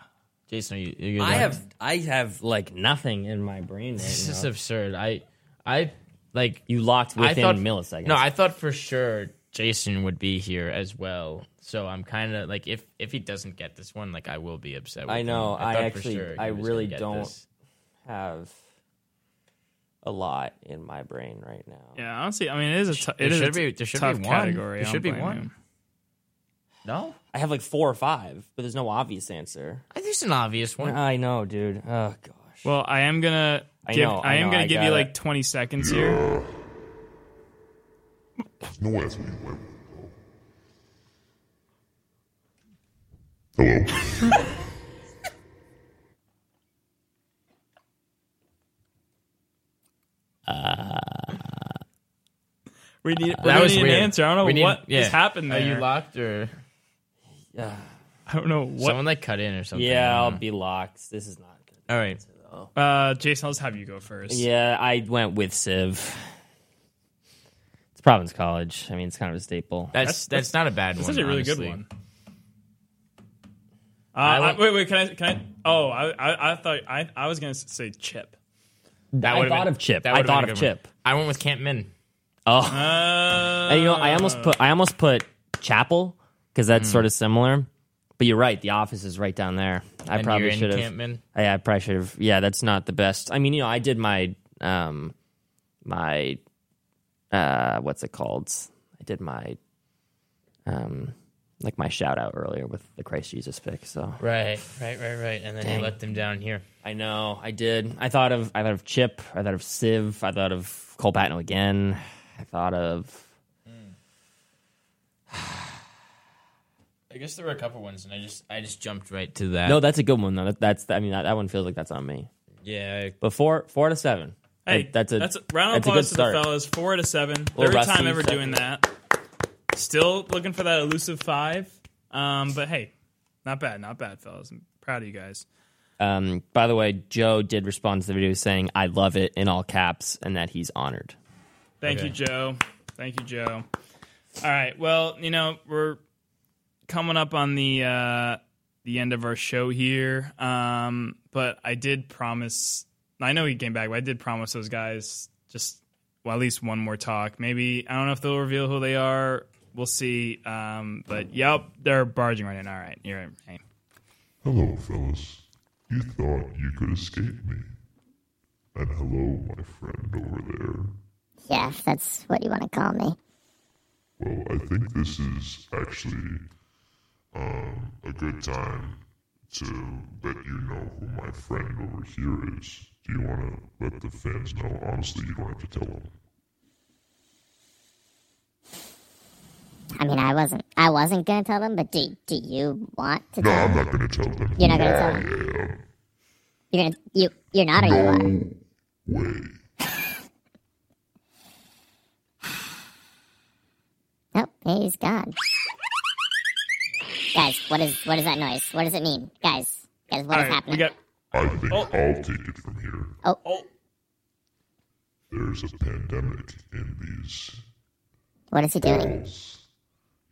Speaker 1: Jason, are you? Are you gonna
Speaker 3: I
Speaker 1: go?
Speaker 3: have I have like nothing in my brain right
Speaker 1: This is
Speaker 3: now.
Speaker 1: absurd. I I like
Speaker 3: you locked
Speaker 1: I
Speaker 3: within
Speaker 1: thought-
Speaker 3: milliseconds.
Speaker 1: No, I thought for sure Jason would be here as well. So I'm kind of like if if he doesn't get this one, like I will be upset. With
Speaker 3: I
Speaker 1: him.
Speaker 3: know,
Speaker 1: thought
Speaker 3: I
Speaker 1: for
Speaker 3: actually-
Speaker 1: sure he
Speaker 3: I
Speaker 1: was gonna
Speaker 3: really
Speaker 1: get
Speaker 3: don't-
Speaker 1: this.
Speaker 3: have a lot in my brain right now.
Speaker 2: Yeah. Honestly, I mean it is a t-
Speaker 1: There
Speaker 2: it is
Speaker 1: should
Speaker 2: a
Speaker 1: be-
Speaker 2: t-
Speaker 1: there should be
Speaker 2: tough
Speaker 1: one.
Speaker 2: category.
Speaker 1: There
Speaker 2: I
Speaker 1: should
Speaker 2: don't
Speaker 1: be
Speaker 2: blame
Speaker 1: one.
Speaker 2: you.
Speaker 1: No,
Speaker 3: I have like four or five, but there's no obvious answer.
Speaker 1: I think it's an obvious one.
Speaker 3: I know, dude. Oh gosh.
Speaker 2: Well, I am gonna.
Speaker 3: I
Speaker 2: give,
Speaker 3: know,
Speaker 2: I,
Speaker 3: I
Speaker 2: am
Speaker 3: know,
Speaker 2: gonna
Speaker 3: I
Speaker 2: give you
Speaker 3: got
Speaker 2: like
Speaker 3: it.
Speaker 2: 20 seconds here.
Speaker 5: No way that's where you went. Hello.
Speaker 2: We need. We're
Speaker 1: That
Speaker 2: gonna
Speaker 1: was
Speaker 2: need an
Speaker 1: weird.
Speaker 2: answer. I don't know
Speaker 1: We need-
Speaker 2: what
Speaker 1: yeah.
Speaker 2: has happened
Speaker 1: Are
Speaker 2: there.
Speaker 1: you locked or
Speaker 3: Yeah,
Speaker 2: I don't know what.
Speaker 1: someone like cut in or something?
Speaker 3: yeah,
Speaker 1: I
Speaker 3: I'll
Speaker 1: don't
Speaker 3: be locked. This is not good.
Speaker 1: know. All right.
Speaker 3: Though.
Speaker 2: Uh, Jason, I'll just have you go first.
Speaker 3: Yeah, I went with Civ. It's Providence College. I mean, it's kind of a staple.
Speaker 1: That's, that's not a bad
Speaker 2: This
Speaker 1: one.
Speaker 2: is a really
Speaker 1: honestly.
Speaker 2: good one. Uh,
Speaker 1: I
Speaker 2: I
Speaker 1: went-
Speaker 2: wait, wait. Can I? Can I? Oh, I, I, I thought I, I was gonna say Chip.
Speaker 1: That
Speaker 3: I
Speaker 1: would've
Speaker 3: thought
Speaker 1: been-
Speaker 3: of Chip.
Speaker 1: that
Speaker 3: I
Speaker 1: would've been
Speaker 3: thought
Speaker 1: a
Speaker 3: of
Speaker 1: good one.
Speaker 3: Chip.
Speaker 1: I went with Camp Min.
Speaker 3: Oh,
Speaker 2: Uh,
Speaker 3: and you know, I almost put I almost put Chapel because that's
Speaker 1: Hmm.
Speaker 3: sort of similar. But you're right. The office is right down there. I
Speaker 1: and
Speaker 3: probably
Speaker 1: you're in
Speaker 3: should have.
Speaker 1: Camp Min.
Speaker 3: I, I probably should have. Yeah, that's not the best. I mean, you know, I did my um my uh what's it called? I did my um like my shout out earlier with the Christ Jesus pick. So
Speaker 1: Right, right, right, right. And then he
Speaker 3: Dang.
Speaker 1: let them down here.
Speaker 3: I know I did. I thought of I thought of Chip. I thought of Civ. I thought of Cole Patton again. I thought of
Speaker 1: I guess there were a couple ones, and I just I just jumped right to that.
Speaker 3: no. That's a good one though. That, that's I mean that, that one feels like that's on me.
Speaker 1: yeah, I-
Speaker 3: But four four to seven.
Speaker 2: Hey,
Speaker 3: That- that's a
Speaker 2: round of
Speaker 3: that's a
Speaker 2: applause
Speaker 3: good
Speaker 2: to
Speaker 3: start.
Speaker 2: the fellas. Four out of seven. Third
Speaker 3: Little
Speaker 2: time
Speaker 3: rusty,
Speaker 2: ever
Speaker 3: so-
Speaker 2: doing that. Still looking for that elusive five. Um, but hey, not bad, not bad, fellas. I'm proud of you guys.
Speaker 3: Um, by the way, Joe did respond to the video saying, I love it in all caps and that he's honored.
Speaker 2: Thank you, Joe. Thank you, Joe. All right. Well, you know we're coming up on the uh, the end of our show here, um, but I did promise. I know he came back, but I did promise those guys just well at least one more talk. Maybe I don't know if they'll reveal who they are. We'll see. Um, but yep, they're barging right in. All right, you're hey.
Speaker 5: Hello, fellas. You thought you could escape me. And hello, my friend over there.
Speaker 6: Yeah, if that's what you want to call me.
Speaker 5: Well, I think this is actually um, a good time to let you know who my friend over here is. Do you want to let the fans know? Honestly, you don't have to tell them.
Speaker 6: I mean, I wasn't, I wasn't gonna tell them, but do do you want to?
Speaker 5: No,
Speaker 6: tell
Speaker 5: I'm
Speaker 6: them?
Speaker 5: not going to tell them.
Speaker 6: You're not gonna tell them.
Speaker 5: them.
Speaker 6: You're gonna, you you're not, or you are.
Speaker 5: No way.
Speaker 6: Nope, he's gone. guys, what is what is that noise? What does it mean, guys? Guys, what
Speaker 2: All right,
Speaker 6: is
Speaker 2: we
Speaker 6: happening?
Speaker 2: got
Speaker 5: I think I'll take it from here.
Speaker 6: Oh.
Speaker 5: There's a pandemic in these
Speaker 6: What is he
Speaker 5: Uh.
Speaker 6: doing?
Speaker 5: walls.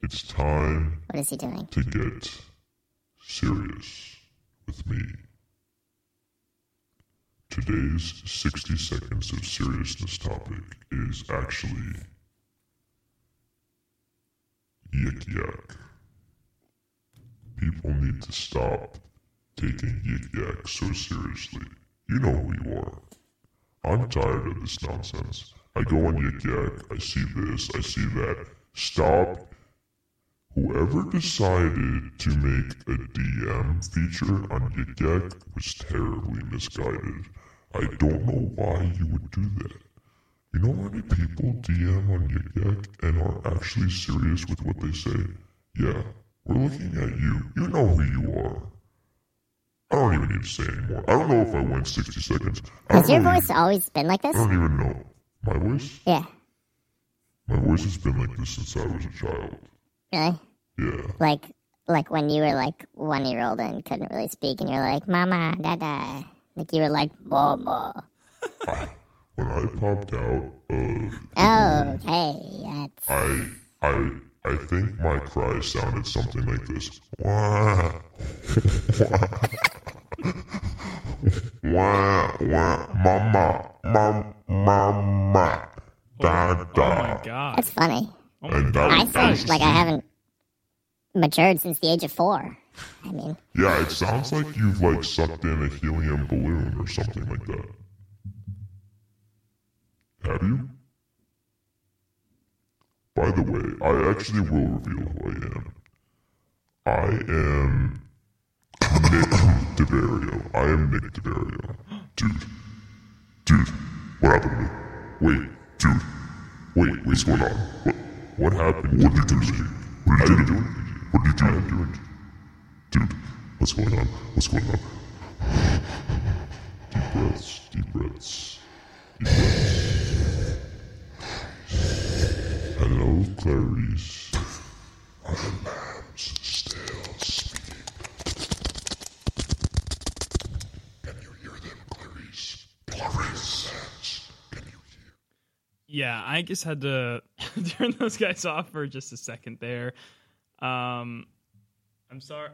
Speaker 5: It's time
Speaker 6: What is he doing?
Speaker 5: to get serious with me. Today's 60 seconds of seriousness topic is actually yik yak. People need to stop taking yik yak so seriously. You know who you are. I'm tired of this nonsense. I go on yik yak, I see this, I see that. Stop Whoever decided to make a DM feature on Yidek was terribly misguided. I don't know why you would do that. You know how many people DM on Yidek and are actually serious with what they say? Yeah, we're looking at you. You know who you are. I don't even need to say anymore. I don't know if I went 60 seconds. I
Speaker 6: Has
Speaker 5: don't,
Speaker 6: your
Speaker 5: know
Speaker 6: voice
Speaker 5: even,
Speaker 6: always been like this?
Speaker 5: I don't even know. My voice?
Speaker 6: Yeah.
Speaker 5: My voice has been like this since I was a child.
Speaker 6: Really?
Speaker 5: Yeah.
Speaker 6: Like like when you were like one year old and couldn't really speak and you're like, Mama, Dada. Like you were like, Mama.
Speaker 5: When I popped out of Mm.
Speaker 6: Oh, okay. That's
Speaker 5: I I I think my cry sounded something like this. Wah wah wah mama mom mama da
Speaker 2: Oh my
Speaker 5: da
Speaker 2: god.
Speaker 6: that's funny.
Speaker 5: and that
Speaker 6: I
Speaker 5: was, that was
Speaker 6: sound like I haven't matured since the age of four. I mean,
Speaker 5: yeah, it sounds like you've like sucked in a helium balloon or something like that. Have you? By the way, I actually will reveal who I am. I am Nick DiBerio. I am Nick DiBerio. Dude. Dude. What happened to me? Wait, dude. Wait, what's going on? What, what happened? What did you do to me? What did you do? What did you do? Dude, what's going on? What's going on? Deep breaths, deep breaths, deep breaths. Hello, Clarice. I am Hams, still speaking. Can you hear them, Clarice? Clarice Hams, can you hear?
Speaker 2: Yeah, I just had to [laughs] turn those guys off for just a second there. Um, I'm sorry.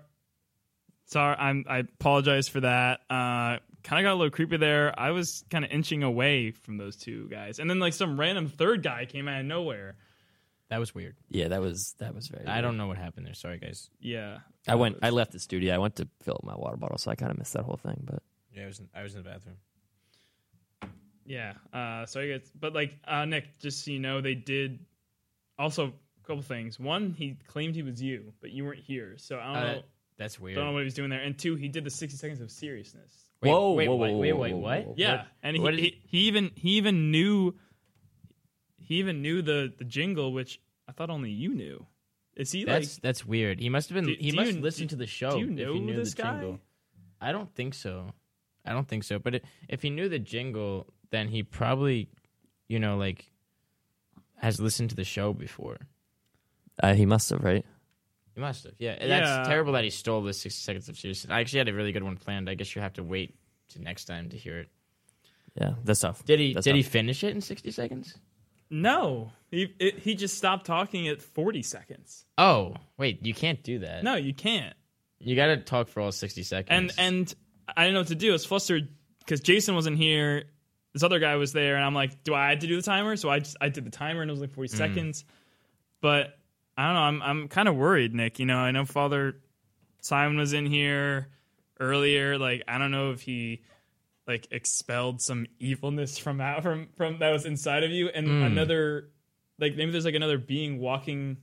Speaker 2: Sorry, I'm. I apologize for that. Uh, kind of got a little creepy there. I was kind of inching away from those two guys, and then like some random third guy came out of nowhere.
Speaker 1: That was weird.
Speaker 3: Yeah, that was that was very.
Speaker 1: I don't know what happened there. Sorry, guys.
Speaker 2: Yeah,
Speaker 3: I went. I left the studio. I went to fill up my water bottle, so I kind of missed that whole thing. But
Speaker 1: Yeah, I was in, I was in the bathroom.
Speaker 2: Yeah. Uh, so I guess, but like uh, Nick, just so you know, they did also a couple things. One, he claimed he was you, but you weren't here, so I don't
Speaker 1: Uh,
Speaker 2: know.
Speaker 1: That's weird.
Speaker 2: Don't know what he was doing there. And two, he did the sixty seconds of seriousness.
Speaker 1: Wait,
Speaker 3: Whoa,
Speaker 1: wait,
Speaker 3: whoa,
Speaker 1: wait,
Speaker 3: whoa,
Speaker 1: wait,
Speaker 3: whoa,
Speaker 1: wait,
Speaker 3: whoa,
Speaker 1: what?
Speaker 3: whoa, whoa.
Speaker 2: Yeah, and he,
Speaker 1: what did
Speaker 2: he he even he even knew he even knew the the jingle, which I thought only you knew. Is he like?
Speaker 1: That's that's weird. He must have been.
Speaker 2: Do-
Speaker 1: he
Speaker 2: do
Speaker 1: must
Speaker 2: you-
Speaker 1: listen
Speaker 2: do-
Speaker 1: to the show.
Speaker 2: do you
Speaker 1: if
Speaker 2: know
Speaker 1: he knew
Speaker 2: this
Speaker 1: the
Speaker 2: guy?
Speaker 1: jingle. I don't think so. I don't think so. But it, if he knew the jingle, then he probably, you know, like has listened to the show before.
Speaker 3: uh, he must have, right?
Speaker 1: He must have. Yeah, and
Speaker 2: Yeah.
Speaker 1: that's terrible that he stole the sixty seconds of seriousness. I actually had a really good one planned. I guess you have to wait to next time to hear it.
Speaker 3: Yeah, that's tough.
Speaker 1: Did he?
Speaker 3: That's
Speaker 1: did he
Speaker 3: tough.
Speaker 1: finish it in sixty seconds?
Speaker 2: No, he it, he just stopped talking at forty seconds.
Speaker 1: Oh, wait, you can't do that.
Speaker 2: No, you can't.
Speaker 1: you got to talk for all sixty seconds.
Speaker 2: and and I didn't know what to do. I was flustered because Jason wasn't here. This other guy was there, and I'm like, do I have to do the timer? So I just I did the timer, and it was like
Speaker 1: Mm.
Speaker 2: 40 seconds. But I don't know. I'm I'm kind of worried, Nick. You know, I know Father Simon was in here earlier. Like, I don't know if he like expelled some evilness from out from from that was inside of you, and
Speaker 3: Mm.
Speaker 2: another like maybe there's like another being walking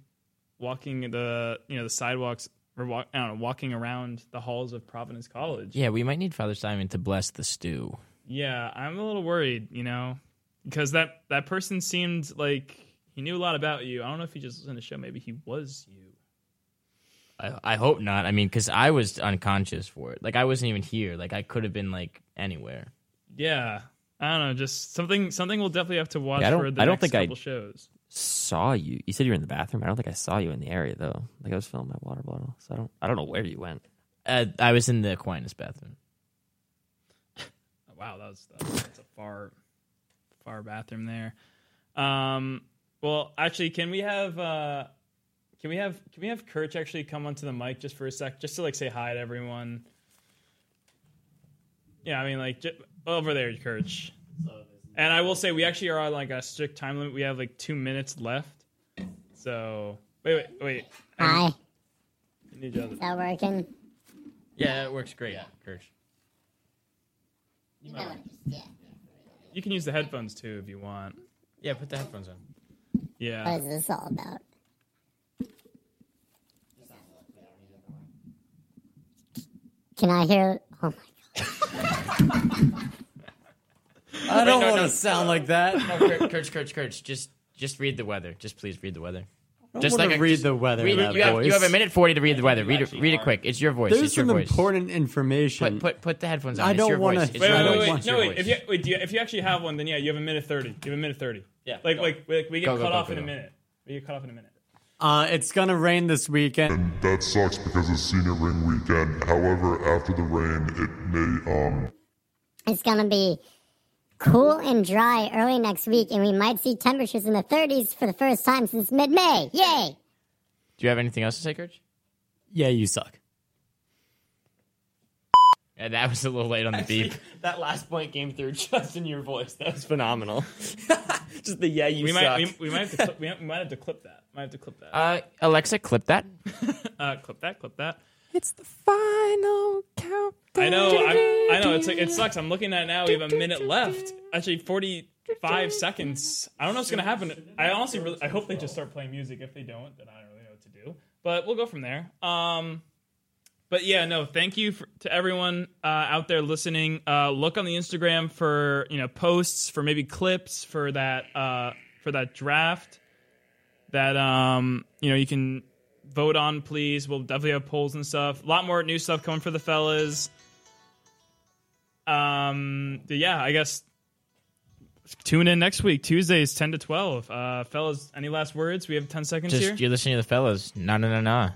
Speaker 2: walking the you know the sidewalks or walk, I don't know, walking around the halls of Providence College.
Speaker 1: yeah, we might need Father Simon to bless the stew.
Speaker 2: Yeah, I'm a little worried, you know, because that that person seemed like he knew a lot about you. I don't know if he just was in the show. Maybe he was you.
Speaker 1: I, I hope not. I mean, because I was unconscious for it. Like I wasn't even here. Like I could have been like anywhere.
Speaker 2: Yeah, I don't know. Just something something we'll definitely have to watch
Speaker 3: Yeah, I don't-
Speaker 2: for the
Speaker 3: I don't
Speaker 2: next
Speaker 3: think I-
Speaker 2: couple shows.
Speaker 3: Saw you. You said you were in the bathroom. I don't think I saw you in the area though. Like I was filling my water bottle, so I don't. I don't know where you went.
Speaker 1: Uh, I was in the Aquinas bathroom.
Speaker 2: Oh, Wow, that was that's a far, far bathroom there. Um, well, actually, can we have uh, can we have can we have Kirch actually come onto the mic just for a sec, just to like say hi to everyone? Yeah, I mean, like, ju- over there, Kirch.
Speaker 4: So there's
Speaker 2: And I will say we actually are on like a strict time limit. We have like two minutes left. So wait, wait, wait.
Speaker 6: Hi.
Speaker 2: You need your other-
Speaker 6: Is that working?
Speaker 1: Yeah, it works great, Kirsch.
Speaker 6: You might want to just, yeah.
Speaker 2: You can use the headphones too if you want.
Speaker 1: Yeah, put the headphones on.
Speaker 2: Yeah.
Speaker 6: What is this all about? Can I hear? Oh my
Speaker 1: I
Speaker 2: no,
Speaker 1: wanna
Speaker 2: no.
Speaker 1: sound like that. No, Kirch, Kirch, Kirch. Just, just read the weather. Just please read the weather. Just like a,
Speaker 7: read
Speaker 1: just
Speaker 7: the weather.
Speaker 1: read-
Speaker 7: in that
Speaker 1: you, have,
Speaker 7: voice.
Speaker 1: you have a minute forty to read the weather.
Speaker 2: you
Speaker 1: Read it.
Speaker 2: actually
Speaker 1: Read it
Speaker 2: are.
Speaker 1: quick. It's your voice.
Speaker 7: There's
Speaker 1: it's your
Speaker 7: some
Speaker 1: voice.
Speaker 7: important information.
Speaker 1: Put, put, put the headphones on.
Speaker 7: I
Speaker 1: It's
Speaker 7: don't
Speaker 1: your
Speaker 7: wanna-
Speaker 1: voice. It's
Speaker 2: Wait,
Speaker 1: your
Speaker 2: wait,
Speaker 7: I don't
Speaker 2: wait,
Speaker 1: voice.
Speaker 2: wait.
Speaker 1: It's
Speaker 2: No,
Speaker 1: your
Speaker 2: wait.
Speaker 1: voice.
Speaker 2: If you wait, do you, if you actually have one, then yeah, you have a minute thirty. You have a minute thirty.
Speaker 1: Yeah,
Speaker 2: Like
Speaker 1: go.
Speaker 2: like we, we get
Speaker 1: Go, go,
Speaker 2: cut
Speaker 1: go,
Speaker 2: off
Speaker 1: go,
Speaker 2: in a
Speaker 1: go.
Speaker 2: minute. We get cut off in a minute.
Speaker 7: Uh, it's gonna rain this weekend.
Speaker 5: And that sucks because it's senior ring weekend. However, after the rain, it may um
Speaker 6: It's gonna be cool and dry early next week, and we might see temperatures in the 30s for the first time since mid-May. Yay!
Speaker 1: Do you have anything else to say, Kirch?
Speaker 7: Yeah, you suck.
Speaker 1: Yeah, that was a little late on the beep.
Speaker 3: That last point came through [laughs] just in your voice. That was phenomenal. just the yeah, you
Speaker 2: We
Speaker 3: suck.
Speaker 2: might we, we might have to clip, we, might, we might have to clip that. Might have to clip that.
Speaker 1: Uh, Alexa, clip that.
Speaker 2: Uh, clip that. Clip that.
Speaker 1: It's the final count.
Speaker 2: I know. I'm, I know. It's like, it sucks. I'm looking at it now. We have a minute left. Actually, 45 seconds. I don't know what's gonna happen. I honestly really. I hope they just start playing music. If they don't, then I don't really know what to do. But we'll go from there. Um, but yeah, no. Thank you for, to everyone uh, out there listening. Uh, look on the Instagram for you know posts for maybe clips for that uh, for that draft. That um, you know you can vote on, please. We'll definitely have polls and stuff. A lot more new stuff coming for the fellas. Um, but yeah, I guess tune in next week, Tuesdays, ten to twelve. Uh, fellas, any last words? We have ten seconds here.
Speaker 1: Just you're listening to the fellas. No, no, no, no.